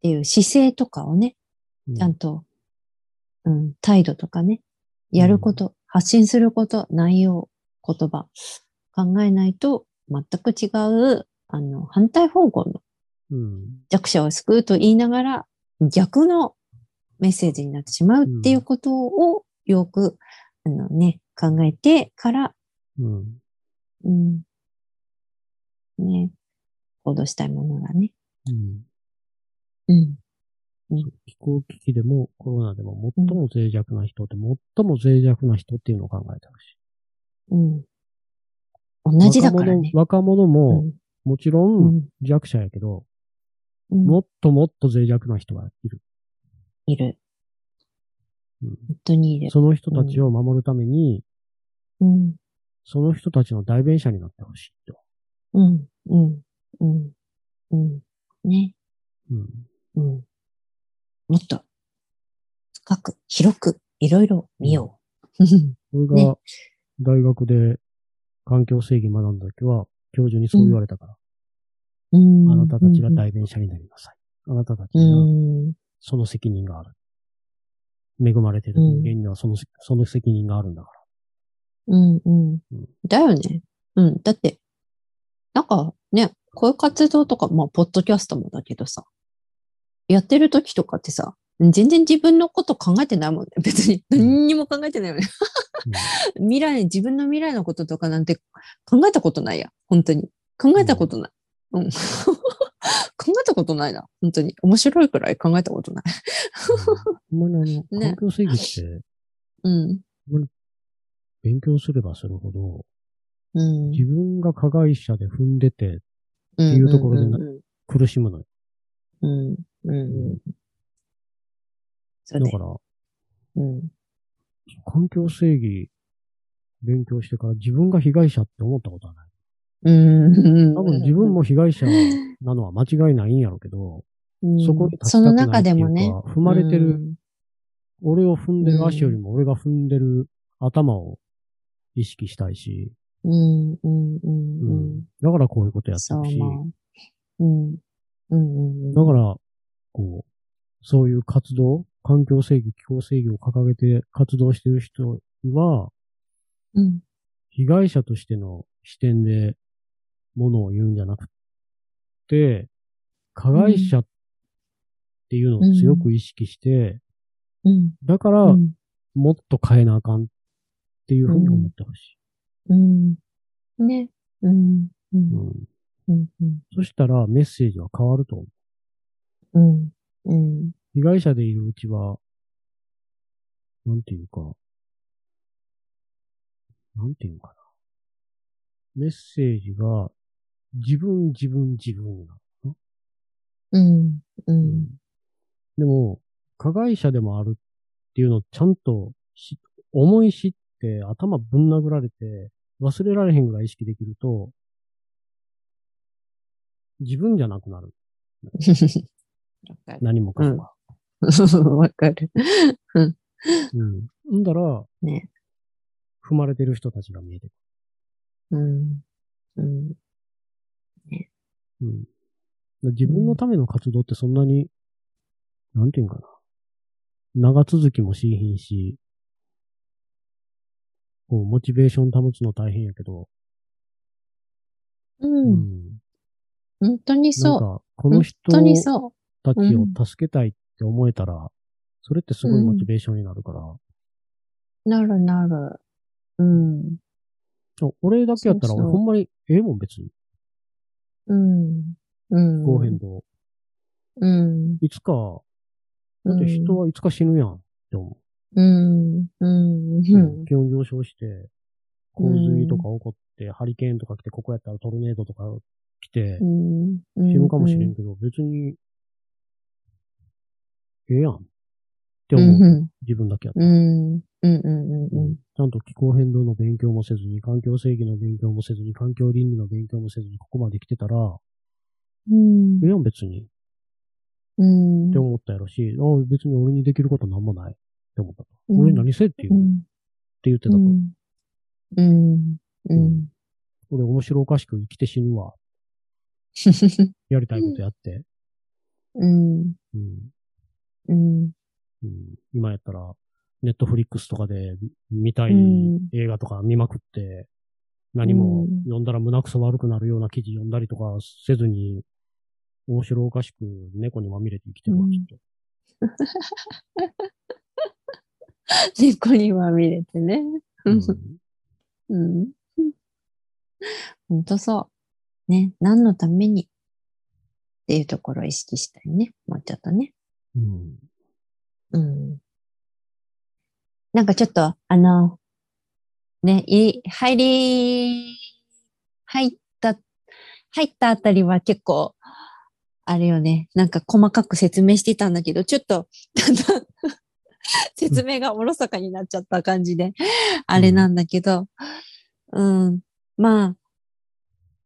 [SPEAKER 2] ていう姿勢とかをね、ちゃんと、うん、態度とかね、やること、発信すること、内容、言葉、考えないと全く違う、あの、反対方向の
[SPEAKER 1] うん。
[SPEAKER 2] 弱者を救うと言いながら、逆のメッセージになってしまうっていうことをよく、あのね、考えてから、
[SPEAKER 1] うん。
[SPEAKER 2] うん、ね、行動したいものがね。
[SPEAKER 1] うん。
[SPEAKER 2] うん。
[SPEAKER 1] 気候危機でもコロナでも最も脆弱な人って、最も脆弱な人っていうのを考えてほしい。
[SPEAKER 2] うん。同じだからね。
[SPEAKER 1] 若者若者も、もちろ
[SPEAKER 2] うんん
[SPEAKER 1] 弱者やけど、
[SPEAKER 2] うん
[SPEAKER 1] もっともっと脆弱な人がいる。
[SPEAKER 2] いる。
[SPEAKER 1] うん
[SPEAKER 2] 本当にいる。
[SPEAKER 1] その人たちを守るために、
[SPEAKER 2] うん。
[SPEAKER 1] その人たちの代弁者になってほしいと。
[SPEAKER 2] うん。うん。うん。うん。ね。
[SPEAKER 1] うん。
[SPEAKER 2] うん。もっと、深く、広く、いろいろ見よう。
[SPEAKER 1] これ
[SPEAKER 2] ね
[SPEAKER 1] が、大学で環境正義学んだ時は、教授にそう言われたから、
[SPEAKER 2] うん。
[SPEAKER 1] あなたたちが代弁者になりなさい。あなたたち
[SPEAKER 2] う
[SPEAKER 1] が
[SPEAKER 2] ん。
[SPEAKER 1] その責任がある。恵まれてる人間にはそのせ、その責任があるん だから。
[SPEAKER 2] うん。うん
[SPEAKER 1] うん。
[SPEAKER 2] だよね。うん。だって、なんかね、こういう活動とか、まあ、ポッドキャストもだけどさ、やってる時とかってさ、全然自分のこと考えてないもんね。 別に何にも考えてないよね。 未来、自分の未来のこととかなんて考えたことないや。本当に。考えたことない。うん。 考えたことないな。本当に。面白いくらい考えたことない。
[SPEAKER 1] うんほんまにあの、
[SPEAKER 2] ね
[SPEAKER 1] 環境正義って、
[SPEAKER 2] うん。
[SPEAKER 1] 勉強すればするほど、
[SPEAKER 2] うん。
[SPEAKER 1] 自分が加害者で踏んでていうところでな
[SPEAKER 2] うんうん
[SPEAKER 1] 苦しむのよ。
[SPEAKER 2] うん。うん。うんうん。そう
[SPEAKER 1] だ
[SPEAKER 2] ね
[SPEAKER 1] か。ら、
[SPEAKER 2] うん。
[SPEAKER 1] 環境正義勉強してから自分が被害者って思ったことはない。
[SPEAKER 2] うん。
[SPEAKER 1] 多分自分も被害者なのは間違いないんやろうけど、
[SPEAKER 2] うん、
[SPEAKER 1] そこに立ち
[SPEAKER 2] そ
[SPEAKER 1] た
[SPEAKER 2] の
[SPEAKER 1] くない
[SPEAKER 2] 中
[SPEAKER 1] ってい
[SPEAKER 2] で
[SPEAKER 1] う
[SPEAKER 2] も
[SPEAKER 1] か、
[SPEAKER 2] ね。
[SPEAKER 1] 踏まれてる、
[SPEAKER 2] うん
[SPEAKER 1] 俺を踏んでる足よりも俺が踏んでる頭を意識したいし、
[SPEAKER 2] うんうんう
[SPEAKER 1] うん
[SPEAKER 2] うん。
[SPEAKER 1] だからこういうことやって
[SPEAKER 2] そう
[SPEAKER 1] るし、
[SPEAKER 2] 思う。うん。うんうん
[SPEAKER 1] だから、こう、そういう活動、環境正義、気候正義を掲げて活動してる人には、
[SPEAKER 2] うん。
[SPEAKER 1] 被害者としての視点でものを言うんじゃなくて、加害者っていうのを強く意識して、
[SPEAKER 2] うん。
[SPEAKER 1] だか
[SPEAKER 2] う
[SPEAKER 1] ら
[SPEAKER 2] ん。
[SPEAKER 1] もっと変えなあかんっていうふうに思ってほし
[SPEAKER 2] うん。ね。うん。
[SPEAKER 1] い、う
[SPEAKER 2] う。
[SPEAKER 1] んん。
[SPEAKER 2] うん。うん
[SPEAKER 1] そしたらメッセージは変わると思う。
[SPEAKER 2] うん。うん。
[SPEAKER 1] 被害者でいるうちは、なんていうか、なんていうのかな。メッセージが、自分、自分、自分になる。
[SPEAKER 2] うん。うん。
[SPEAKER 1] でも、加害者でもあるっていうのをちゃんとし思い知って、頭ぶん殴られて、忘れられへんぐらい意識できると、自分じゃなくなる。
[SPEAKER 2] わか
[SPEAKER 1] 何もかもが。
[SPEAKER 2] る。わかる。
[SPEAKER 1] うん。うんだら、
[SPEAKER 2] ね
[SPEAKER 1] 踏まれてる人たちが見えてく
[SPEAKER 2] うん。うん。
[SPEAKER 1] る。うん。だから自分のための活動ってそんなに、なんていうんかな。長続きもしいひんし、こう、モチベーション保つの大変やけど、
[SPEAKER 2] う。
[SPEAKER 1] うんん
[SPEAKER 2] 本当
[SPEAKER 1] な
[SPEAKER 2] に
[SPEAKER 1] ん
[SPEAKER 2] そう。
[SPEAKER 1] か、この
[SPEAKER 2] 本
[SPEAKER 1] 人
[SPEAKER 2] 当にそ
[SPEAKER 1] たちを助けたいって思えたら、それってすごいモチベーションになるから、
[SPEAKER 2] う。なるなる。うん。
[SPEAKER 1] そう俺だけやったら
[SPEAKER 2] そうそう
[SPEAKER 1] 俺ほんまに、ええもん別に、
[SPEAKER 2] うん。うん。
[SPEAKER 1] こうへんと。
[SPEAKER 2] うん。
[SPEAKER 1] いつか、だって人はいつか死ぬやんって思
[SPEAKER 2] うん。うん。
[SPEAKER 1] う。
[SPEAKER 2] うん。
[SPEAKER 1] 気温上昇して、洪水とか起こって、ハリケーンとか来て、ここやったらトルネードとか来て
[SPEAKER 2] う、ん。
[SPEAKER 1] 死ぬかもしれんけど、別に、ええやんって思う。
[SPEAKER 2] うん
[SPEAKER 1] 自分だけやったら
[SPEAKER 2] うん。うん。うん。うん。うん。
[SPEAKER 1] ちゃんと気候変動の勉強もせずに、環境正義の勉強もせずに、環境倫理の勉強もせずに、ここまで来てたら、
[SPEAKER 2] うん
[SPEAKER 1] い。やん別に、っ
[SPEAKER 2] うん。
[SPEAKER 1] て思ったやろし、ああ別に俺にできることなんもないって思った。
[SPEAKER 2] うん
[SPEAKER 1] 俺に何せって言
[SPEAKER 2] う
[SPEAKER 1] う、って
[SPEAKER 2] ん。
[SPEAKER 1] 言ってたと。
[SPEAKER 2] うん。うん。
[SPEAKER 1] 俺面白おかしく生きて死ぬ わ。やりたいことやって。
[SPEAKER 2] うん。
[SPEAKER 1] うん。
[SPEAKER 2] うん。
[SPEAKER 1] うん、今やったら、ネットフリックスとかで見たい
[SPEAKER 2] うん
[SPEAKER 1] 映画とか見まくって、何も読んだら胸くそ悪くなるような記事読んだりとかせずに、面白おかしく猫にまみれて生きてるわ、
[SPEAKER 2] うん
[SPEAKER 1] きっと。
[SPEAKER 2] 猫には見れてね。
[SPEAKER 1] うん
[SPEAKER 2] うん。ほんとそう。ね。何のためにっていうところを意識したいね。もうちょっとね。
[SPEAKER 1] うん。
[SPEAKER 2] うん。なんかちょっと、あの、ね、い、入り、入った、入ったあたりは結構、あれよね、なんか細かく説明してたんだけど、ちょっと、 だんだん説明がおろそかになっちゃった感じで、あれなんだけど、うん、まあ、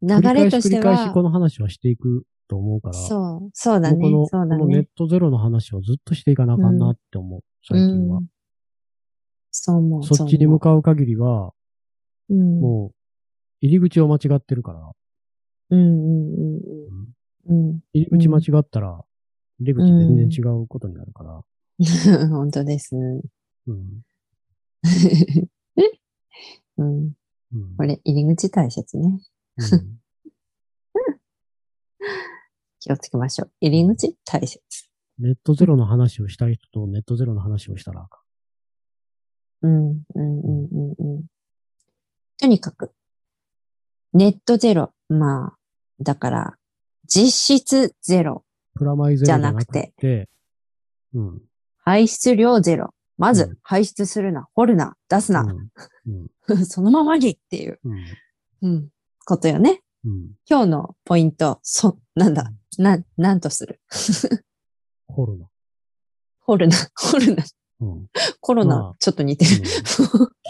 [SPEAKER 2] 流れとして
[SPEAKER 1] 繰り返し繰り返し
[SPEAKER 2] は
[SPEAKER 1] こ、の話はしていくと思うから、
[SPEAKER 2] そう、そうだね、
[SPEAKER 1] もうこ
[SPEAKER 2] そ
[SPEAKER 1] の
[SPEAKER 2] うだ
[SPEAKER 1] このネ
[SPEAKER 2] ね
[SPEAKER 1] ッ。トゼロの話をずっとしていかなあかんなって思う、最近は
[SPEAKER 2] う。んそう思う。
[SPEAKER 1] そっちに向かう限りは、
[SPEAKER 2] う思う。うん
[SPEAKER 1] もう、入り口を間違ってるから、
[SPEAKER 2] うんうんうんうん。
[SPEAKER 1] 入り口間違ったら、出口全然違うことになるから、
[SPEAKER 2] うん。本当です。
[SPEAKER 1] うん。
[SPEAKER 2] うん。
[SPEAKER 1] うん
[SPEAKER 2] これ、入り口大切ね。
[SPEAKER 1] うん
[SPEAKER 2] 気をつけましょう。入り口大切。
[SPEAKER 1] ネットゼロの話をしたい人とネットゼロの話をしたらあか
[SPEAKER 2] うん、うん、うん、うん、うん。とにかく、ネットゼロ。まあ、だから、実質ゼロ。
[SPEAKER 1] ん。プラマイゼロじゃなく
[SPEAKER 2] じゃ
[SPEAKER 1] て
[SPEAKER 2] な、
[SPEAKER 1] うん。
[SPEAKER 2] 排出量ゼロ。ま
[SPEAKER 1] う
[SPEAKER 2] ず、排出するな、掘るな、出すな、
[SPEAKER 1] うん。うん。
[SPEAKER 2] そのままにっていう、
[SPEAKER 1] うん。
[SPEAKER 2] うん、ことよね。
[SPEAKER 1] うん。
[SPEAKER 2] 今日のポイント、そ、なんだ、な、なんとする。
[SPEAKER 1] コロナ。
[SPEAKER 2] 掘るな、掘るな、
[SPEAKER 1] うん。うん
[SPEAKER 2] コロ
[SPEAKER 1] まあ
[SPEAKER 2] ナ、ちょっと似てる。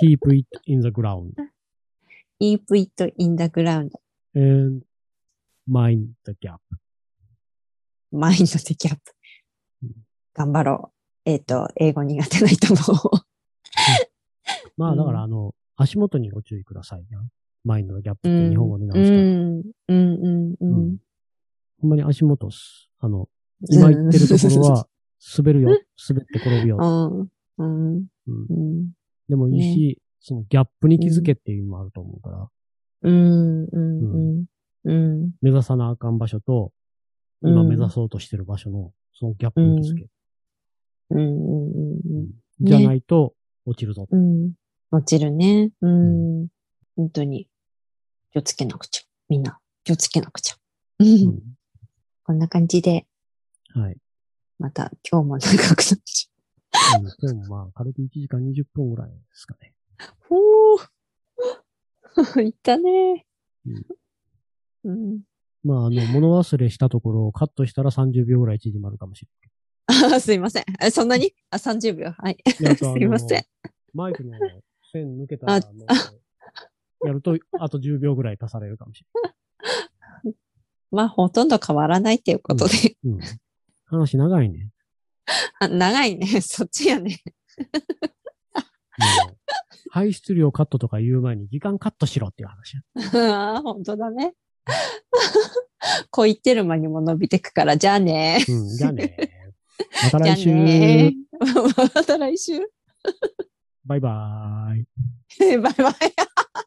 [SPEAKER 1] keep it in the ground
[SPEAKER 2] Eep it in the ground,
[SPEAKER 1] and mind the gap.
[SPEAKER 2] mind the gap.
[SPEAKER 1] うん
[SPEAKER 2] 頑張ろう。えっ、と、英語苦手な人も。
[SPEAKER 1] ま
[SPEAKER 2] う
[SPEAKER 1] あ
[SPEAKER 2] ん
[SPEAKER 1] だからあの、足元にご注意くださいな。マインドのギャップ
[SPEAKER 2] う
[SPEAKER 1] って
[SPEAKER 2] ん、
[SPEAKER 1] 日本語に直
[SPEAKER 2] う
[SPEAKER 1] したら。
[SPEAKER 2] ん、うん、うん、う
[SPEAKER 1] うんん。ほんまに足元っす。あの、今言ってるところは、滑るよ、滑って転ぶよ。
[SPEAKER 2] うん、うん、
[SPEAKER 1] うん
[SPEAKER 2] うん、
[SPEAKER 1] でもいいし、そのギャップに気づけっていう意味もあると思うから、
[SPEAKER 2] うん、うん、うん、うん。
[SPEAKER 1] 目指さなあかん場所と、今目指そうとしてる場所の、そのギャップに気づけ。
[SPEAKER 2] うんうんうん
[SPEAKER 1] じゃないと、落ちるぞ。
[SPEAKER 2] うん。うん。落ちるね。うん。本当に。気をつけなくちゃ。みんな。気をつけなくちゃ。うん。
[SPEAKER 1] う
[SPEAKER 2] こんな感じで、
[SPEAKER 1] んはい。
[SPEAKER 2] また今日も長くなっち
[SPEAKER 1] うんでもまあ、軽く1時間20分ぐらいですかね。
[SPEAKER 2] ゃう。ほー。 いったね。うん。
[SPEAKER 1] まあ、あの、物忘れしたところをカットしたら30秒ぐらい縮まるかもしれない。
[SPEAKER 2] あすいません。 えそんなにあ、30秒。はい。
[SPEAKER 1] やあ
[SPEAKER 2] す
[SPEAKER 1] とあの
[SPEAKER 2] いません。
[SPEAKER 1] マイクの線抜けたら、あ
[SPEAKER 2] あ
[SPEAKER 1] のやると、あと10秒ぐらい足されるかもし
[SPEAKER 2] まあ、ほとんど変わらないっていうことで。
[SPEAKER 1] れない。うん。話長いね。
[SPEAKER 2] あ長いね。そっちやね。
[SPEAKER 1] もう排出量カットとか言う前に時間カットしろっていう話。
[SPEAKER 2] ああ、本当だね。 こう言ってる間にも伸びてくから、じゃあね。
[SPEAKER 1] うん。じゃあね。 また
[SPEAKER 2] じゃあ
[SPEAKER 1] 来週。
[SPEAKER 2] ね。 また来週。
[SPEAKER 1] バイバーイ。
[SPEAKER 2] バイバイ。